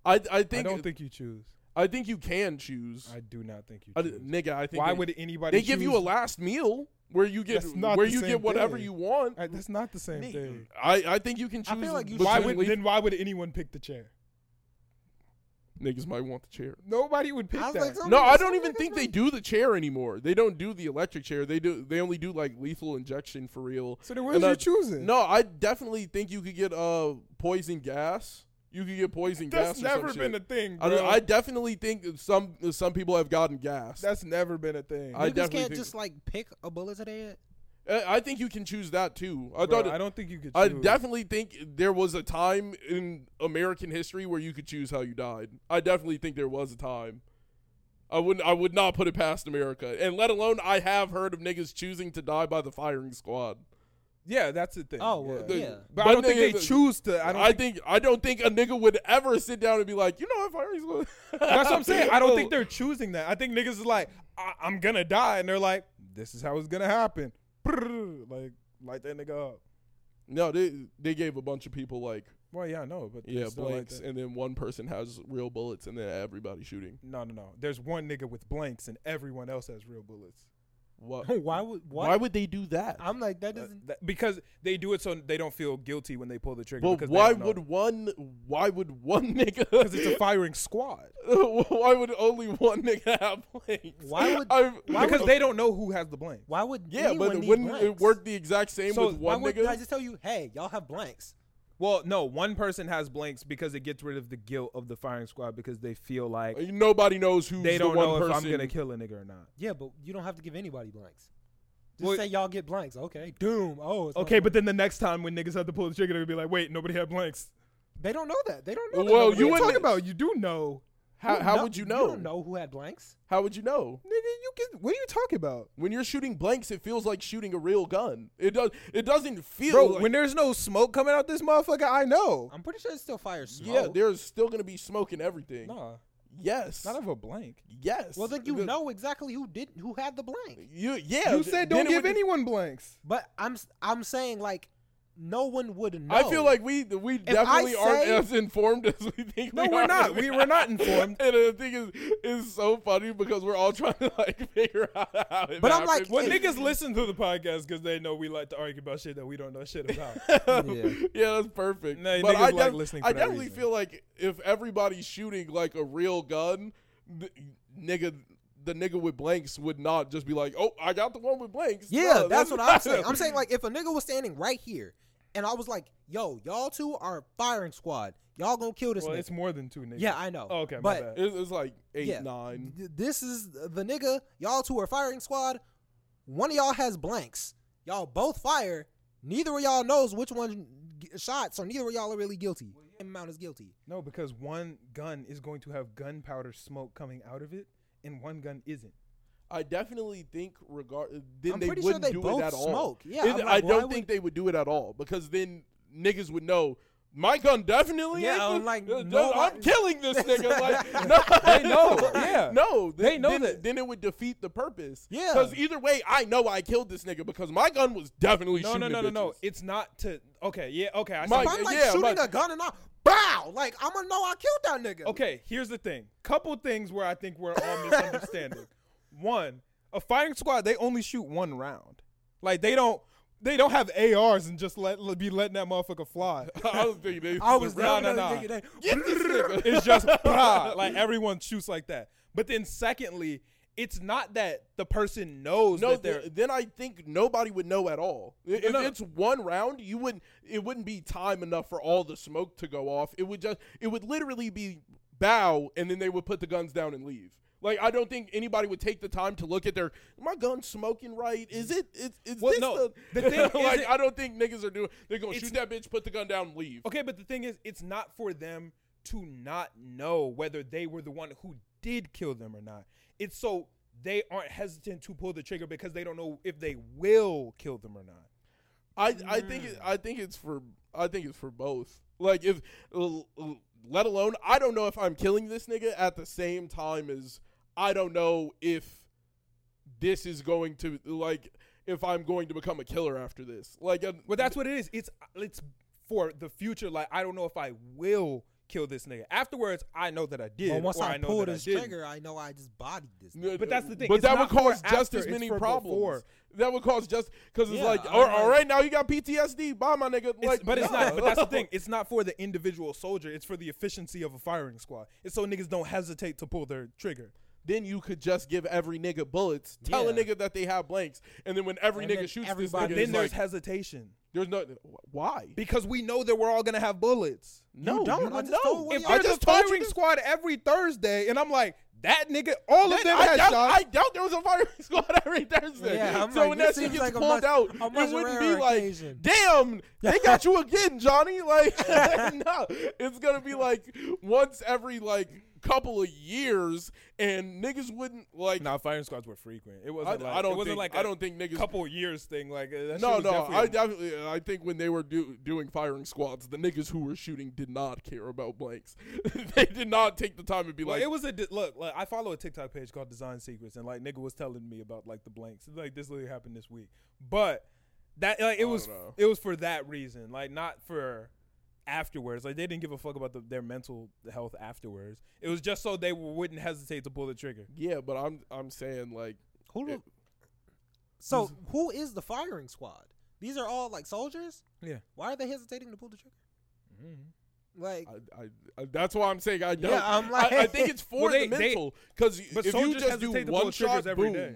B: I I
A: I
B: think I,
A: don't think you choose.
B: think you can choose.
A: I
B: I,
A: do not think you. Choose.
B: nigga, I think
A: Why
B: they,
A: would anybody?
B: they give you a
A: choose-
B: last meal where you get
A: That's not
B: where
A: the
B: you
A: same
B: get whatever
A: thing.
B: you want?
A: I- that's not the same
B: Nigga,
A: thing.
B: I, I think you can choose.
C: I feel like you
B: between
A: Why would
B: lethal-
A: then? Why would anyone pick the chair?
B: niggas might want the chair.
A: Nobody would pick
C: I was
A: that.
C: like, some
B: No,
C: niggas-
B: I don't
C: some
B: even
C: niggas
B: think they
C: might-
B: do the chair anymore. They don't do the electric chair. They do. They only do like lethal injection for real.
A: so then, where's
B: And
A: your
B: I-
A: choosing?
B: No, I definitely think you could get uh poison gas. You could get poison
A: that's
B: gas. or some
A: never
B: shit.
A: been a thing,
B: I,
A: bro.
B: don't- I definitely think that some some people have gotten gas.
A: that's never been a thing.
B: I
A: I,
C: Niggas
B: definitely
C: can't
B: think-
C: just like pick a bullet to their head.
B: I I think you can choose that too. I
A: bro,
B: thought.
A: I don't think you could. Choose.
B: I definitely think there was a time in American history where you could choose how you died. I definitely think there was a time. I wouldn't. I would not put it past America, and let alone I have heard of niggas choosing to die by the firing squad.
A: Yeah, that's the thing.
C: Oh, well,
A: yeah.
C: yeah.
A: But I don't
B: But
A: think they
B: nigga,
A: choose to. I
B: I,
A: don't. think,
B: think, I don't think a nigga would ever sit down and be like, you know, I firing squad.
A: that's what I'm saying. I
B: Oh.
A: don't think they're choosing that. I think niggas is like, I- I'm gonna die, and they're like, this is how it's gonna happen. Brrr, Like, light that nigga up.
B: No, they they gave a bunch of people like
A: Well, yeah, I know, but
B: yeah
A: it's still like
B: blanks,
A: that.
B: and then one person has real bullets, and then everybody shooting.
A: no, no, no. There's one nigga with blanks, and everyone else has real bullets.
B: What?
C: Why would? What?
B: Why would they do that?
C: I'm like that
A: Uh,
C: doesn't.
A: that- because they do it so they don't feel guilty when they pull the trigger.
B: But
A: because
B: why would one? Why would one nigga?
A: Because it's a firing squad.
B: why would only one nigga have blanks?
C: Why would-
B: I,
C: Why
A: because
C: would-
A: they don't know who has the blank.
C: Why would?
B: yeah,
C: anyone
B: but
C: need
B: wouldn't it
C: blanks?
B: work the exact same
A: So
B: with
C: Why
B: one
C: wouldn't I
B: nigga?
C: just tell you, hey, y'all have blanks?
A: Well, no, one person has blanks because it gets rid of the guilt of the firing squad because they feel like
B: Nobody knows who's
A: they
B: the
A: don't
B: one
A: know
B: person.
A: if I'm gonna kill a nigga or not.
C: Yeah, but you don't have to give anybody blanks. Just
A: Well-
C: say y'all get blanks. Okay, doom. Oh, it's not
A: Okay,
C: blank.
A: but then the next time when niggas have to pull the trigger, they're gonna be like, "Wait, nobody had blanks."
C: they don't know that. They don't know. that
B: Well,
C: nobody-
A: You
B: wouldn't-
A: talking about? You do know,
B: How,
C: don't
B: how would you know?
C: You don't know who had blanks.
B: How would you know?
A: nigga. You can. What are you talking about,
B: When you're shooting blanks, it feels like shooting a real gun. It does. It doesn't feel.
A: bro?
B: like-
A: When there's no smoke coming out this motherfucker, I know.
C: I'm pretty sure it's still fire smoke.
B: yeah, there's still gonna be smoke and everything.
A: Nah,
B: Yes.
A: not of a blank.
B: yes.
C: Well, then you
B: Because-
C: know exactly who did who had the blank.
B: You yeah.
A: you
B: th-
A: said don't
B: then it
A: give
B: would-
A: anyone blanks.
C: But I'm s- I'm saying like no one would know.
B: I feel like we we
C: I
B: definitely aren't
C: say-
B: as informed as we think.
A: No,
B: we
A: we're
B: are.
A: not. We were not informed.
B: and the thing is, is so funny because we're all trying to like figure out how it.
C: But I'm like,
B: happened.
A: Well,
C: Hey.
A: niggas listen to the podcast because they know we like to argue about shit that we don't know shit about.
C: Yeah.
B: yeah, that's perfect.
A: No,
B: but
A: niggas
B: I,
A: like
B: def-
A: listening
B: I
A: for that
B: definitely
A: reason.
B: feel like if everybody's shooting like a real gun, th- nigga. The nigga with blanks would not just be like, "Oh, I got the one with blanks."
C: Yeah,
B: No,
C: that's what I'm saying.
B: not-
C: I'm saying like if a nigga was standing right here and I was like, "Yo, y'all two are firing squad. Y'all gonna kill this
A: well, it's
C: nigga."
A: more than two niggas.
C: Yeah, I know.
A: Oh, okay, my
C: but
A: bad.
B: it's, it's like eight,
C: Yeah.
B: nine.
C: th- this is the nigga. Y'all two are firing squad. One of y'all has blanks. Y'all both fire. Neither of y'all knows which one g- shot, so neither of y'all are really guilty. Same Amount is guilty.
A: No, because one gun is going to have gunpowder smoke coming out of it, and one gun isn't.
B: I definitely think regard then
C: I'm
B: they
C: pretty
B: wouldn't
C: sure they
B: do
C: both
B: it at all.
C: smoke. Yeah,
B: It-
C: I'm like,
B: I
C: why
B: don't
C: would-
B: think they would do it at all because then niggas would know. My gun definitely.
C: Yeah,
B: ain't
C: I'm
B: the-
C: like,
B: the- the-
C: no, I-
B: I'm killing this nigga. Like, no,
A: They know, yeah.
B: no,
A: They know
B: then,
A: that-
B: Then it would defeat the purpose.
C: Yeah.
B: because either way, I know I killed this nigga because my gun was definitely
A: No, no,
B: shooting
A: no,
B: at
A: no, no.
B: bitches.
A: It's not to. Okay, yeah, okay. I see.
B: My-
C: If I'm like
B: yeah,
C: shooting
B: like-
C: a gun and I bow, like I'm gonna know I killed that nigga.
A: okay, here's the thing. Couple things where I think we're all misunderstanding. One, a firing squad they only shoot one round. Like they don't. They don't have ARs and just let be letting that motherfucker fly.
B: I was thinking they.
C: I was
A: Nah,
C: down
A: nah,
C: nah,
A: nah.
C: nigga that.
B: Get this nigga.
A: it's just brah, like everyone shoots like that. But then secondly, it's not that the person knows
B: No,
A: that they're
B: th- then I think nobody would know at all. I- If
A: no.
B: it's one round, you wouldn't. It wouldn't be time enough for all the smoke to go off. It would just. It would literally be bow, and then they would put the guns down and leave. Like I don't think anybody would take the time to look at their. My gun smoking right? Is it? Is, is
A: Well,
B: this
A: no.
B: the?
A: The thing
B: like
A: isn't-
B: I don't think niggas are doing. They're gonna
A: It's-
B: shoot that bitch, put the gun down, and leave.
A: Okay, but the thing is, it's not for them to not know whether they were the one who did kill them or not. It's so they aren't hesitant to pull the trigger because they don't know if they will kill them or not.
B: I I think
A: Mm.
B: it, I think it's for I think it's for both. Like if l- l- let alone I don't know if I'm killing this nigga at the same time as I don't know if this is going to like if I'm going to become a killer after this. Like um,
A: Well, that's what it is. It's it's for the future. Like I don't know if I will kill this nigga. Afterwards, I know that I did.
C: But once
A: or
C: I,
A: I, know
C: pulled
A: that
C: his
A: I didn't.
C: trigger, I know I just bodied this.
B: n-
C: nigga.
A: but that's the thing.
B: But
A: It's
B: that
A: not
B: would cause
A: for
B: just
A: after,
B: as
A: it's
B: many
A: for
B: problems.
A: before.
B: That would cause just because it's
C: Yeah,
B: like,
C: I
B: all
C: know.
B: all right, now you got PTSD. Bye, my nigga.
A: It's,
B: like,
A: but it's
B: no.
A: not. But that's the thing. It's not for the individual soldier. It's for the efficiency of a firing squad. It's so niggas don't hesitate to pull their trigger.
B: then you could just give every nigga bullets, tell a
C: Yeah.
B: nigga that they have blanks, and then when every
C: And
B: nigga
C: then
B: shoots this
C: everybody-
B: nigga,
A: But
B: it's
A: then there's
B: like,
A: hesitation.
B: there's no why.
A: Because we know that we're all gonna have bullets.
B: No,
C: don't.
B: you
C: I
B: would
C: just
B: know.
C: told you
A: If
C: Well,
A: I
C: yeah,
A: there's
B: just
A: a
B: told you
A: firing
B: this-
A: squad every Thursday, and I'm like, that nigga, all of
B: Then
A: them
B: I
A: had
B: doubt,
A: shots.
B: I doubt there was a firing squad every Thursday.
C: Yeah, I'm
B: so
C: like,
B: when
C: this
B: that shit
C: seems
B: gets
C: like a
B: pulled
C: much-
B: out,
C: a much
B: it wouldn't be
C: rarer
B: like,
C: occasion.
B: damn, they got you again, Johnny. Like, no, it's gonna be like once every like couple of years, and niggas wouldn't like.
A: Nah, firing squads were frequent. It
B: I,
A: wasn't like
B: I don't
A: it wasn't
B: think.
A: like
B: I don't think
A: a
B: niggas
A: couple years thing. Like uh, that shit
B: No,
A: was
B: no, I
A: definitely-
B: definitely, I think when they were do, doing firing squads, the niggas who were shooting did not care about blanks. they did not take the time to be
A: Well,
B: like,
A: it was a di- look. Like, I follow a TikTok page called Design Secrets, and like nigga was telling me about like the blanks. Like this literally happened this week, but that like it
B: don't
A: was
B: know.
A: it was for that reason, like not for afterwards. Like they didn't give a fuck about the, their mental health afterwards. It was just so they wouldn't hesitate to pull the trigger.
B: yeah, but I'm, I'm saying like,
C: Who
B: it-
C: the- so who is the firing squad? These are all like soldiers.
A: Yeah.
C: Why are they hesitating to pull the trigger?
B: Mm-hmm.
C: Like
B: I, I, I, that's why I'm saying I don't.
C: Yeah, I'm like-
B: I, I think it's for
A: Well, they-
B: the
A: they-
B: mental because
A: but
B: if you
A: soldiers
B: just do
A: hesitate to pull
B: one
A: the triggers
B: shot
A: every
B: boom,
A: day.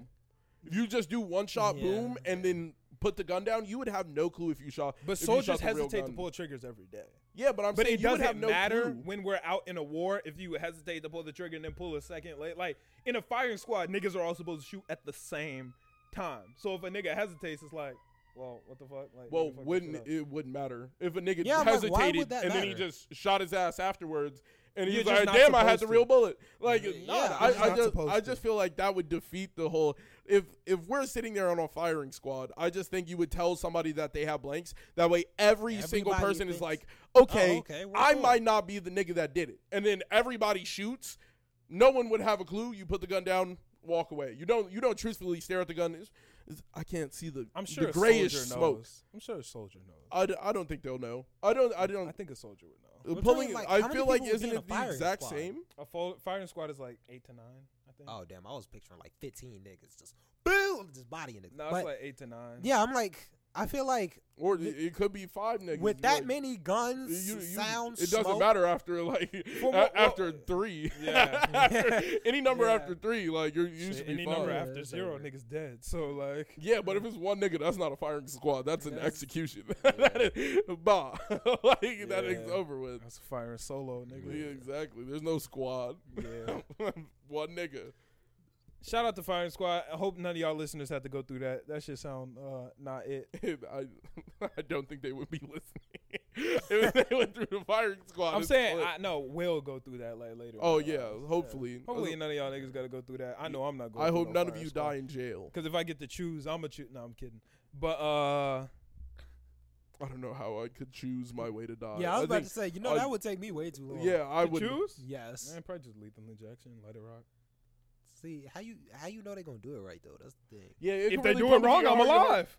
B: if you just do one shot
C: Yeah.
B: boom and then put the gun down, you would have no clue if you shot.
A: But
B: if you
A: soldiers
B: shot the real
A: hesitate to
B: gun.
A: pull triggers every day.
B: Yeah, but I'm
A: But
B: saying
A: it
B: you would have
A: doesn't
B: no
A: matter
B: clue.
A: when we're out in a war if you hesitate to pull the trigger and then pull a second late. Like in a firing squad, niggas are all supposed to shoot at the same time. So if a nigga hesitates, it's like, well, what the fuck? Like,
B: Well,
A: nigga, fuck this
B: wouldn't
A: shit up.
B: it wouldn't matter if a nigga
C: Yeah, I'm like, why
B: hesitated
C: would that
B: and then he
C: matter?
B: just shot his ass afterwards and he
A: You're
B: was
A: just
B: like,
A: not
B: "Damn, I had
A: supposed
B: the
A: to."
B: real bullet." Like,
C: Yeah,
B: no,
C: yeah,
B: I,
C: you're
B: I
A: not
B: just
A: supposed
B: I
A: to.
B: just feel like that would defeat the whole. If if we're sitting there on a firing squad, I just think you would tell somebody that they have blanks. That way, every single
C: Everybody
B: person is
C: thinks,
B: like, "Okay,
C: "Oh, okay, we're
B: I
C: cool."
B: might not be the nigga that did it," and then everybody shoots. No one would have a clue. You put the gun down, walk away. You don't. You don't truthfully stare at the gun. It's- it's- I can't see the.
A: I'm sure
B: the
A: a
B: grayish
A: soldier
B: smoke.
A: knows. I'm sure a soldier knows.
B: I, d- I don't think they'll know. I don't. I
A: I
B: don't. uh,
A: think a soldier would know.
C: We're
B: pulling.
C: talking, like, how
B: I
C: many
B: feel like
C: people would be
B: isn't
C: in a
B: it the
C: firing
B: exact
C: squad?
B: same?
A: A fo- firing squad is like eight to nine. I think.
C: oh damn, I was picturing like 15 niggas just boom, just bodying it.
A: no, it's
C: but
A: like eight to nine.
C: yeah, I'm like I feel like
B: Or it, it could be five niggas
C: with that
B: like,
C: many guns, sound,
B: It doesn't
C: smoke,
B: matter after like
A: Well,
B: a-
A: well,
B: after
A: well-
B: three.
A: Yeah.
B: After- any number
A: Yeah.
B: after three, like you're you
A: Shit,
B: should be
A: any
B: fine.
A: number
C: Yeah,
A: after
C: that's
A: zero,
C: over.
A: niggas dead. So like,
B: Yeah, but if it's one nigga, that's not a firing squad. That's an
A: That's-
B: execution. that is bah. like that thing's
A: Yeah.
B: over with.
A: that's firing solo,
B: Yeah,
A: nigga.
B: exactly. There's no squad.
A: Yeah.
B: one nigga.
A: Shout out to Firing Squad. I hope none of y'all listeners had to go through that. That should sound uh, not it.
B: I I don't think they would be listening if they went through the firing squad.
A: I'm
B: it's
A: saying
B: lit.
A: I no, we'll go through that like later.
B: oh
A: in our
B: yeah,
A: lives.
B: hopefully.
A: Yeah. Hopefully none of y'all niggas gotta go through that. I know I'm not going
B: I hope none of you die in jail.
A: Because if I get to choose, I'ma choose no, I'm kidding. But uh
B: I don't know how I could choose my way to die.
C: Yeah, I was about
B: think,
C: to say, you know,
B: I-
C: that would take me way too long.
B: Yeah, I
A: to
B: would.
A: choose?
C: Yes.
A: Man, probably just lethal injection, let it rock.
C: See how you how you know they're gonna do it right though. That's the thing.
B: Yeah, it
A: If
B: could
A: they
B: really
A: do
B: come
A: it
B: to
A: wrong,
B: your
A: I'm
B: heart, you're like-
A: alive.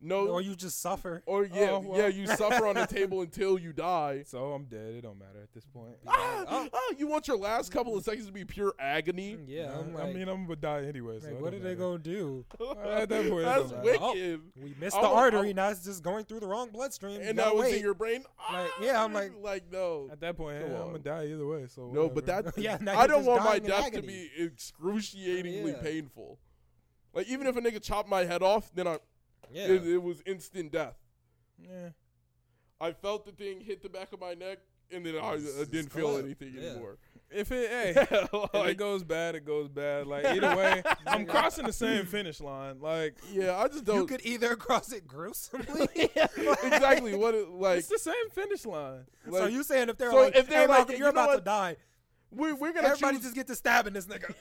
B: No,
C: or you just suffer.
B: or yeah,
A: Oh, well.
B: yeah, you suffer on the table until you die.
A: So I'm dead. It don't matter at this point.
B: Ah, ah, you want your last couple of seconds to be pure agony?
C: Yeah,
A: I'm-
C: I'm like,
A: I mean, I'm gonna die anyway. So
C: like,
A: it
C: what are
A: don't
C: they
A: matter.
C: gonna do?
A: At that point, it
B: That's
A: don't
C: matter.
B: wicked.
C: We missed
B: I
C: the
B: wa- I
C: artery.
B: wa-
C: now it's just going through the wrong
A: Oh.
C: bloodstream. You
B: And that
C: gotta
B: was
C: wait.
B: in your brain. Ah,
C: Like, yeah, I'm like-
B: like no,
A: At that point,
B: Come
A: hey, I'm
B: on.
A: gonna die either way. So
B: no. But
A: whatever.
B: that
C: Yeah, now
B: I
C: you're
B: don't
C: just
B: want my
C: dying in
B: death to
C: agony.
B: be excruciatingly
C: Yeah.
B: painful. Like even if a nigga chopped my head off, then I
C: yeah.
B: it, it was instant death.
A: yeah.
B: I felt the thing hit the back of my neck, and then I, I didn't
C: Just
B: feel
C: collapse.
B: anything
C: Yeah.
B: anymore.
A: If it hey, if it
B: like,
A: goes bad, it goes bad. Like either way, I'm crossing the same finish line. Like
B: yeah, I just
C: you
B: don't
C: could either cross it gruesomely.
B: exactly what it, like.
A: it's the same finish line.
C: so
B: like,
C: you saying if they're
B: So
C: like,
B: if they're
C: "Hey,
B: like,
C: Malcolm,
B: you
C: you're
B: know
C: about to
B: what?
C: die,
B: we, we're gonna
C: everybody
B: choose-
C: just get to stabbing this nigga.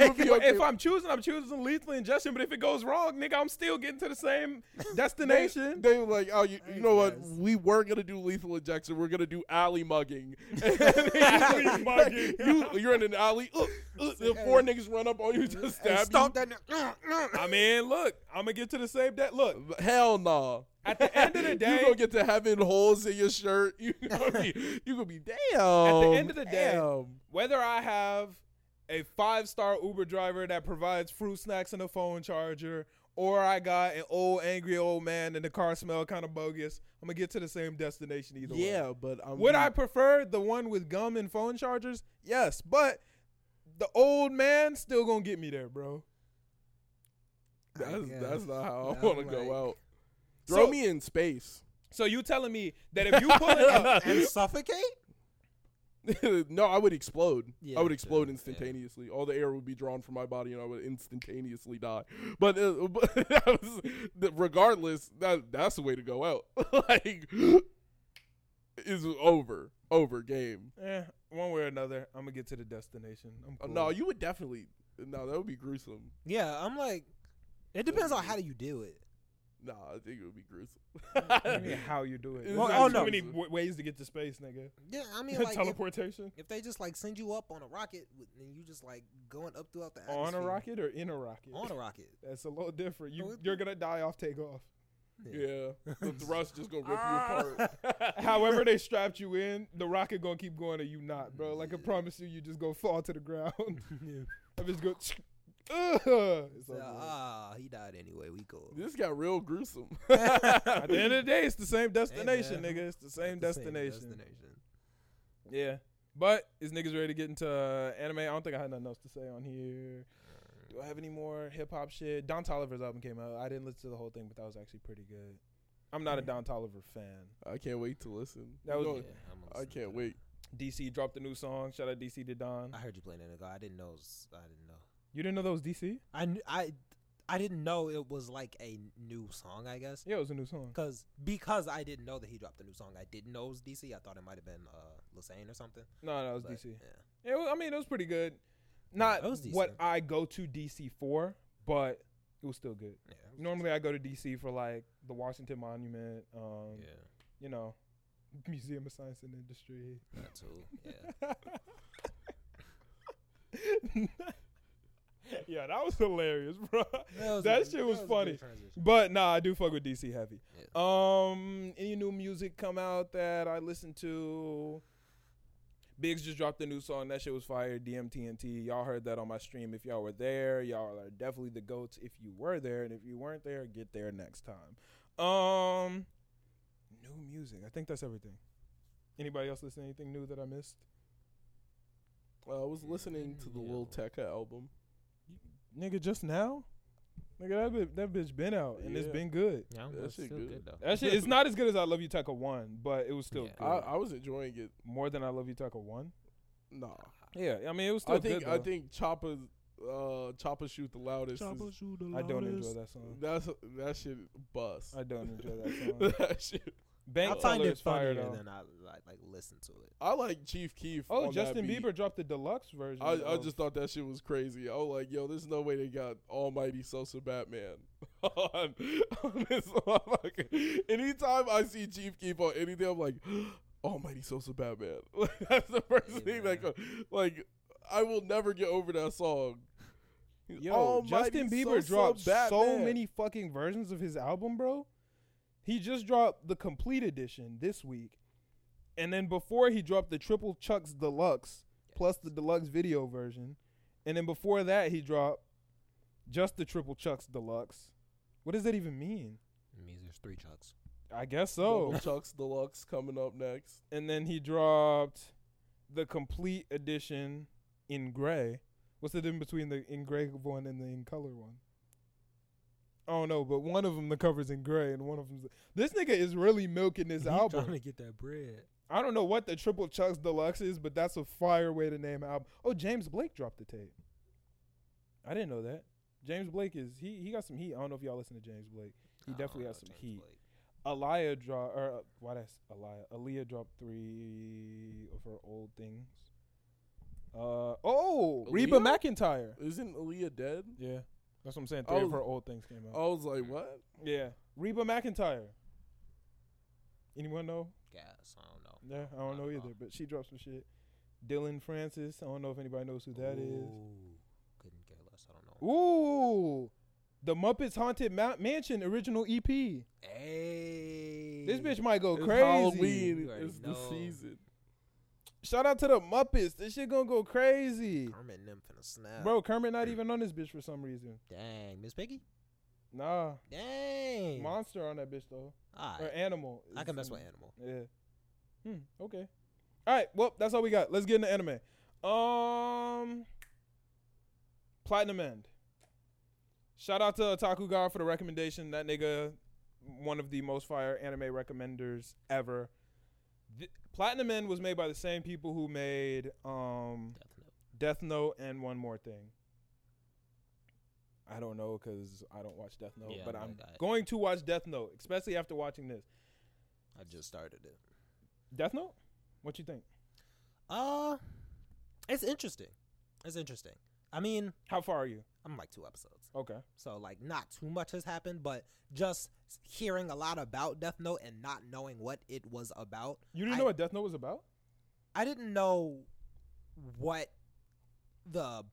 B: You'll be okay.
A: If I'm choosing, I'm choosing lethal injection. But if it goes wrong, nigga, I'm still getting to the same destination.
B: They were like, oh, you, you know what?
C: guys.
B: We were gonna do lethal injection. We're gonna do alley mugging.
A: Alley mugging.
B: you, you're in an alley. Uh, uh, the four niggas run up on you to
C: and
B: stab
C: stomp that. nigga.
A: I mean, look, I'm gonna get to the same. That look
B: you. Hell nah.
A: at the end of the
B: you
A: day.
B: gonna get to having holes in your shirt. You know what I mean? You gonna be damn. At
A: the end of the day,
B: damn.
A: whether I have a five star Uber driver that provides fruit snacks and a phone charger, or I got an old angry old man and the car smell kind of bogus, I'm gonna get to the same destination either way.
B: yeah, but I'm
A: Would I prefer the one with gum and phone chargers? Yes, but the old man still gonna get me there, bro.
B: That's,
C: Yeah.
B: that's not how I
C: I'm
B: want to
C: like-
B: go out.
A: So-
B: Throw me in space.
A: So you telling me that if you pull it up,
C: and suffocate?
B: no, I would explode.
C: Yeah,
B: I would
C: me
B: explode
C: too.
B: instantaneously. All the air would be drawn from my body, and I would instantaneously die. But, uh, but that was, that regardless, that that's the way to go out. like, is over, over game.
A: eh, one way or another, I'm gonna get to the destination. I'm
C: Oh,
B: Uh,
A: cool.
B: No, you would definitely. No, that would be gruesome.
C: Yeah, I'm like, it depends on how do you do it.
B: Nah, I think it would be gruesome.
A: I mean, how you do it?
B: It's
A: Well,
C: not
A: oh no,
C: true.
A: many w- ways to get to space, nigga.
C: Yeah, I mean, like, if,
A: Teleportation
C: if they just like send you up on a rocket, with- and you just like going up throughout the
A: on a
C: atmosphere.
A: rocket or in a rocket?
C: on a rocket.
A: That's a little different.
C: Oh,
A: You
C: it-
A: you're gonna die off takeoff.
B: yeah, the thrust just gonna rip you apart.
A: However they strapped you in, the rocket gonna keep going or you not, bro. Like I promise you, you just gonna fall to the ground. I just go. Ugh, it's
C: So,
A: over.
C: ah, he died anyway. We cool.
B: This got real gruesome.
A: At the end of the day, it's the same destination,
C: man.
A: nigga. It's the same,
C: The
A: destination.
C: destination.
A: Yeah, but is niggas ready to get into uh, anime? I don't think I had nothing else to say on here. Do I have any more hip hop shit? Don Tolliver's album came out. I didn't listen to the whole thing, but that was actually pretty good. I'm not a Don Tolliver fan.
B: I can't wait to listen.
A: That was-
B: You know,
A: Yeah,
C: I'm gonna
B: Oh, I
C: listen to
B: can't
C: that.
B: wait.
A: DC dropped a new song. Shout out DC to Don.
C: I heard you playing that. I didn't know. it was- I didn't know.
A: You didn't know that was DC?
C: I kn- I I didn't know it was like a new song. I guess
A: Yeah, it was a new song.
C: because because I didn't know that he dropped a new song. I didn't know it was DC. I thought it might have been uh Lassane or something.
A: No, no, it was
C: But,
A: DC.
C: yeah.
A: It was, I mean, it was pretty good. Not
C: That was
A: what
C: decent.
A: I go to DC for, but it was still good.
C: Yeah, it was
A: Normally, I go to DC for like the Washington Monument, um,
C: decent.
A: you know, Museum of Science and Industry.
C: yeah, that too. Yeah,
A: yeah, that was hilarious, bro.
C: that, was
A: That
C: good-
A: shit was
C: a good
A: funny.
C: transition.
A: But nah, I do fuck with DC heavy.
C: Yeah.
A: Um, any new music come out that I listen to? Biggs just dropped a new song. That shit was fire. DMTNT. Y'all heard that on my stream. If y'all were there, y'all are definitely the goats. If you were there, and if you weren't there, get there next time. Um, new music. I think that's everything. Anybody else listen to anything new that I missed?
B: Uh, I was listening to the Lil
C: Yeah.
B: Tecca album.
A: Nigga, just now? Nigga, that bitch, that bitch been out and it's
B: Yeah.
A: been good.
C: Yeah,
B: That
C: that's
B: shit
C: still
B: good.
C: good though.
A: That shit, it's not as good as I Love You Tucker 1, but it was still
C: Yeah.
A: good.
B: I, I was enjoying it.
A: More than I Love You Tucker 1?
B: Nah,
A: Yeah, I mean, it was still
B: I think
A: good.
B: I think Choppa, uh, Choppa shoot the loudest. is-
A: I don't enjoy that song.
B: That's that shit bust.
A: I don't enjoy that song.
B: that shit.
A: Bank
C: I find
A: Teller
C: it
A: is fire,
C: funnier
A: though.
C: than I like, like listen to it.
B: I like Chief Keef.
A: Oh,
B: on that
A: Justin
B: beat.
A: Bieber dropped the deluxe version.
B: I, I
A: of-
B: just thought that shit was crazy. I was like, yo, there's no way they got Almighty Sosa Batman on, on this motherfucker. Anytime I see Chief Keef on anything, I'm like, Almighty Sosa Batman. That's the first
C: Hey,
B: thing that
C: man.
B: goes. Like, I will never get over that song.
A: Yo,
B: Almighty,
A: Justin
B: oh, so,
A: Bieber
B: so
A: dropped so,
B: Batman.
A: many fucking versions of his album, bro. He just dropped the complete edition this week. And then before he dropped the triple Chucks deluxe plus the deluxe video version. And then before that he dropped just the triple Chucks deluxe. What does that even mean?
C: It means there's three chucks.
A: I guess
B: Double
A: so.
B: Chuck's Deluxe coming up next.
A: and then he dropped the complete edition in gray. What's the difference between the in gray one and the in color one? I don't know, but one of them the cover's in gray and one of them's this nigga is really milking this album.
C: get that bread.
A: I don't know what the Triple Chucks Deluxe is, but that's a fire way to name an album. Oh, James Blake dropped the tape. I didn't know that. James Blake is he he got some heat. I don't know if y'all listen to James Blake. He
C: Oh,
A: definitely got some heat. Aliyah draw or uh, why that's Aliyah. Aaliyah dropped three of her old things. Uh oh, Reba
B: Aaliyah?
A: McIntyre.
B: Isn't Aaliyah dead?
A: Yeah, that's what I'm saying. Three of
B: Oh.
A: her old things came out.
B: I was like, what?
A: Yeah, Reba McIntyre. Anyone know?
C: Gas. I don't know.
A: Yeah, I don't
C: Uh,
A: know
C: uh.
A: either, but she dropped some shit. Dylan Francis. I don't know if anybody knows who that is.
C: Couldn't care less. I don't know.
A: Ooh, the Muppets Haunted Ma- Mansion original EP.
C: Hey.
A: This bitch might go
B: It's
A: crazy.
B: Halloween.
C: You already
B: It's the
C: know.
B: season.
A: Shout out to the Muppets. This shit gonna go crazy.
C: Kermit nymph in a snap.
A: Bro, Kermit not even on this bitch for some reason.
C: Dang. Miss Piggy?
A: Nah,
C: Dang.
A: monster on that bitch though,
C: All
A: or
C: right.
A: animal.
C: I
A: is
C: can mess
A: some-
C: with animal.
A: Yeah. Hmm. Okay. All right. Well, that's all we got. Let's get into anime. Um, Platinum End. Shout out to Otaku God for the recommendation. That nigga, one of the most fire anime recommenders ever. Th- Platinum End was made by the same people who made um
C: Death Note.
A: Death Note and one more thing. I don't know because I don't watch Death Note,
C: Yeah,
A: but
C: I
A: I'm
C: got it.
A: going to watch Death Note, especially after watching this.
C: I just started it.
A: Death Note? What you think?
C: Uh, it's interesting. It's interesting. I mean,
A: How far are you?
C: I'm like two episodes.
A: Okay.
C: So like not too much has happened, but just hearing a lot about Death Note and not knowing what it was about.
A: You didn't
C: I,
A: know what Death Note was about?
C: I didn't know what the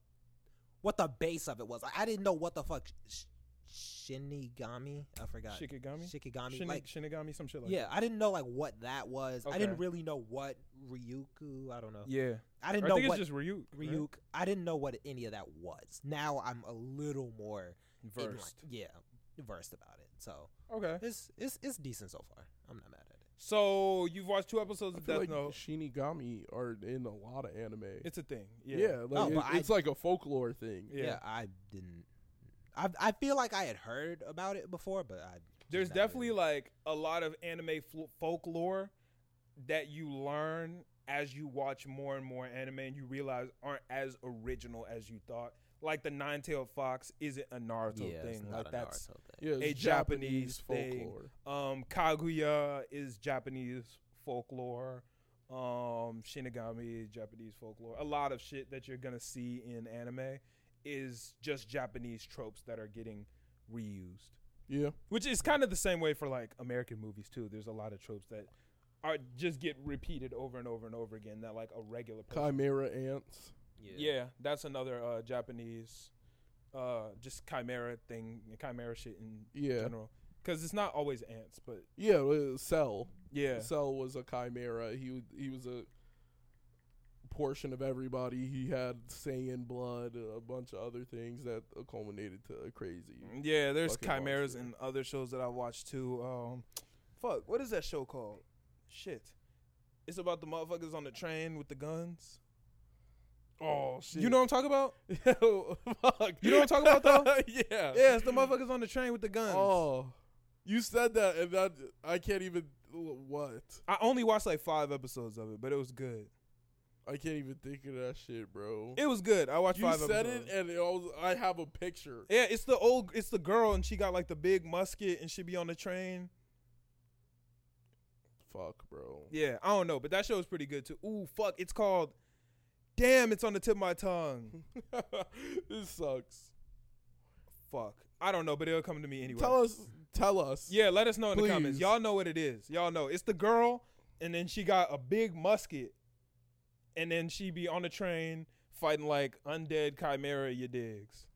C: what the base of it was. I, I didn't know what the fuck sh- Shinigami. I forgot
A: Shikigami?
C: Shikigami.
A: Shin-
C: like
A: Shinigami, some shit like
C: yeah, I didn't know like what that was. I didn't
A: Okay.
C: really know what Ryuku. I don't know.
A: that. Yeah.
C: I
A: I,
C: didn't know
A: think
C: what
A: it's just Ryuk. right?
C: Ryuk. I didn't know what any of that was. Now I'm a little more in, like-
A: Versed.
C: yeah, versed about it. So
A: Okay.
C: it's it's it's decent so far. I'm not mad at it.
A: So you've watched two episodes
B: I
A: of
B: feel
A: Death
B: like
A: Note.
B: Shinigami are in a lot of anime.
A: It's a thing. Yeah.
B: yeah, like,
C: Oh,
B: it-
C: but I-
B: it's like a folklore thing.
A: Yeah.
C: Yeah, I didn't. I I feel like I had heard about it before, but I
A: There's
C: not
A: definitely
C: really-
A: like a lot of anime fol- folklore that you learn as you watch more and more anime and you realize aren't as original as you thought. Like the nine-tailed fox isn't a Naruto
C: yeah, it's
A: thing.
C: not
A: Like
C: a
A: that's
C: Naruto thing.
B: Yeah, it's
A: a Japanese, thing.
B: folklore.
A: Um, Kaguya is Japanese folklore. Um, Shinigami is Japanese folklore. A lot of shit that you're gonna see in anime is just Japanese tropes that are getting reused,
B: Yeah,
A: which is kind of the same way for like American movies too. There's a lot of tropes that are just get repeated over and over and over again that like a regular person
B: chimera ants.
A: yeah. that's another uh, Japanese, uh, just chimera thing, chimera shit in
B: Yeah.
A: general. Because it's not always ants, but
B: Yeah, uh, Cell.
A: yeah,
B: Cell was a chimera. He w- he was a portion of everybody. He had Saiyan blood, a bunch of other things that culminated to a crazy.
A: yeah. There's
B: Fucking watch
A: chimeras
B: it.
A: in other shows that I watch too. Um, fuck, what is that show called? Shit, it's about the motherfuckers on the train with the guns.
B: Oh shit!
A: You know what I'm talking about?
B: Yo, fuck.
A: You know what I'm talking about,
B: though? yeah.
A: Yeah, it's the motherfuckers on the train with the guns.
B: Oh, you said that, and that I can't even. What?
A: I only watched like five episodes of it, but it was good.
B: I can't even think of that shit, bro.
A: It was good. I watched
B: you
A: five
B: said
A: episodes.
B: it, and it was, I have a picture.
A: Yeah, it's the old, it's the girl, and she got like the big musket, and she be on the train.
B: Fuck, bro.
A: Yeah, I don't know, but that show is pretty good too. Ooh, fuck, it's called. Damn, it's on the tip of my tongue.
B: this sucks.
A: fuck, I don't know, but it'll come to me anyway.
B: Tell us. Tell us.
A: yeah, let us know in the comments.
B: Please.
A: Y'all know what it is. Y'all know it's the girl, and then she got a big musket, and then she be on the train fighting like undead chimera. You digs?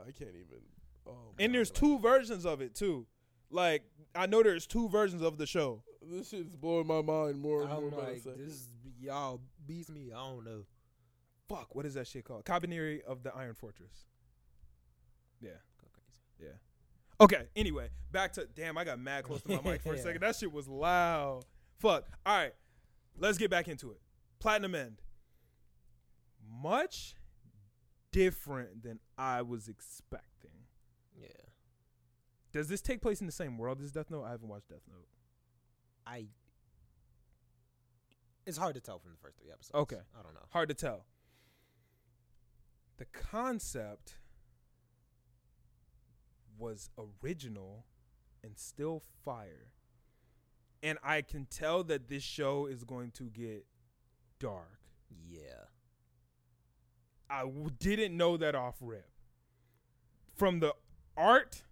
B: I can't even. Oh,
A: And
B: man,
A: there's
B: like,
A: two versions of it too. Like I know there's two versions of the show.
B: This shit's blowing my mind more and more.
C: I'm
B: by the
C: like,
B: second.
C: this y'all beats me. I don't know.
A: Fuck, what is that shit called? Cabineri of the Iron Fortress. Yeah.
C: Go crazy.
A: Yeah. Okay. Anyway, back to damn. I got mad close to my mic for a
C: Yeah.
A: second. That shit was loud. Fuck. All right. Let's get back into it. Platinum End. Much different than I was expecting.
C: Yeah,
A: Does this take place in the same world as Death Note? I haven't watched Death Note.
C: I. It's hard to tell from the first three episodes.
A: Okay.
C: I don't know.
A: Hard to tell. The concept was original and still fire. And I can tell that this show is going to get dark.
C: Yeah,
A: I w- didn't know that off rip. From the art,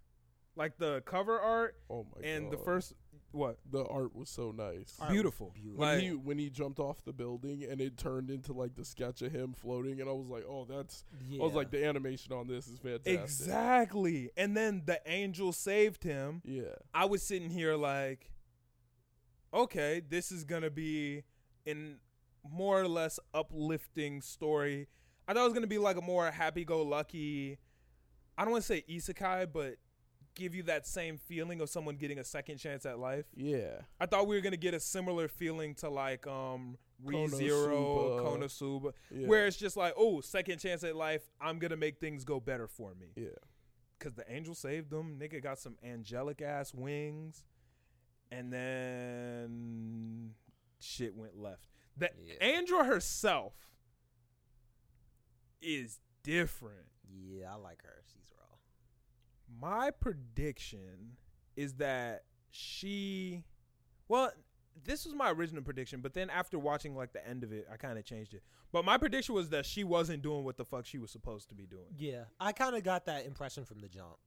A: like the cover art,
B: Oh my god.
A: and the first, what?
B: the art was so nice.
C: Art was
A: Beautiful.
C: beautiful.
B: When
A: Like,
B: he when he jumped off the building and it turned into like the sketch of him floating, and I was like, oh, that's.
C: yeah.
B: I was like, the animation on this is fantastic.
A: exactly. And then the angel saved him.
B: Yeah.
A: I was sitting here like, okay, this is gonna be in more or less uplifting story. I thought it was gonna be like a more happy-go-lucky. I don't want to say isekai, but give you that same feeling of someone getting a second chance at life.
B: Yeah.
A: I thought we were gonna get a similar feeling to like um
B: Konosuba.
A: ReZero, Konosuba,
B: Yeah.
A: where it's just like, oh, second chance at life. I'm gonna make things go better for me
B: Yeah.
A: because the angel saved them. Nigga got some angelic ass wings, and then shit went left. The
C: Yeah.
A: angel herself is different.
C: yeah, I like her. She's raw.
A: My prediction is that she, well, this was my original prediction, but then after watching like the end of it, I kind of changed it. But my prediction was that she wasn't doing what the fuck she was supposed to be doing.
C: Yeah, I kind of got that impression from the jump.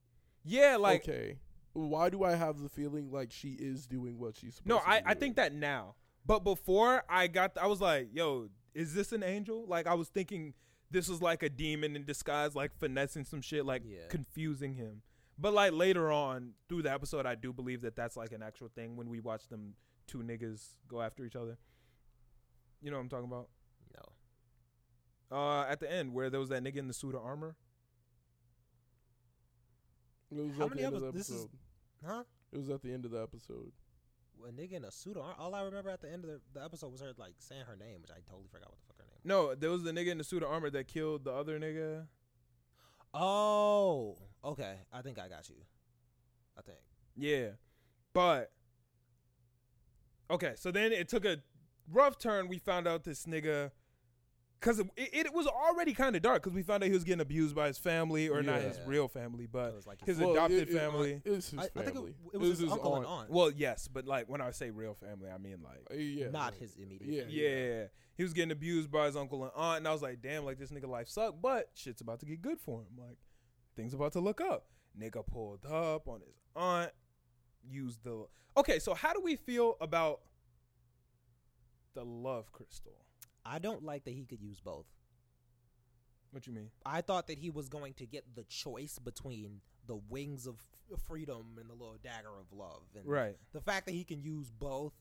A: Yeah, like
B: okay. Why do I have the feeling like she is doing what she's supposed
A: No,
B: to
A: I,
B: be
A: I
B: doing?
A: think that now. But before I got, I was like, yo, is this an angel? Like, I was thinking this was like a demon in disguise, like finessing some shit, like
C: Yeah.
A: confusing him. But like later on through the episode, I do believe that that's like an actual thing when we watch them two niggas go after each other. You know what I'm talking about?
C: No,
A: Uh, at the end where there was that nigga in the suit of armor.
B: It was
C: How
B: at the
C: many
B: end of the
C: epi- this is-
B: episode.
C: huh?
B: It was at the end of the episode.
C: A nigga in a suit. of ar- All I remember at the end of the, the episode was her like saying her name, which I totally forgot what the fuck her name. was.
A: No, there was the nigga in the suit of armor that killed the other nigga.
C: Oh, okay. I think I got you. I think.
A: Yeah. But okay, so then it took a rough turn. We found out this nigga because it, it, was already kind of dark because we found out he was getting abused by his family or not his
C: Yeah.
A: real family,
C: it
A: but
C: was like
A: his
B: Well,
A: adopted
B: it- it-
A: family.
B: It's his
C: I, I
B: family.
C: think it, it was his,
B: his
C: uncle and
B: aunt.
C: aunt.
A: well, yes, but like when I say real family, I mean like
B: Uh, yeah,
C: not
B: like-
C: his immediate.
B: yeah,
C: family.
A: yeah, he was getting abused by his uncle and aunt, and I was like, damn, like this nigga life sucked, but shit's about to get good for him. Like things about to look up. Nigga pulled up on his aunt, used the okay. So how do we feel about the love crystal?
C: I don't like that he could use both.
A: What you mean?
C: I thought that he was going to get the choice between the wings of f- freedom and the little dagger of love. And
A: Right.
C: The fact that he can use both,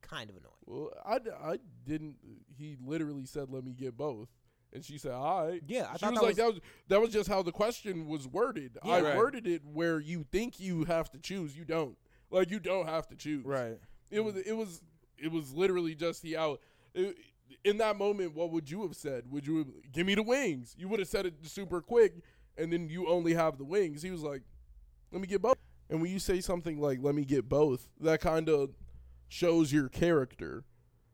C: kind of annoying.
B: Well, I, d- I didn't. He literally said, "Let me get both," and she said, "All right."
C: Yeah, I
B: she
C: thought
B: was like,
C: that was-
B: "That was that was just how the question was worded.
C: Yeah.
B: I
A: Right.
B: worded it where you think you have to choose, you don't. Like you don't have to choose.
A: Right.
B: It was it was it was literally just the out. it- in that moment, what would you have said? Would you have, give me the wings? You would have said it super quick, and then you only have the wings. He was like, "Let me get both." And when you say something like "Let me get both," that kind of shows your character.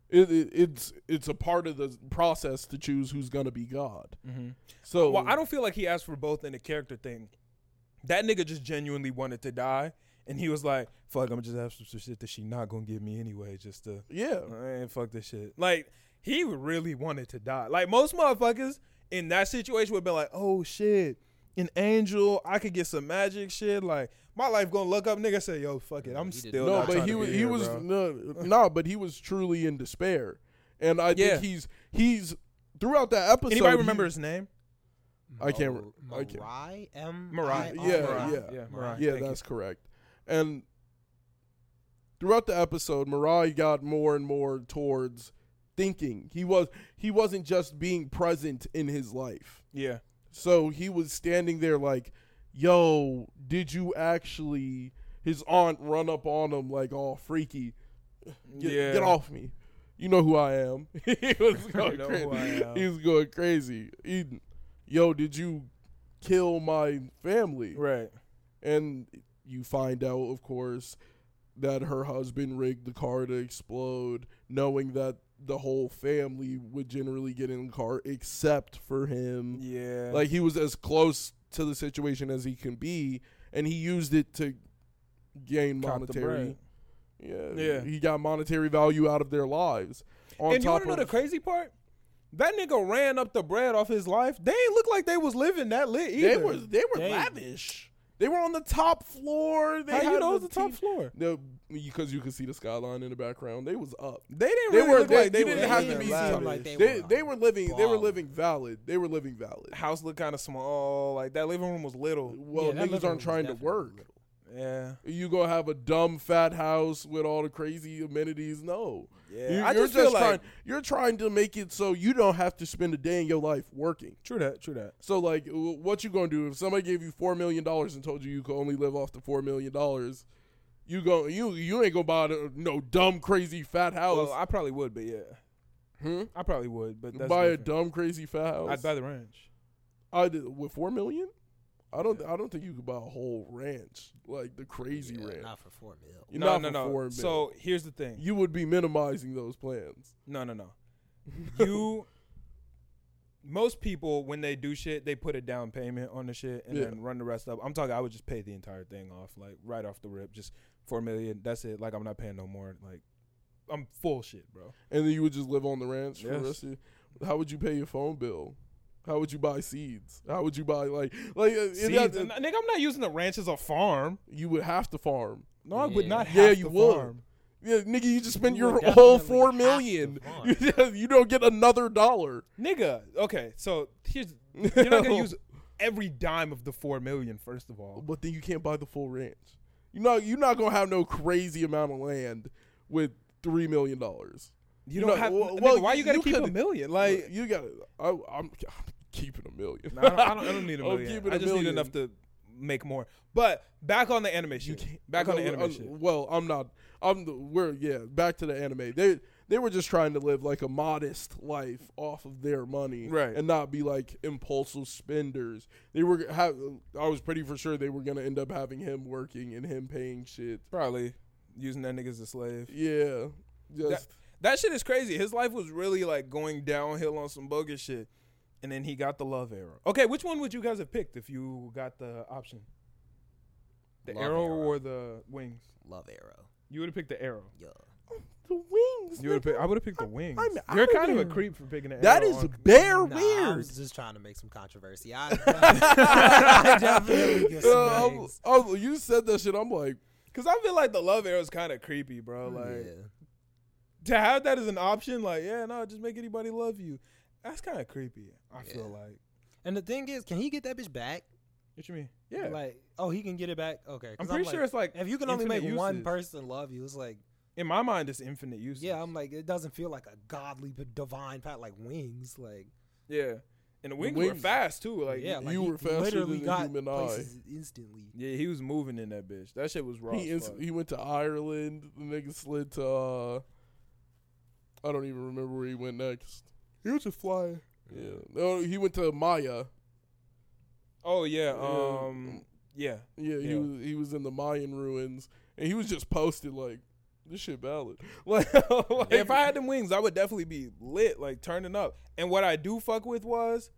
B: It, it, it's it's a part of the process to choose who's gonna be God.
A: Mm-hmm.
B: So
A: Well, I don't feel like he asked for both in the character thing. That nigga just genuinely wanted to die, and he was like, "Fuck, I'm just asking some shit that she not gonna give me anyway, just to."
B: Yeah,
A: Man, fuck this shit. Like, he really wanted to die. Like, most motherfuckers in that situation would be like, oh shit, an angel, I could get some magic shit. Like, my life gonna look up, nigga. Say, yo, fuck it, I'm
C: He did
A: still.
B: no,
A: not
B: but
A: trying
B: he
A: to
B: was
A: be
B: he
A: here,
B: was
A: bro.
B: no, no, but he was truly in despair, and I
A: Yeah.
B: think he's he's throughout that episode.
A: Anybody
B: he-
A: remember his name?
B: I can't re-
C: Mo-
B: I can't-
C: Mirai? M.
A: Mariah.
C: I-
B: Yeah,
C: R-
A: Mariah.
B: yeah.
A: yeah,
C: Mariah.
A: Mariah.
B: Yeah,
A: Thank you.
B: that's correct. And throughout the episode, Mirai got more and more towards thinking. He was he wasn't just being present in his life.
A: yeah.
B: So he was standing there like, "Yo, did you actually?" His aunt run up on him like, "All freaky, get,
A: yeah.
B: get off me." You know who I am. he was going
A: know
B: crazy.
A: who I am.
B: He was going crazy. He- Yo, did you kill my family?
A: Right.
B: And you find out, of course, that her husband rigged the car to explode, knowing that the whole family would generally get in the car except for him.
A: Yeah.
B: Like he was as close to the situation as he can be, and he used it to gain
A: Cop the
B: monetary.
A: bread.
B: Yeah,
A: Yeah.
B: He got monetary value out of their lives. On
A: and you
B: top
A: want to know the
B: of
A: crazy part? That nigga ran up the bread off his life. They ain't look like they was living that lit either.
B: they were they were
C: Dang.
B: lavish. They were on the top floor. They
A: How
B: had
A: you know it was the
B: TV
A: top floor?
B: No, because you could see the skyline in the background. They was up.
A: They didn't
B: They
A: really
B: were-
A: look
B: they-
A: like they
B: you
A: were
B: didn't have to
A: living
B: be
A: lavish.
B: seen
C: like they
B: They
C: were
B: they were living. They were
C: balling.
B: living valid. They were living valid.
A: House looked kind of small. Like that living room was little.
B: Well,
C: that
B: niggas
C: living room
B: aren't
C: was
B: trying to
C: definitely
B: work.
C: little.
A: Yeah.
B: You gonna have a dumb fat house with all the crazy amenities? No.
A: Yeah.
B: You,
A: I
B: are
A: just
B: just,
A: feel like-
B: trying. You're trying to make it so you don't have to spend a day in your life working.
A: True that. True that.
B: So like, w- what you gonna do if somebody gave you four million dollars and told you you could only live off the four million dollars? You go. You you ain't gonna buy the, no dumb crazy fat house.
A: Oh, Well, I probably would, but yeah,
B: hmm?
A: I probably would, but that's
B: Buy a
A: different.
B: dumb crazy fat house.
A: I'd buy the ranch.
B: I did, with four million. I don't. I don't think you could buy a whole ranch like the crazy
C: Yeah,
B: ranch.
C: Not for four mil.
B: You're
A: no,
B: not
A: no,
B: for
A: no.
B: four mil.
A: So here's the thing.
B: you would be minimizing those plans.
A: No, no, no. You. Most people, when they do shit, they put a down payment on the shit and
B: Yeah.
A: then run the rest up. I'm talking, I would just pay the entire thing off, like right off the rip, just four million. That's it. Like I'm not paying no more. Like I'm full shit, bro.
B: and then you would just live on the ranch for the
A: Yes.
B: rest of. Your, how would you pay your phone bill? How would you buy seeds? How would you buy like like uh, it-
A: Seeds,
B: that-
A: and- nigga, I'm not using the ranch as a farm.
B: you would have to farm?
A: No, I would
C: Yeah.
A: not have
B: Yeah,
A: to
B: you would.
A: farm.
B: Yeah, nigga, you just spent
C: You
B: your
C: would
B: whole
C: definitely
B: four
C: have to
B: million.
C: farm.
B: You just- you don't get another dollar.
A: Nigga, okay, so here's you're not gonna use every dime of the four million, first of all.
B: but then you can't buy the full ranch. You know, you're not gonna have no crazy amount of land with three million dollars.
A: You
B: No,
A: don't have.
B: well-
A: nigga,
B: well,
A: why you gotta
B: you
A: keep a
B: could-
A: million?
B: Like
A: Like,
B: you got, I, I'm, I'm keeping a million.
A: I, don't, I, don't, I don't need Oh, a
B: I'll
A: million.
B: keep it
A: I
B: a
A: just need
B: million.
A: enough to make more. But back on the anime shit. Back on the
B: No,
A: anime
B: I'm-
A: shit.
B: uh, Well, I'm not. I'm the, we're yeah. Back to the anime. They they were just trying to live like a modest life off of their money,
A: Right.
B: And not be like impulsive spenders. They were. Have, I was pretty for sure they were gonna end up having him working and him paying shit.
A: Probably using that nigga as a slave.
B: Yeah, just
A: That shit is crazy. His life was really like going downhill on some bogus shit, and then he got the love arrow. Okay, which one would you guys have picked if you got the option? The
C: Love
A: arrow,
C: arrow.
A: or the wings?
C: Love Arrow.
A: You would have picked the arrow.
C: Yeah.
B: the wings.
A: You would have
B: nigga.
A: picked. I would have picked the
B: I'm-
A: wings.
B: I'm
A: You're
B: outta
A: kind of a
B: here.
A: creep for picking the
B: That
A: arrow.
B: is
A: on-
B: bare
C: Nah, I
B: weird.
C: was just trying to make some controversy. I, I definitely get some
B: Uh, I'm-
C: things.
B: I'm- you said that shit. I'm like,
A: Cause I feel like the love arrow is kind of creepy, bro. Like
C: Yeah.
A: to have that as an option, like yeah, no, just make anybody love you. That's kind of creepy. I feel
C: Yeah.
A: like.
C: And the thing is, can he get that bitch back?
A: What you mean? Yeah,
C: Like, oh, he can get it back. Okay. 'cause
A: I'm pretty
C: like,
A: sure it's like
C: if you can only make
A: infinite
C: one
A: uses.
C: person love you, it's like,
A: in my mind, it's infinite use.
C: yeah, I'm like, it doesn't feel like a godly, but divine pat like wings. Like,
A: yeah, and the wings, were
B: wings-
A: fast too. Like
C: yeah,
A: yeah,
C: like
B: you
C: he
B: were faster
C: literally
B: than a
C: got
B: human eye.
C: places instantly.
A: yeah, he was moving in that bitch. That shit was raw. as
B: he ins-
A: fuck.
B: he went to Ireland. The nigga slid to. uh I don't even remember where he went next.
A: He was a flyer.
B: Yeah, no, he went to Maya.
A: Oh yeah,
B: Yeah.
A: um, yeah,
B: Yeah, he
A: Yeah.
B: was he was in the Mayan ruins, and he was just posted like this shit valid. Like,
A: Yeah, if I had them wings, I would definitely be lit, like turning up. And what I do fuck with was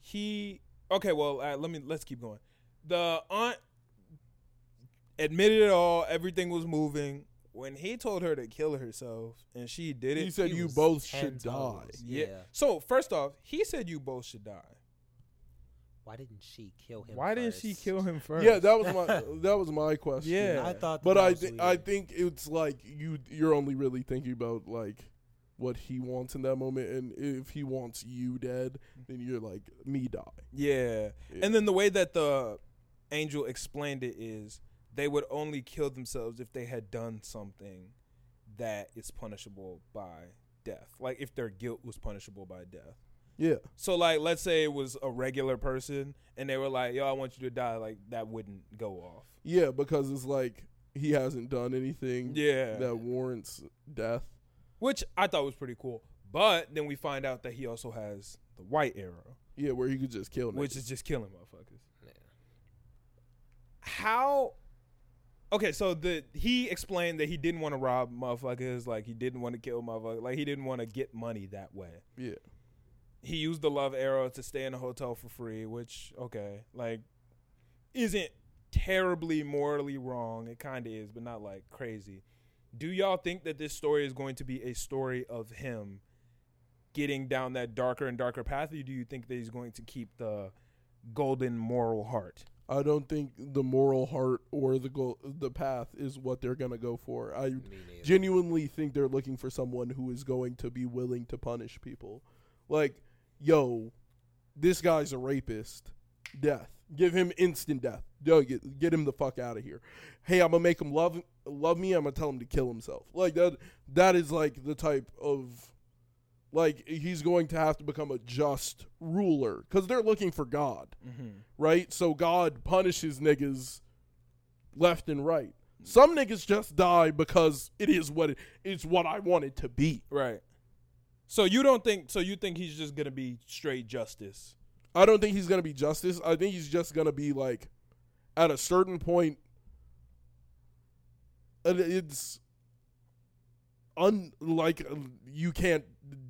A: he. Okay, well, uh, let me let's keep going. The aunt admitted it all. Everything was moving when he told her to kill herself, and she did it.
B: he said
C: he
B: you
C: was
B: both
C: ten
B: should die.
C: toes.
A: yeah.
C: Yeah.
A: So first off, he said you both should die.
C: Why didn't she kill him?
A: Why did didn't she
C: first?
A: kill him first?
B: Yeah, that was my that was my question.
A: Yeah.
C: I thought, that
B: but
C: that
B: I
C: was
B: th-
C: weird.
B: I think it's like you you're only really thinking about like what he wants in that moment, and if he wants you dead, then you're like me die.
A: Yeah.
B: Yeah.
A: And then the way that the angel explained it is they would only kill themselves if they had done something that is punishable by death. Like if their guilt was punishable by death.
B: Yeah,
A: So like let's say it was a regular person and they were like, "Yo, I want you to die." Like that wouldn't go off.
B: yeah, because it's like he hasn't done anything
A: Yeah.
B: that warrants death.
A: Which I thought was pretty cool. But then we find out that he also has the white arrow,
B: Yeah, where he could just kill.
A: which
B: niggas.
A: is just killing motherfuckers.
C: Yeah.
A: How Okay, so the he explained that he didn't want to rob motherfuckers, like he didn't want to kill motherfuckers, like he didn't want to get money that way.
B: yeah,
A: He used the love arrow to stay in a hotel for free, which okay, like isn't terribly morally wrong. It kind of is, but not like crazy. Do y'all think that this story is going to be a story of him getting down that darker and darker path, or do you think that he's going to keep the golden moral heart?
B: I don't think the moral heart or the goal, the path is what they're gonna go for. I
C: Me neither.
B: genuinely think they're looking for someone who is going to be willing to punish people. Like, yo, this guy's a rapist. Death. Give him instant death. Yo, get, get him the fuck out of here. Hey, I'm gonna make him love love me. I'm gonna tell him to kill himself. Like that. That is like the type of like he's going to have to become a just ruler because they're looking for God
A: Mm-hmm.
B: right? So God punishes niggas left and right. Some niggas just die because it is what it, it's what I want it to be.
A: Right. So you don't think? So you think he's just gonna be straight justice?
B: I don't think he's gonna be justice. I think he's just gonna be like, at a certain point, and it's un like you can't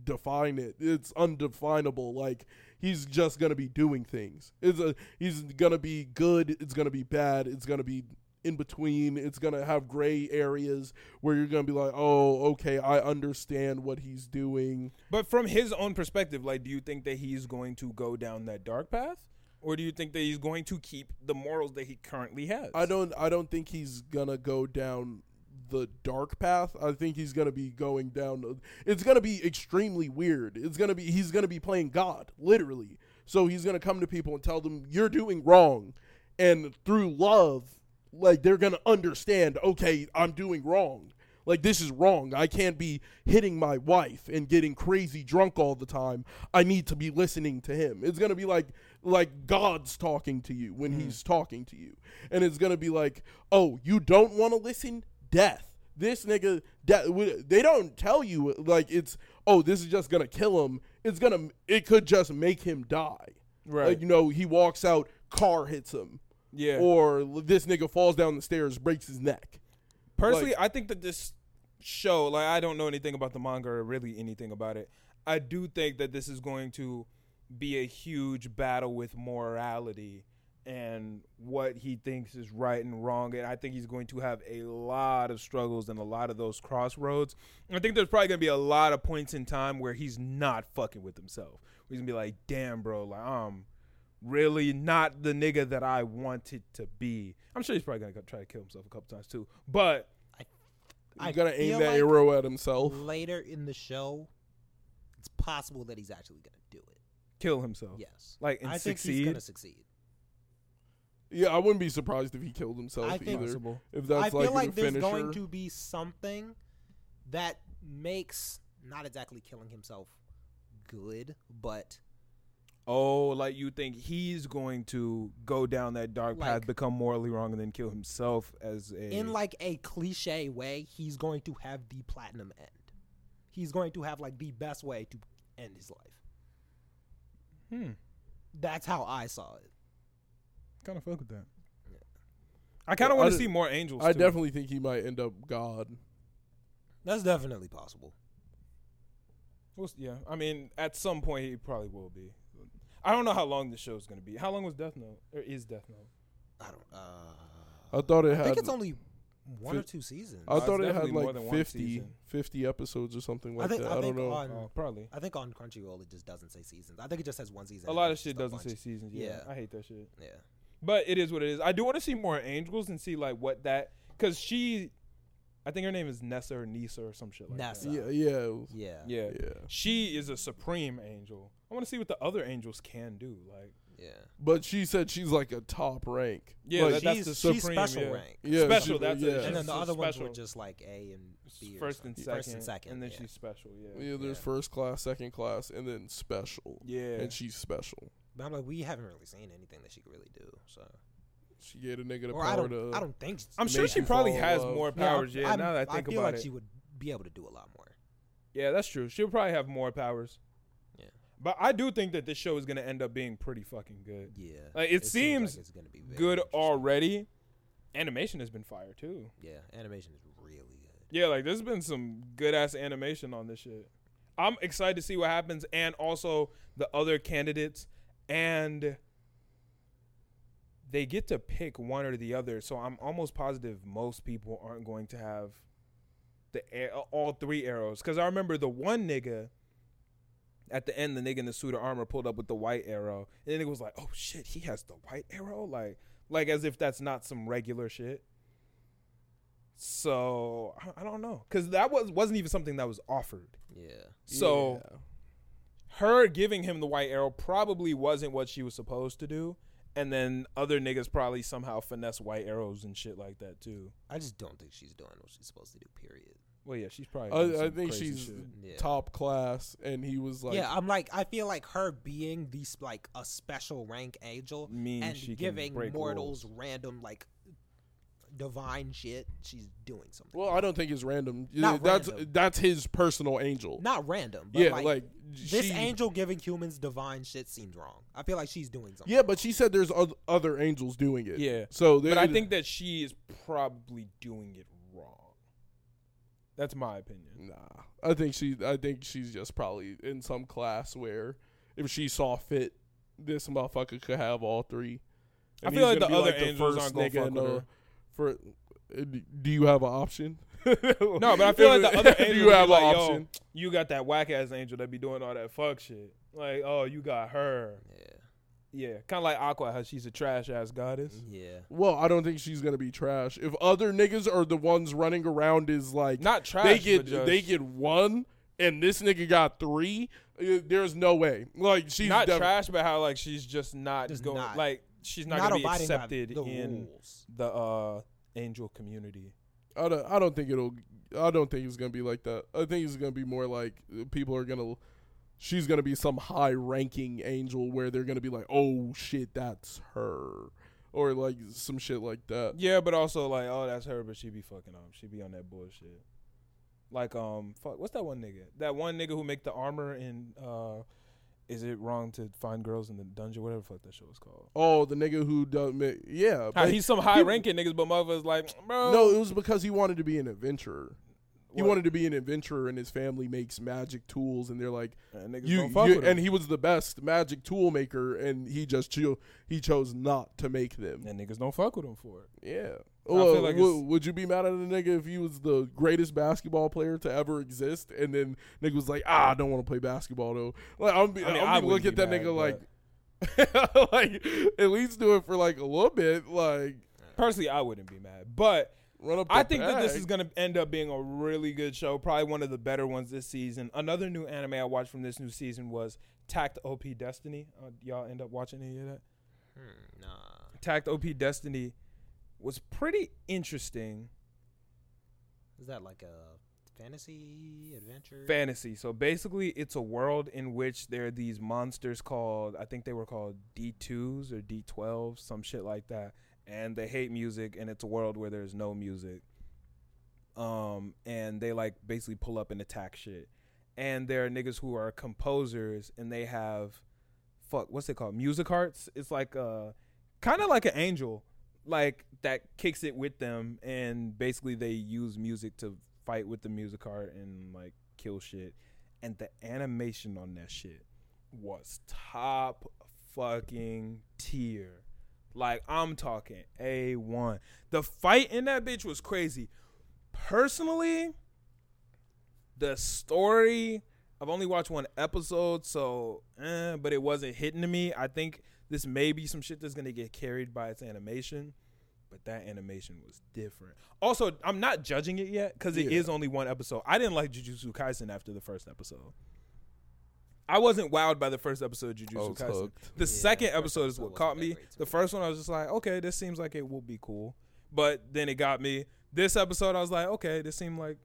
B: define it. It's undefinable. Like he's just gonna be doing things. It's a, he's gonna be good. It's gonna be bad. It's gonna be in between. It's gonna have gray areas where you're gonna be like, oh, okay, I understand what he's doing.
A: But from his own perspective, like, do you think that he's going to go down that dark path, or do you think that he's going to keep the morals that he currently has?
B: I don't I don't think he's gonna go down the dark path. I think he's gonna be going down it's gonna be extremely weird. It's gonna be he's gonna be playing God, literally. So he's gonna come to people and tell them you're doing wrong and through love, like they're gonna understand, okay, I'm doing wrong. Like this is wrong. I can't be hitting my wife and getting crazy drunk all the time. I need to be listening to him. It's gonna be like like God's talking to you
C: Hmm.
B: when he's talking to you. And it's gonna be like, oh, you don't wanna listen? Death. This nigga death w- they don't tell you like it's oh, this is just gonna kill him. It's gonna it could just make him die.
A: Right.
B: Like, you know, he walks out, car hits him.
A: yeah.
B: Or this nigga falls down the stairs, breaks his neck.
A: Personally, I think that this show, like, I don't know anything about the manga or really anything about it. I do think that this is going to be a huge battle with morality and what he thinks is right and wrong. And I think he's going to have a lot of struggles and a lot of those crossroads. I think there's probably going to be a lot of points in time where he's not fucking with himself. He's going to be like, damn, bro, like, I'm really not the nigga that I wanted to be. I'm sure he's probably going to try to kill himself a couple times too. But
B: He's
C: I
B: gonna
C: feel
B: aim that
C: like
B: arrow at himself.
C: Later in the show, it's possible that he's actually gonna do it.
A: kill himself.
C: Yes,
A: Like, and
C: I think he's
A: succeed.
C: gonna succeed.
B: Yeah, I wouldn't be surprised if he killed himself
C: I think-
B: either.
A: Possible.
B: If that's
C: I feel
B: like,
C: like,
B: the
C: there's
B: finisher.
C: going to be something that makes not exactly killing himself good, but
A: Oh, like you think he's going to go down that dark path,
C: Like-
A: become morally wrong, and then kill himself as a
C: in like a cliche way, he's going to have the platinum end. He's going to have like the best way to end his life.
A: hmm,
C: That's how I saw it.
A: kind of fuck with that. I kind of
B: Yeah,
A: want
B: I
A: to
B: d-
A: see more angels.
B: I
A: too.
B: definitely think he might end up God.
C: That's definitely possible.
A: We'll s- yeah, I mean, at some point he probably will be. I don't know how long the show's going to be. How long was Death Note or is Death Note?
C: I don't. Uh,
B: I thought it
C: I
B: had.
C: think it's only one or
B: fif-
C: two seasons.
B: I
A: it's
B: thought it had
A: definitely more
B: like
A: than one
B: 50,
A: season.
B: 50 episodes or something
C: I
B: like
C: think.
B: that.
C: I,
B: I,
C: think
B: don't know.
C: on.
A: Oh, probably.
C: I think on Crunchyroll it just doesn't say seasons. I think it just has one season.
A: A
C: and
A: lot
C: then
A: of
C: just
A: shit
C: a
A: doesn't
C: bunch.
A: say seasons. Yeah,
C: Yeah.
A: I hate that shit.
C: Yeah.
A: But it is what it is. I do want to see more angels and see like what that because she I think her name is Nessa or Nisa or some shit like
C: Nessa.
A: that.
B: Yeah, yeah, it was-
C: Yeah.
A: Yeah.
B: yeah.
A: She is a supreme angel. I want to see what the other angels can do. Like,
C: Yeah.
B: But she said she's like a top rank.
A: Yeah,
B: Like,
A: that- that's
C: she's,
A: the
C: she's
A: supreme,
C: special
A: yeah.
C: rank.
B: yeah,
A: special,
B: she-
A: that's it.
B: yeah.
C: And then
A: She's
C: the
A: so
C: other ones
A: special.
C: were just like A and B. or
A: first and
C: something.
A: second,
C: First and second.
A: and then
C: yeah.
A: she's special. Yeah,
B: yeah, there's
C: Yeah.
B: first class, second class, and then special.
A: yeah.
B: And she's special.
C: But I'm like, we haven't really seen anything that she could really do. So,
B: She gave a nigga the
C: or
B: power
C: I don't,
B: to.
C: I don't think. s-
A: I'm sure
B: Make
A: she
B: you
A: probably
B: fall in
A: has
B: love.
A: more
C: yeah,
A: powers. Yeah,
C: I'm-
A: now that I think
C: feel
A: about
C: like
A: it.
C: she would be able to do a lot more.
A: yeah, that's true. She'll probably have more powers.
C: Yeah.
A: but I do think that this show is gonna end up being pretty fucking good.
C: Yeah,
A: Like, it seems
C: like it's gonna be very
A: Good
C: interesting.
A: already. Animation has been fire too.
C: Yeah, animation is really good.
A: Yeah, like there's been some good ass animation on this shit. I'm excited to see what happens and also the other candidates and they get to pick one or the other. So I'm almost positive most people aren't going to have the a- all three arrows cuz I remember the one nigga at the end the nigga in the suit of armor pulled up with the white arrow and then it was like, "Oh shit, he has the white arrow?" Like like as if that's not some regular shit. So I- I don't know, cause that was wasn't even something that was offered.
C: Yeah,
A: So
B: Yeah.
A: her giving him the white arrow probably wasn't what she was supposed to do, and then other niggas probably somehow finesse white arrows and shit like that too.
C: I just don't think she's doing what she's supposed to do. Period.
A: Well, yeah, she's probably. doing
B: I, I
A: some
B: think
A: crazy
B: she's
A: shit.
C: Yeah.
B: top class, and he was like,
C: yeah, I'm like, I feel like her being these like a special rank angel
A: means
C: and
A: she can
C: giving
A: break
C: mortals random like divine shit, she's doing something.
B: Well, I don't think it's random.
C: Not
B: that's
C: random.
B: that's his personal angel.
C: Not random, but
B: yeah,
C: like,
B: like,
C: this
B: she-
C: angel giving humans divine shit seems wrong. I feel like she's doing something.
B: Yeah, but she said there's oth- other angels doing it.
A: Yeah.
B: So,
A: But
B: there-
A: I think that she is probably doing it wrong. That's my opinion.
B: nah. I think she. I think she's just probably in some class where if she saw fit, this motherfucker could have all three.
A: I
B: And
A: feel
B: he's
A: like the
B: gonna be,
A: other angels aren't gonna fuck
B: in
A: with
B: the-
A: her.
B: For uh, d- do you have an option? no,
A: No, but I feel like the other
B: do
A: angels
B: you have
A: like,
B: an
A: Yo,
B: option?
A: you got that whack ass angel that be doing all that fuck shit. Like, oh, you got her.
C: Yeah.
A: Yeah, kind of like Aqua, how she's a trash ass goddess.
C: Yeah.
B: Well, I don't think she's gonna be trash. If other niggas are the ones running around, is like
A: Not trash.
B: they get
A: but just
B: they get one, and this nigga got three. uh, There's no way. Like she's
A: not
B: def-
A: trash, but how like she's just not
C: Just
A: going
C: not-
A: like she's not,
C: Not,
A: gonna be
C: abiding by
A: accepted
C: the
A: in
C: rules.
A: the uh angel community.
B: I don't. I don't think it'll. I don't think it's gonna be like that. I think it's gonna be more like uh, people are gonna. She's gonna be some high-ranking angel where they're gonna be like, "Oh shit, that's her," or like some shit like that.
A: Yeah, but also like, oh, that's her, but she be fucking up. She be on that bullshit. Like, um, fuck, what's that one nigga? That one nigga who make the armor in uh, is it wrong to find girls in the dungeon? Whatever the fuck that show is called.
B: Oh, the nigga who does. ma- Yeah,
A: How
B: but-
A: he's some high ranking niggas, but motherfuckers like, bro,
B: no, it was because he wanted to be an adventurer. He
A: what?
B: wanted to be an adventurer, and his family makes magic tools, and they're like,
A: And niggas
B: you,
A: don't fuck
B: you-
A: with him.
B: and he was the best magic tool maker, and he just cho- he chose not to make them.
A: And niggas don't fuck with him for it.
B: Yeah.
A: feel
B: Well,
A: like
B: wo-
A: it's-
B: would you be mad at a nigga if he was the greatest basketball player to ever exist, and then nigga was like, "Ah, I don't want to play basketball though." Like I'm, be,
A: I
B: I
A: mean,
B: am
A: I
B: be
A: wouldn't
B: looking at
A: be
B: that
A: mad,
B: nigga like, like at least do it for like a little bit, like
A: Personally, I wouldn't be mad, but
B: run up.
A: I
B: the
A: think that this
B: bag.
A: is going to end up being a really good show, probably one of the better ones this season. Another new anime I watched from this new season was Tact OP Destiny. Uh, y'all end up watching any of that?
C: Hmm, nah.
A: Tact OP Destiny was pretty interesting
C: Is that like a fantasy adventure?
A: fantasy. So basically, it's a world in which there are these monsters called, I think they were called D2s or D12s, some shit like that. And they hate music, and it's a world where there's no music. Um, and they like basically pull up and attack shit. And there are niggas who are composers, and they have, fuck, what's it called? Music hearts. It's like uh kind of like an angel, like that kicks it with them, and basically they use music to fight with the music heart and like kill shit. And the animation on that shit was top fucking tier. Like I'm talking A1. The fight in that bitch was crazy. Personally, the story I've only watched one episode, so eh, but it wasn't hitting to me. I think this may be some shit that's gonna get carried by its animation. but that animation was different. Also, I'm not judging it yet because it is
B: Yeah.
A: only one episode. I didn't like Jujutsu Kaisen after the first episode. I wasn't wowed by the first episode of
B: I
A: Jujutsu
B: was
A: Kaisen.
B: Oh, hooked.
A: The
C: Yeah,
A: second
C: first
A: episode is
C: episode
A: what
C: wasn't
A: caught
C: that
A: me.
C: great to
A: The
C: me.
A: first one, I was just like, okay, this seems like it will be cool. But then it got me. This episode, I was like, okay, this seemed like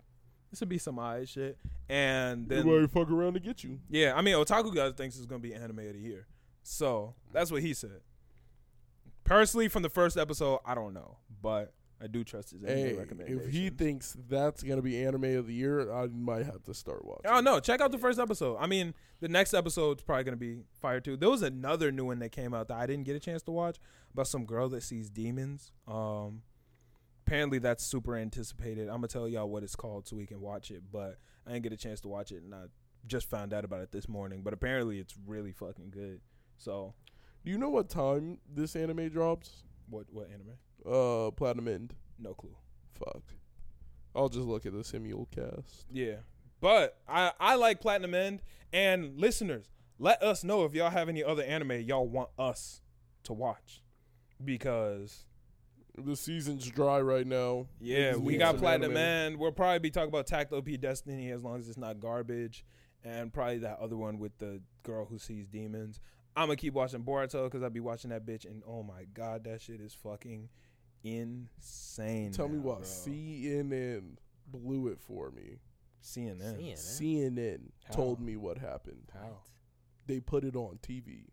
A: this would be some odd shit. And then
B: Everybody fuck around to get you.
A: yeah, I mean, Otaku God thinks it's gonna be anime of the year, so that's what he said. Personally, from the first episode, I don't know, but I do trust his anime
B: Hey,
A: recommendation.
B: if he thinks that's gonna be anime of the year, I might have to start watching.
A: oh no, check out the first episode. I mean, the next episode's probably gonna be fire too. There was another new one that came out that I didn't get a chance to watch about some girl that sees demons. Um, apparently that's super anticipated. I'm gonna tell y'all what it's called so we can watch it, but I didn't get a chance to watch it, and I just found out about it this morning. But apparently, it's really fucking good. So.
B: Do you know what time this anime drops?
A: What what anime?
B: Uh, Platinum End.
A: No clue.
B: Fuck. I'll just look at the simulcast.
A: Yeah, but I I like Platinum End. And listeners, let us know if y'all have any other anime y'all want us to watch, because
B: The season's dry right now.
A: yeah,
B: Niggas
A: we
B: need
A: got
B: some
A: Platinum
B: anime.
A: End. We'll probably be talking about Tact OP Destiny as long as it's not garbage, and probably that other one with the girl who sees demons. I'm gonna keep watching Boruto because I'll be watching that bitch, and oh my god, that shit is fucking insane.
B: Tell me
A: now,
B: what
A: bro.
B: CNN blew it for me.
A: CNN.
C: CNN.
B: CNN told
A: How?
B: me what happened.
A: How?
B: They put it on TV.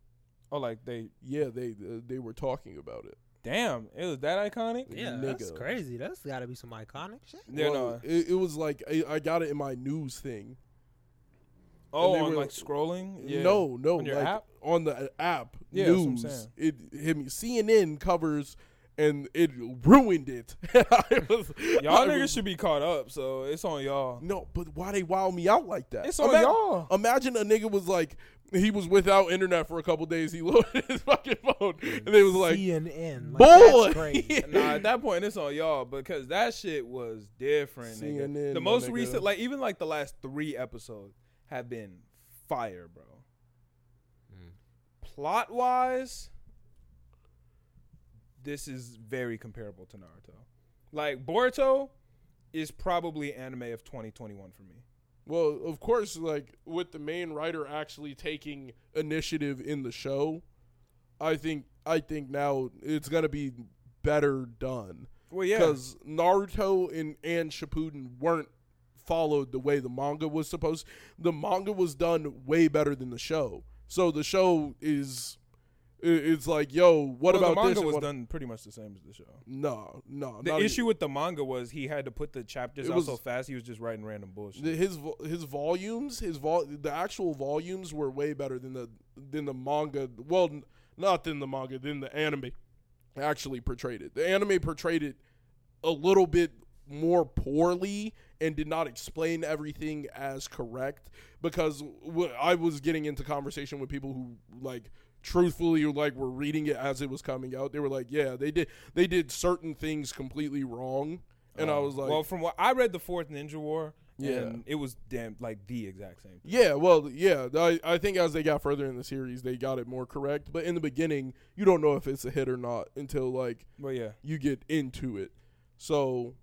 A: Oh, like they
B: Yeah, they uh, they were talking about it.
A: Damn, it was that iconic.
C: Yeah, that's
B: Nigga.
C: crazy. That's got to be some iconic shit.
A: Yeah,
B: Well,
A: no.
B: it, it was like I, I got it in my news thing.
A: Oh,
B: they
A: on
B: were-
A: like scrolling. Yeah.
B: No, no,
A: On your
B: like
A: app?
B: on the uh, app
A: Yeah, that's what I'm
B: news.
A: saying.
B: It hit me. CNN covers and it ruined it. I was,
A: y'all
B: I was-
A: niggas should be caught up. So it's on y'all.
B: No, but why they wow me out like oh, that?
A: It's on
B: Ima-
A: y'all.
B: Imagine a nigga was like, he was without internet for a couple days. He looked at his fucking phone, and they was like,
C: CNN. Like,
B: "Boy,
C: that's crazy.
A: nah, at that point, it's on y'all because that shit was different. nigga.
B: CNN,
A: The
B: my
A: most
B: nigga.
A: recent, like even like the last three episodes have been fire, bro. Plot wise, this is very comparable to Naruto. Like Boruto is probably anime of 2021 for me.
B: Well, of course, like with the main writer actually taking initiative in the show, I think I think now it's gonna be better done
A: Well, yeah,
B: because Naruto and and Shippuden weren't followed the way the manga was supposed. The manga was done way better than the show, so the show is i- it's like, yo, what
A: Well,
B: about
A: the manga
B: this? and
A: was
B: what-
A: done pretty much the same as the show.
B: No, no,
A: The
B: not even-
A: issue with the manga was he had to put the chapters
B: It
A: out
B: was-
A: so fast he was just writing random bullshit.
B: The, his vo- his volumes, his vol the actual volumes were way better than the than the manga. Well, n- not than the manga, than the anime actually portrayed it. The anime portrayed it a little bit more poorly and did not explain everything as correct because w- I was getting into conversation with people who like truthfully like were reading it as it was coming out. They were like, "Yeah, they did they did certain things completely wrong." And I
A: Um,
B: was like,
A: well, from what I read, the Fourth Ninja War,
B: Yeah.
A: and it was damn like the exact same. thing.
B: Yeah, well, yeah. I, I think as they got further in the series, they got it more correct. But in the beginning, you don't know if it's a hit or not until like
A: But yeah,
B: you get into it. So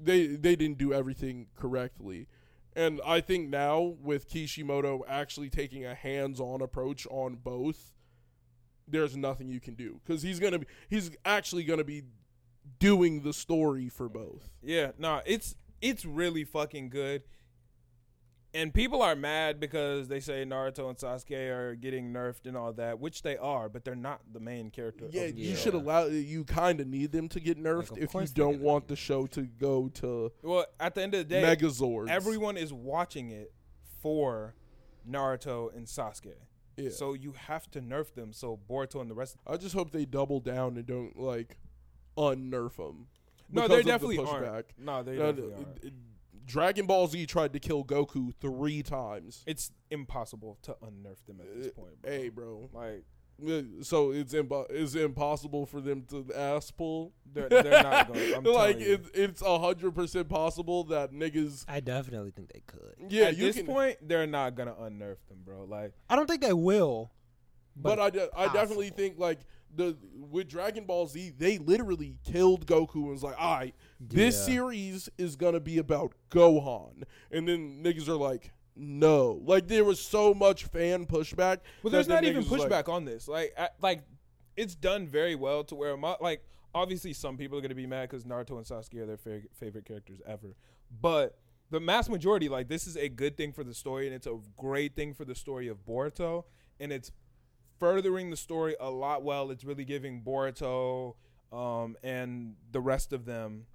B: they they didn't do everything correctly. And I think now with Kishimoto actually taking a hands-on approach on both, there's nothing you can do cuz he's going to be he's actually going to be doing the story for both.
A: yeah, nah, it's it's really fucking good. And people are mad because they say Naruto and Sasuke are getting nerfed and all that, which they are, but they're not the main character. of
B: Yeah,
A: the
B: you
A: show.
B: should allow. You kind of need them to get nerfed
C: of
B: if you
C: course they're
B: don't
C: gonna
B: want
C: get
B: the show to go to
A: Well, at the end of the day,
B: Megazords.
A: everyone is watching it for Naruto and Sasuke.
B: yeah.
A: So you have to nerf them so Boruto and the rest.
B: I just hope they double down and don't like unnerf them.
A: No, they definitely aren't. No, they definitely aren't.
B: Mm. Dragon Ball Z tried to kill Goku three times.
A: It's impossible to unnerf them at this
B: Uh,
A: point. Bro.
B: Hey, bro.
A: Like
B: Uh, So it's impo- it's impossible for them to ass pull.
A: they're, they're not going. I'm
B: like
A: telling you.
B: it's it's hundred percent possible that niggas.
C: I definitely think they could.
B: Yeah,
A: at
B: you
A: this
B: can,
A: point, they're not gonna unnerf them, bro. Like
C: I don't think they will.
B: but I, de- I definitely
C: possible.
B: think like the with Dragon Ball Z, they literally killed Goku and was like, "All right, this
C: Yeah.
B: series is gonna be about Gohan," and then niggas are like. No, like there was so much fan pushback.
A: Well,
B: that
A: there's
B: the
A: not even
B: niggas was like-
A: pushback on this. Like, I, like it's done very well to where my like obviously some people are gonna be mad because Naruto and Sasuke are their fa- favorite characters ever, but the mass majority like this is a good thing for the story and it's a great thing for the story of Boruto and it's furthering the story a lot. Well, it's really giving Boruto um, and the rest of them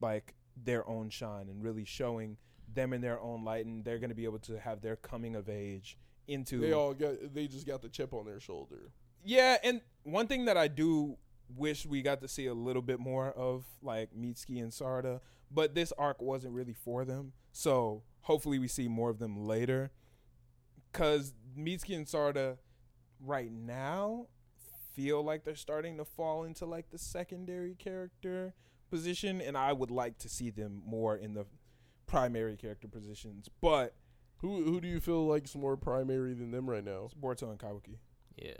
A: like their own shine and really showing them in their own light and they're gonna be able to have their coming of age into
B: They all got. They just got the chip on their shoulder.
A: yeah, and one thing that I do wish we got to see a little bit more of, like Mitsuki and Sarda, but this arc wasn't really for them. So hopefully we see more of them later. Cause Mitsuki and Sarda right now feel like they're starting to fall into like the secondary character position, and I would like to see them more in the primary character positions. But
B: Who who do you feel like's more primary than them right now?
A: it's Boruto and Kawaki.
D: Yeah.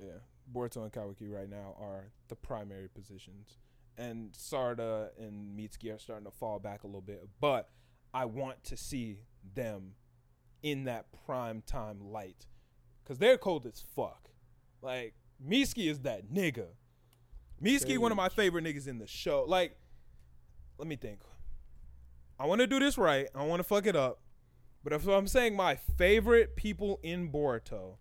A: Yeah. Boruto and Kawaki right now are the primary positions. And Sarda and Mitsuki are starting to fall back a little bit. But I want to see them in that prime time light. Because they're cold as fuck. Like, Mitsuki is that nigga. Mitsuki, one of my favorite niggas in the show. Like, let me think. I want to do this right. I want to fuck it up. But if I'm saying my favorite people in Boruto,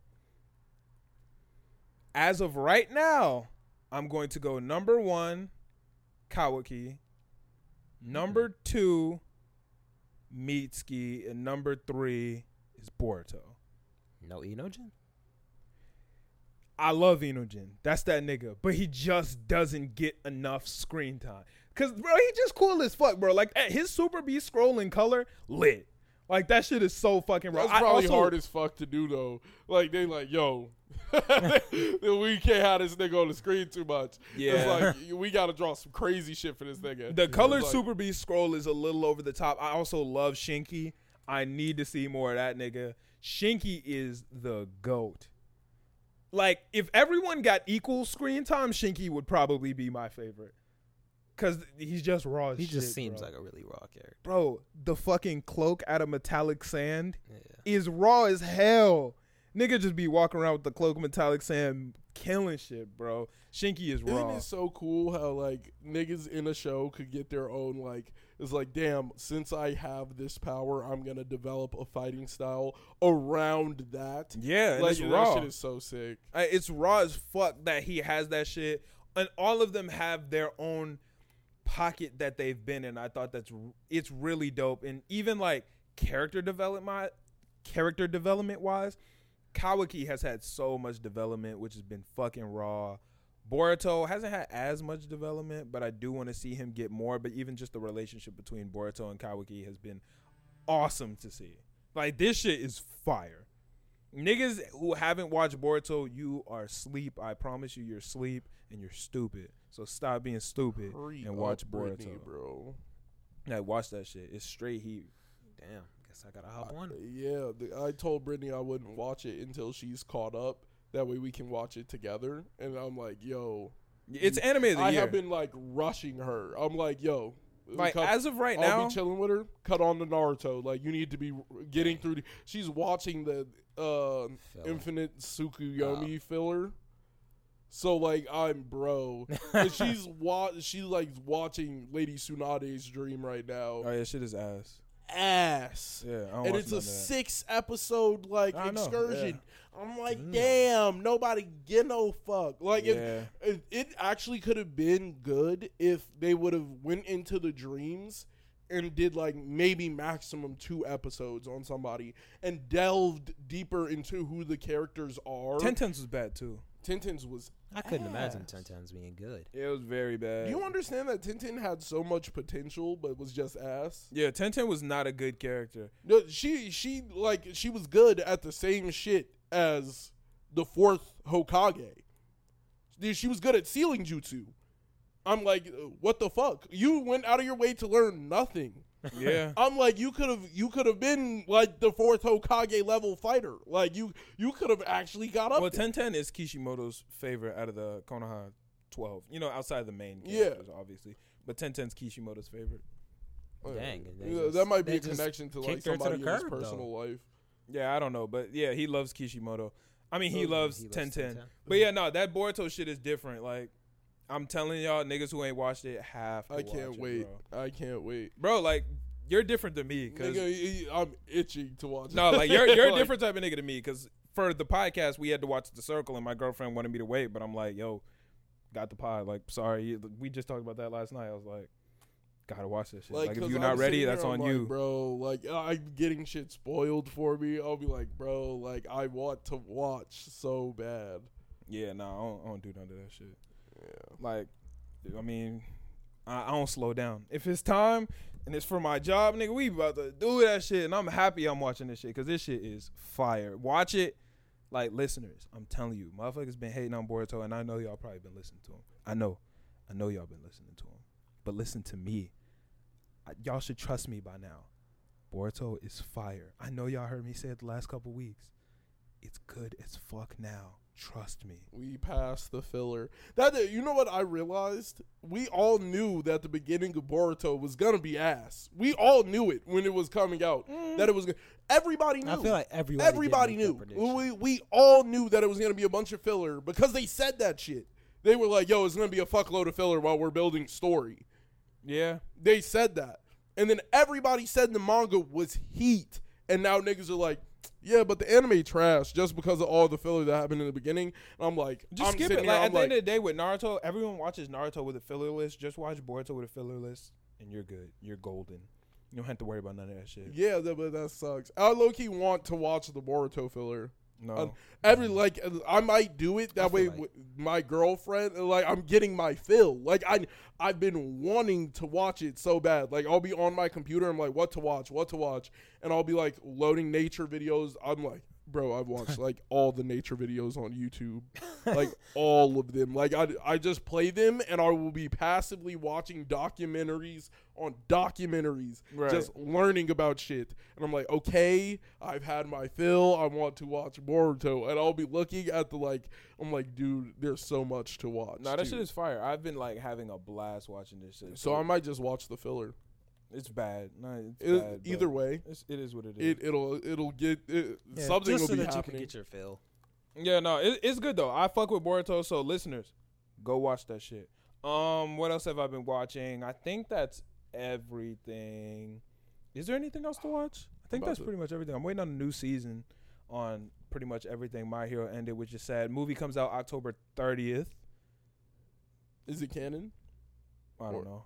A: as of right now, I'm going to go number one, Kawaki. Number two, Mitsuki. And number three is Boruto.
D: No Enogen?
A: I love Inogen. That's that nigga. But he just doesn't get enough screen time. Cause bro, he just cool as fuck, bro. Like eh, his super B scrolling color lit. Like that shit is so fucking raw.
B: That's
A: I
B: probably
A: also-
B: hard as fuck to do though. Like they like, yo, we can't have this nigga on the screen too much.
A: Yeah.
B: it's like we gotta draw some crazy shit for this nigga.
A: The color
B: like-
A: Super Beast scroll is a little over the top. I also love Shinky. I need to see more of that nigga. Shinky is the goat. Like if everyone got equal screen time, Shinky would probably be my favorite. Cause he's just raw. As
D: He just
A: Oh, shit,
D: seems
A: bro.
D: like a really raw character.
A: bro. The fucking cloak out of metallic sand
D: Yeah.
A: is raw as hell. Nigga just be walking around with the cloak of metallic sand, killing shit, bro. Shinky is
B: Isn't
A: raw.
B: it so cool how like niggas in a show could get their own like it's like damn since I have this power I'm gonna develop a fighting style around that.
A: Yeah,
B: like
A: it's
B: that
A: raw.
B: shit is so sick.
A: I- It's raw as fuck that he has that shit, and all of them have their own pocket that they've been in. I thought that's r- it's really dope, and even like character development, character development wise, Kawaki has had so much development, which has been fucking raw. Boruto hasn't had as much development, but I do want to see him get more. But even just the relationship between Boruto and Kawaki has been awesome to see. Like this shit is fire. Niggas who haven't watched Boruto, you are asleep. I promise you, you're asleep and you're stupid. So stop being stupid
B: Free
A: and watch
B: up
A: Boruto.
B: Britney, bro.
A: Like, watch that shit. It's straight heat.
D: Damn. Guess I gotta hop on.
B: Yeah, the, I told Brittany I wouldn't
A: Mm.
B: watch it until she's caught up. That way we can watch it together. And I'm like, yo,
A: It's anime of the
B: I
A: year.
B: have been like rushing her. I'm like, yo,
A: like
B: cut-
A: as of right
B: I'll
A: now,
B: be chilling with her. Cut on the Naruto. Like you need to be getting through. The, she's watching the uh,
D: Filler.
B: Infinite Tsukuyomi filler. So like I'm bro, and she's wa- she like watching Lady Tsunade's dream right now.
A: oh yeah, shit is ass.
B: Ass
A: Yeah, I don't
B: and
A: watch
B: it's
A: none
B: a
A: of that.
B: six episode like
A: I know,
B: excursion. I'm like,
D: Mm.
B: damn, nobody get no fuck. Like,
A: Yeah.
B: if, if it actually could have been good if they would have went into the dreams and did like maybe maximum two episodes on somebody and delved deeper into who the characters are.
A: Ten Tens was bad too.
B: Tintin's was.
D: I couldn't imagine
B: ass.
D: ten times being good.
A: It was very bad.
B: Do you understand that Tintin had so much potential, but was just ass?
A: yeah, Ten Ten was not a good character.
B: No, she she like she was good at the same shit as the fourth Hokage. Dude, she was good at sealing jutsu. I'm like, what the fuck? You went out of your way to learn nothing.
A: Yeah.
B: I'm like, you could have you could have been like the fourth Hokage level fighter. Like you you could have actually got up.
A: Well,
B: there.
A: ten ten is Kishimoto's favorite out of the Konoha twelve. You know, outside of the main
B: Yeah.
A: characters, obviously. But 1010's Kishimoto's favorite.
D: Dang,
B: Yeah,
D: they
B: that
D: just-
B: might be
D: they
B: a
D: just
B: connection to like
D: kicked her to the
B: somebody in his
D: curb, though.
B: personal life.
A: Yeah, I don't know, but yeah, he loves Kishimoto. I mean, he
D: Totally,
A: loves
D: he loves
A: 1010.
D: 1010.
A: But yeah, no, that Boruto shit is different. Like, I'm telling y'all, niggas who ain't watched it have. To
B: I
A: watch
B: can't
A: it,
B: wait.
A: bro.
B: I can't wait.
A: bro. Like, you're different than me because
B: Nigga, I'm itching to watch.
A: No, like you're you're a
B: Like,
A: different type of nigga to me because for the podcast we had to watch The Circle and my girlfriend wanted me to wait, but I'm like, yo, got the pod. Like, sorry, we just talked about that last night. I was like, gotta watch this shit. Like, if
B: 'cause
A: you're not
B: I'm
A: ready,
B: sitting
A: that's
B: there,
A: on
B: I'm like,
A: you.
B: bro. Like I'm getting shit spoiled for me. I'll be like, bro, like I want to watch so bad.
A: Yeah, no, I, don't, I don't do none of that shit.
B: Yeah.
A: Like, I mean, I, I don't slow down. If it's time and it's for my job, nigga, we about to do that shit, and I'm happy I'm watching this shit because this shit is fire. Watch it. Like listeners, I'm telling you, motherfuckers been hating on Boruto, and I know y'all probably been listening to him. I know, I know y'all been listening to him, but listen to me. I, y'all should trust me by now. Boruto is fire. I know y'all heard me say it the last couple weeks. It's good as fuck now. Trust me.
B: We passed the filler. That you know what I realized? We all knew that the beginning of Boruto was gonna be ass. We all knew it when it was coming out.
A: Mm.
B: That it was. Gonna, everybody knew.
C: I feel like everybody.
B: everybody knew. We we all knew that it was gonna be a bunch of filler because they said that shit. They were like, "Yo, it's gonna be a fuckload of filler while we're building story."
A: Yeah,
B: They said that, and then everybody said the manga was heat, and now niggas are like. Yeah, but the anime trash just because of all the filler that happened in the beginning. And I'm like,
A: Just
B: I'm
A: skip
B: sitting
A: it. Like,
B: here, I'm
A: at the end of the day, with Naruto, everyone watches Naruto with a filler list. Just watch Boruto with a filler list, and you're good. You're golden. You don't have to worry about none of that shit.
B: Yeah, that, but that sucks. I low key want to watch the Boruto filler.
A: No.
B: Uh, every like, uh, I might do it that way. with my girlfriend, uh, like, I'm getting my fill. Like, I I've been wanting to watch it so bad. Like, I'll be on my computer. I'm like, what to watch? What to watch? And I'll be like loading nature videos. I'm like. Bro, I've watched like all the nature videos on YouTube, like all of them. Like I, I just play them, and I will be passively watching documentaries on documentaries,
A: Right.
B: just learning about shit. And I'm like, okay, I've had my fill. I want to watch Boruto. And I'll be looking at the like, I'm like, dude, there's so much to watch.
A: no, that shit
B: dude.
A: is fire. I've been like having a blast watching this shit.
B: So I might just watch the filler.
A: It's bad. No, it's
B: It-
A: bad,
B: either
A: but
B: way,
A: it's, it is what it is.
B: it it'll it'll get it, something
C: just
B: will
C: so
B: be
C: that you can
B: happening.
C: get your fill.
A: yeah, no, it, it's good though. I fuck with Boruto. So listeners, go watch that shit. Um, what else have I been watching? I think that's everything. Is there anything else to watch? I think
B: About
A: that's
B: to-
A: pretty much everything. I'm waiting on a new season on pretty much everything. My Hero ended, which is sad. Movie comes out October 30th.
B: Is it canon?
A: I don't
B: Or-
A: know.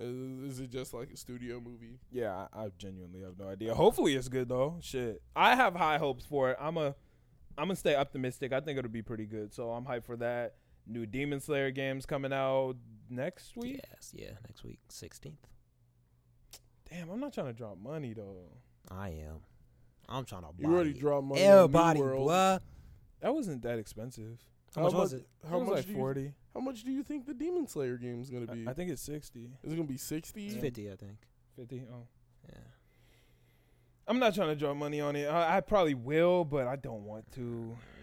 B: Is, is it just like a studio movie?
A: Yeah, I, I genuinely have no idea. Hopefully, it's good though. Shit, I have high hopes for it. I'm a, I'm gonna stay optimistic. I think it'll be pretty good. So I'm hyped for that. New Demon Slayer games coming out next week.
D: Yes, yeah, next week, sixteenth.
A: Damn, I'm not trying to drop money though.
D: I am. I'm trying to.
B: You already
D: body
B: dropped money. on New
C: Everybody,
B: World.
C: blah.
A: That wasn't that expensive.
B: How
C: How much
B: much-
C: was it?
B: How
A: it was
B: much?
A: like
B: do you,
A: forty.
B: how much do you think the Demon Slayer game is gonna be?
A: I, I think it's 60.
B: Is it gonna be sixty?
D: It's fifty, I think.
A: 50. Oh,
D: Yeah.
A: I'm not trying to drop money on it. I, I probably will, but I don't want to.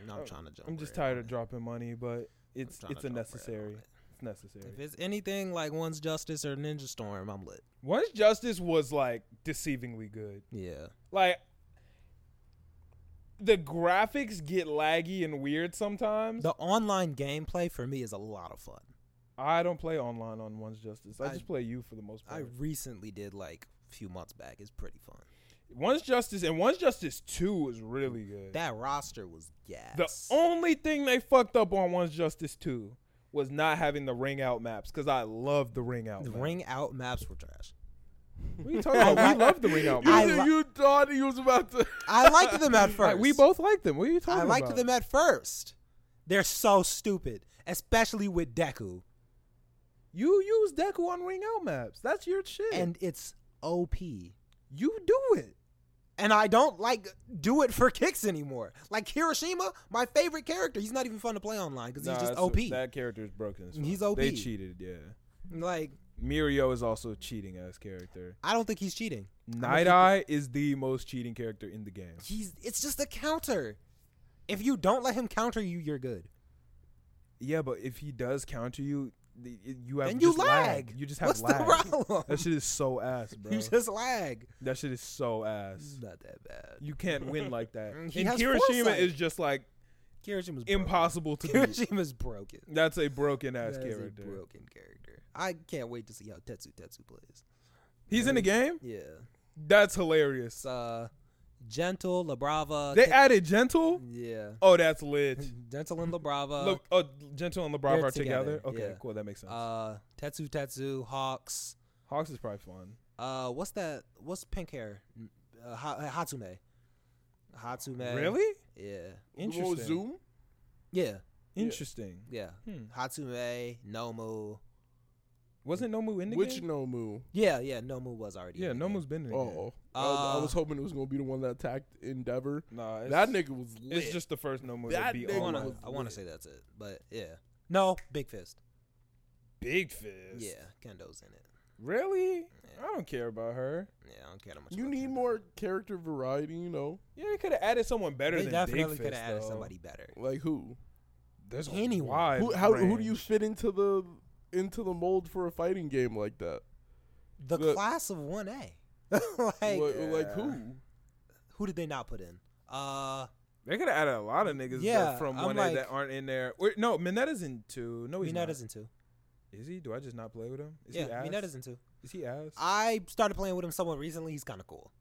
D: No,
A: I'm-
D: I'm trying to jump.
A: I'm just
D: bread on
A: tired of
D: it.
A: dropping money, but
D: I'm
A: it's
D: tryna
A: it's a
D: jump bread on
A: necessary.
D: it.
A: It's necessary.
D: If it's anything like One's Justice or Ninja Storm, I'm lit.
A: Once Justice was like deceivingly good.
D: Yeah.
A: like the graphics get laggy and weird sometimes.
D: The online gameplay for me is a lot of fun.
A: I don't play online on One's Justice. I,
D: I-
A: just play you for the most
D: I
A: part.
D: recently did like a few months back. It's pretty fun.
A: One's Justice and One's Justice 2 is really good.
D: That roster was gas.
A: the only thing they fucked up on One's Justice 2 was not having the ring out maps because I love the ring out.
D: The
A: map.
D: ring out maps were trash.
A: What are you talking about? We love the ring out.
B: You,
A: Map.
D: I li-
B: you thought he was about to.
D: I liked them at first.
A: Like, we both like them. What are you talking
D: I
A: about?
D: liked them at first. They're so stupid, especially with Deku,
A: You use Deku on ring out maps. That's your shit.
D: and it's OP.
A: you do it.
D: And I don't like do it for kicks anymore. Like Hiroshima, my favorite character. He's not even fun to play online because he's just OP.
A: That character is broken.
D: He's OP.
A: They cheated. Yeah.
D: Like
A: Mirio is also a cheating ass character.
C: I don't think he's cheating.
A: Night Eye is the most cheating character in the game.
C: He's it's just a counter. If you don't let him counter you, you're good.
A: Yeah, but if he does counter you, th- y- you have
C: Then you
A: just
C: lag.
A: You just have
C: What's
A: lag.
C: the problem?
A: That shit is so ass, bro.
C: you just lag.
A: that shit is so ass.
C: Not that bad.
A: You can't win like that. and
C: He has
A: Kirishima
C: foresight.
A: is just like
C: Kirishima's
A: impossible to
C: broken.
A: beat.
C: Kirishima's broken.
A: That's a broken ass
C: That is a
A: character.
C: broken character. I can't wait to see how Tetsu Tetsu plays.
A: He's in the game.
C: Yeah.
A: That's hilarious.
C: It's uh Gentle, La Brava.
A: They
C: Tet-
A: added Gentle.
C: yeah.
A: Oh, that's lit.
C: Gentle and La Brava.
A: Look, oh, Gentle and LeBron
C: Uh, they're
A: are together.
C: together,
A: Okay,
C: yeah.
A: cool. That makes sense.
C: uh Tetsu Tetsu, Hawks.
A: Hawks is probably fun.
C: Uh what's that what's pink hair? Uh, Ha- Hatsume. Hatsume.
A: Really?
C: Yeah.
A: Interesting.
B: Whoa, Zoom?
C: Yeah.
A: Interesting.
C: Yeah.
A: Hmm.
C: Hatsume, Nomu.
A: Wasn't Nomu in the
B: Which
A: game?
B: Nomu?
C: Yeah, yeah, Nomu was already.
A: yeah,
C: in the game.
A: Nomu's been in. The game.
B: Oh, I, was, I
C: Uh,
B: was hoping it was gonna be the one that attacked Endeavor.
A: Nah, it's,
B: That nigga was lit.
A: It's just the first Nomu that
B: That
A: beat
B: nigga
C: I
A: all
C: want
A: my
B: was-
C: to. I want to say that's it, but yeah. No, Big Fist.
A: big fist.
C: Yeah, Kendo's in it.
A: Really?
C: Yeah.
A: I don't care about her.
C: Yeah, I don't care how much.
B: you
C: about
B: need
C: Kendo.
B: more character variety, you know?
A: Yeah, they could have added someone better
C: They
A: than
C: definitely
A: Big Fist.
C: could have added
A: though.
C: somebody better.
B: Like who?
A: There's
C: Anyone.
A: A
B: Who
A: wide
B: how who do you
A: range.
B: fit into the into the mold for a fighting game like that?
C: The
B: Look.
C: class of one A. like uh,
B: Like, like
A: yeah.
B: who?
C: who did they not put in? Uh,
A: They could have added a lot of niggas
C: Yeah,
A: that- from
C: I'm
A: one
C: like-
A: that aren't in there. Wait, no, Minetta's in two. No, he's not.
C: Mineta's in two.
A: Is he? Do I just not play with him? Is
C: yeah,
A: he ass?
C: Mineta's in two.
A: Is he ass? I,
C: I started playing with him somewhat recently. He's kind of cool.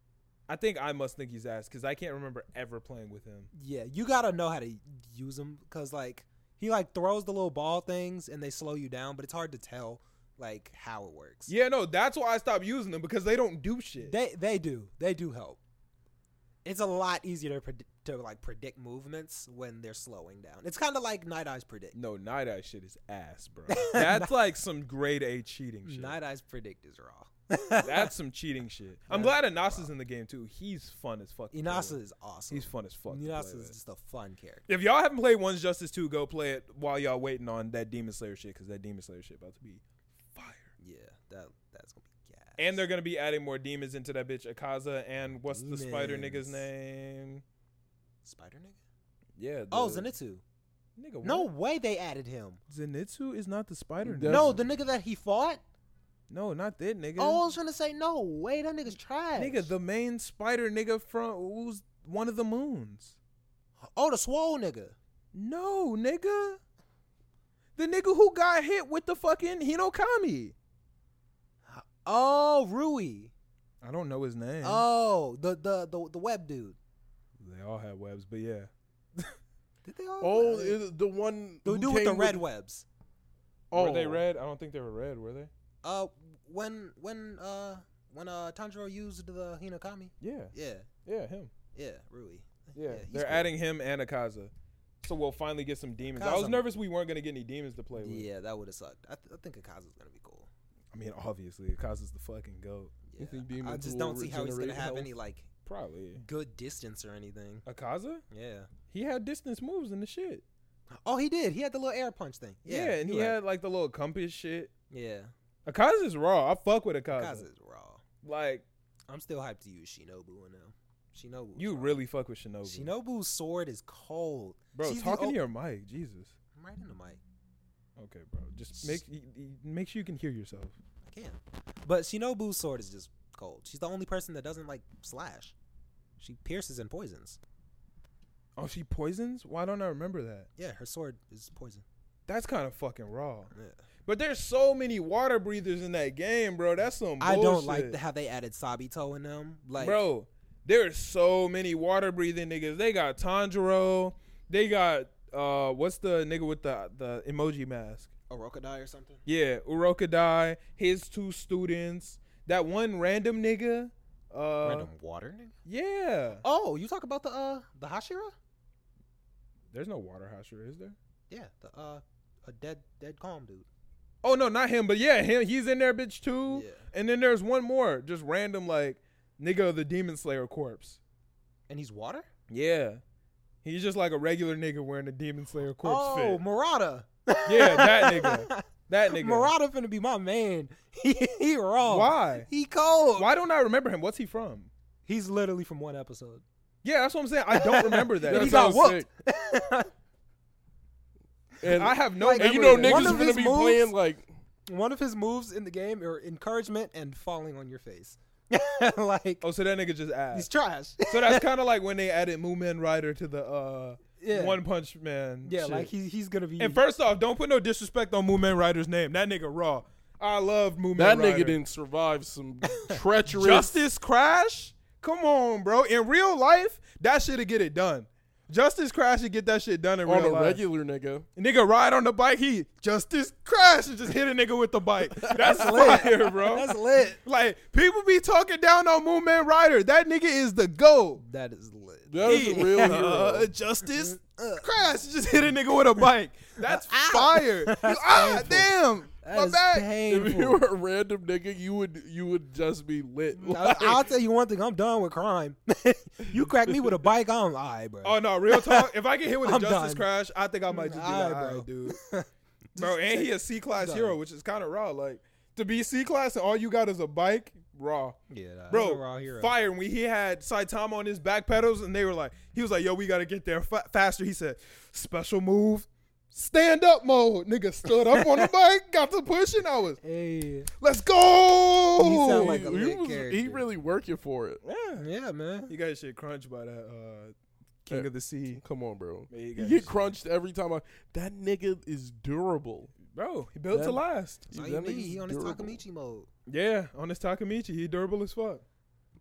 A: think I must think he's ass because I can't remember ever playing with him.
C: Yeah, you gotta know how to use him because like he like throws the little ball things and they slow you down, but it's hard to tell like how it works.
A: Yeah, no, that's why I stopped using them because they don't do shit.
C: They they do they do help. It's a lot easier to predict, to like predict movements when they're slowing down. It's kind of like Night Eyes predict.
A: no, Night Eye shit is ass, bro. That's like some grade A cheating shit.
C: Night Eyes predict is raw.
A: That's some cheating shit. I'm
C: That's
A: glad Inasa's in the game too. He's fun as fuck. to play
C: Inasa
A: with.
C: is awesome.
A: He's fun as fuck. to play
C: Inasa is
A: with.
C: just a fun character.
A: If y'all haven't played One's Justice 2, go play it while y'all waiting on that Demon Slayer shit because that Demon Slayer shit about to be fire.
C: Yeah, that that's gonna be gas.
A: And they're gonna be adding more demons into that bitch Akaza and what's the spider nigga's
C: Demons.
A: name?
C: Spider Nigga.
A: Yeah. The,
C: Oh, Zenitsu.
A: Nigga,
C: No
A: what?
C: way they added him.
A: Zenitsu is not the spider.
B: That's-
C: No, the nigga that he fought.
A: no, not that nigga.
C: Oh, I was gonna say no way. That nigga's trash.
A: nigga, the main spider nigga from who's one of the moons.
C: oh the swole nigga.
A: No, nigga. The nigga who got hit with the fucking Hinokami.
C: Oh Rui.
A: I don't know his name.
C: Oh the the the, the web dude.
A: they all had webs, but yeah.
C: Did they all?
B: Oh, it- the one
C: the
B: who
C: dude with the
B: came
C: red webs.
B: Oh,
A: Were they red? I don't think they were red, were they?
C: Uh, when when uh when uh Tanjiro used the Hinokami.
A: Yeah.
C: Yeah,
A: Yeah, him.
C: yeah, Rui.
A: Yeah,
C: he's
A: they're
C: cool.
A: adding him and Akaza. So we'll finally get some demons. I was
C: Akaza-
A: nervous we weren't going to get any demons to play with.
C: Yeah, that would have sucked. I, th- I think Akaza's gonna be cool.
A: I mean, obviously, Akaza's the fucking goat.
C: Yeah.
B: You think
C: I
B: demons will
C: just don't see how he's gonna
B: regenerate
C: have
B: health?
C: any like
A: Probably.
C: good distance or anything.
A: Akaza?
C: Yeah.
A: He had distance moves and the shit.
C: Oh, he did. He had the little air punch thing.
A: Yeah,
C: Yeah,
A: and he
C: you're right.
A: had like the little compass shit.
C: yeah.
A: Akaza's raw. I fuck with Akaza.
C: Akaza's raw.
A: Like,
C: I'm still hyped to use Shinobu in now. Shinobu.
A: you really fuck with Shinobu.
C: Shinobu's sword is cold.
A: Bro,
C: She's the
A: talking
C: o-
A: to your mic. Jesus.
C: I'm right in the mic.
A: Okay, bro. Just make y- y- make sure you can hear yourself.
C: I can. But Shinobu's sword is just cold. She's the only person that doesn't like slash. She pierces and poisons.
A: Oh, she poisons? Why don't I remember that?
C: Yeah, her sword is poison.
A: That's kind of fucking raw.
C: Yeah.
A: But there's so many water breathers in that game, bro. That's some
C: I don't like
A: bullshit.
C: the- how they added Sabito in them. Like,
A: bro. There's so many water breathing niggas. They got Tanjiro. They got uh, what's the nigga with the the emoji mask?
C: Orokodai or something.
A: Yeah, Urokadai. His two students. That one random nigga. Uh,
C: water nigga.
A: Yeah.
C: Oh, you talk about the uh the Hashira?
A: There's no water Hashira, is there?
C: Yeah, the uh a dead dead calm dude.
A: Oh no, not him. But yeah, him. He's in there, bitch, too.
C: Yeah.
A: And then there's one more, just random like nigga of the Demon Slayer corpse.
C: And he's water?
A: Yeah. He's just like a regular nigga wearing a Demon Slayer corpse
C: oh,
A: fit.
C: Murata.
A: Yeah, that nigga. That nigga.
D: Murata finna be my man. He, he raw.
A: Why?
D: He cold.
A: Why don't I remember him? What's he from?
D: He's literally from one episode.
A: Yeah, that's what I'm saying. I don't remember that.
B: That
D: he
A: That's-
D: got
B: sounds
D: whooped.
B: And,
A: I have no
D: Like,
B: and you
A: memory
B: know
A: of
D: one
A: that.
B: niggas
D: of
B: gonna
D: his
B: be
D: moves-
B: playing like
D: one of his moves in the game are encouragement and falling on your face. like
A: Oh, so that nigga just
D: he's
A: asked.
D: trash.
A: so that's kind of like when they added Moon Man Rider to the uh,
D: yeah.
A: One Punch Man.
D: yeah,
A: shit.
D: like he, he's gonna be.
A: And first off, don't put no disrespect on Moon Man Rider's name. That nigga raw. I love Moon
B: that
A: Man Rider.
B: nigga didn't survive some treacherous.
A: Justice Crash? Come on, bro. In real life, that shit'd get it done. Justice Crash should get that shit done in
B: on
A: real
B: a
A: life.
B: regular nigga.
A: nigga ride on the bike, he Justice Crash and just hit a nigga with the bike. That's
D: lit.
A: fire, bro.
D: that's lit.
A: like people be talking down on Moon Man Rider. That nigga is the GOAT.
D: That is lit.
B: That is a real hero.
A: Uh, Justice Crash just hit a nigga with a bike. That's
D: Mm-hmm. Ow.
A: fire. You- ah, damn.
D: That
A: my
D: is
A: back.
B: if
D: painful.
B: you were a random nigga, you would you would just be lit.
D: I,
B: Like,
D: I'll tell you one thing. I'm done with crime. you crack me with a bike, I'm all right, bro.
A: Oh no, real talk. If I get hit with a
D: I'm
A: Justice
D: done.
A: Crash, I think I might just be
D: All
A: like,
D: right,
A: "All
D: bro."
A: right, dude. bro, and he a C class
D: done.
A: hero, which is kind of raw. Like to be C class and all you got is a bike, raw.
D: yeah, nah, he's a raw
A: Bro,
D: hero.
A: fire. When he had Saitama on his back pedals, and they were like, he was like, "Yo, we gotta get there fa- faster." He said, "Special move." Stand up mode, nigga. Stood up on the bike, got to pushing. I was,
D: Hey,
A: let's go.
D: He sound like
B: he,
D: a
B: he
D: lit
B: was- he
D: character.
B: really working for it.
A: yeah.
D: yeah, man.
A: You got your shit crunched by that uh, King
B: Hey.
A: of the Sea.
B: Come on, bro.
A: Man, you
B: You
A: got
B: get
A: shit.
B: crunched every time. I, that nigga is durable.
A: Bro, he built
B: That-
A: to last.
D: That's all you
B: That
D: need.
B: nigga's
D: He on his
B: durable.
D: Takamichi mode.
A: Yeah, on this Takamichi, he durable as fuck.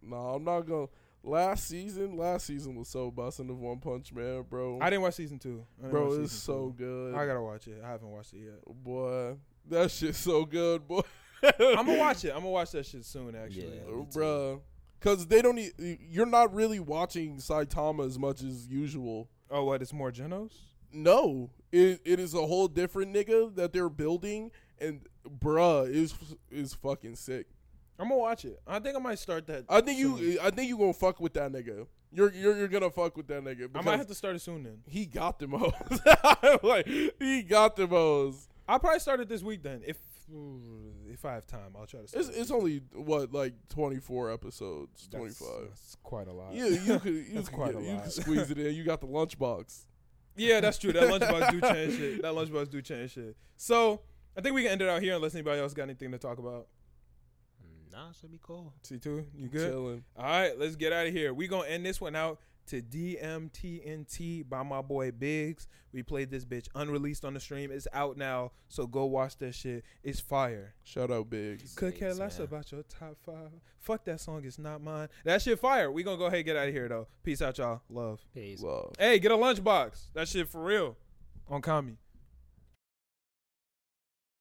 B: No, I'm not gonna. Last season, last season was so busting of One Punch Man, bro.
A: I didn't watch season two. I didn't watch
B: bro, it's
A: season
B: so
A: two.
B: good.
A: I gotta watch it. I haven't watched it yet.
B: boy, that shit's so good, boy.
A: I'm gonna watch it. I'm gonna watch that shit soon. Actually,
D: Yeah. me too.
B: bro. Because Oh, they don't. E- you're not really watching Saitama as much as usual.
A: Oh, what? It's more Genos.
B: No, it it is a whole different nigga that they're building, and bruh is is fucking sick.
A: I'm gonna watch it. I think I might start that.
B: I think you
A: soon.
B: I think you gonna fuck with that nigga. You're you're, you're gonna fuck with that nigga
A: I
B: because
A: might have to start it soon. Then
B: he got the most. like he got the most.
A: I'll probably start it this week. Then if if I have time, I'll try to. Start
B: It's
A: it.
B: it's only what like twenty four episodes, twenty
A: That's-
B: five.
A: That's quite a lot.
B: Yeah, you could you
A: That's
B: could,
A: quite
B: get-
A: a
B: you
A: lot.
B: could squeeze it in. You got the lunchbox.
A: Yeah, that's true. That lunchbox do change shit. That lunchbox do change shit. So I think we can end it out here unless anybody else got anything to talk about.
D: Nah, should be cool.
A: C two, you good?
B: Chilling.
A: All right, let's get out of here. we going to end this one out to DMTNT by my boy Biggs. We played this bitch unreleased on the stream. It's out now, so go watch that shit. It's fire.
B: Shout out Biggs.
A: Could care
D: Biggs,
A: less
D: man.
A: about your top five. Fuck that song, it's not mine. That shit fire. we going to go ahead and get out of here, though. Peace out, y'all. Love.
D: Peace.
B: Love.
A: Hey, get a lunchbox. That shit for real on Kami.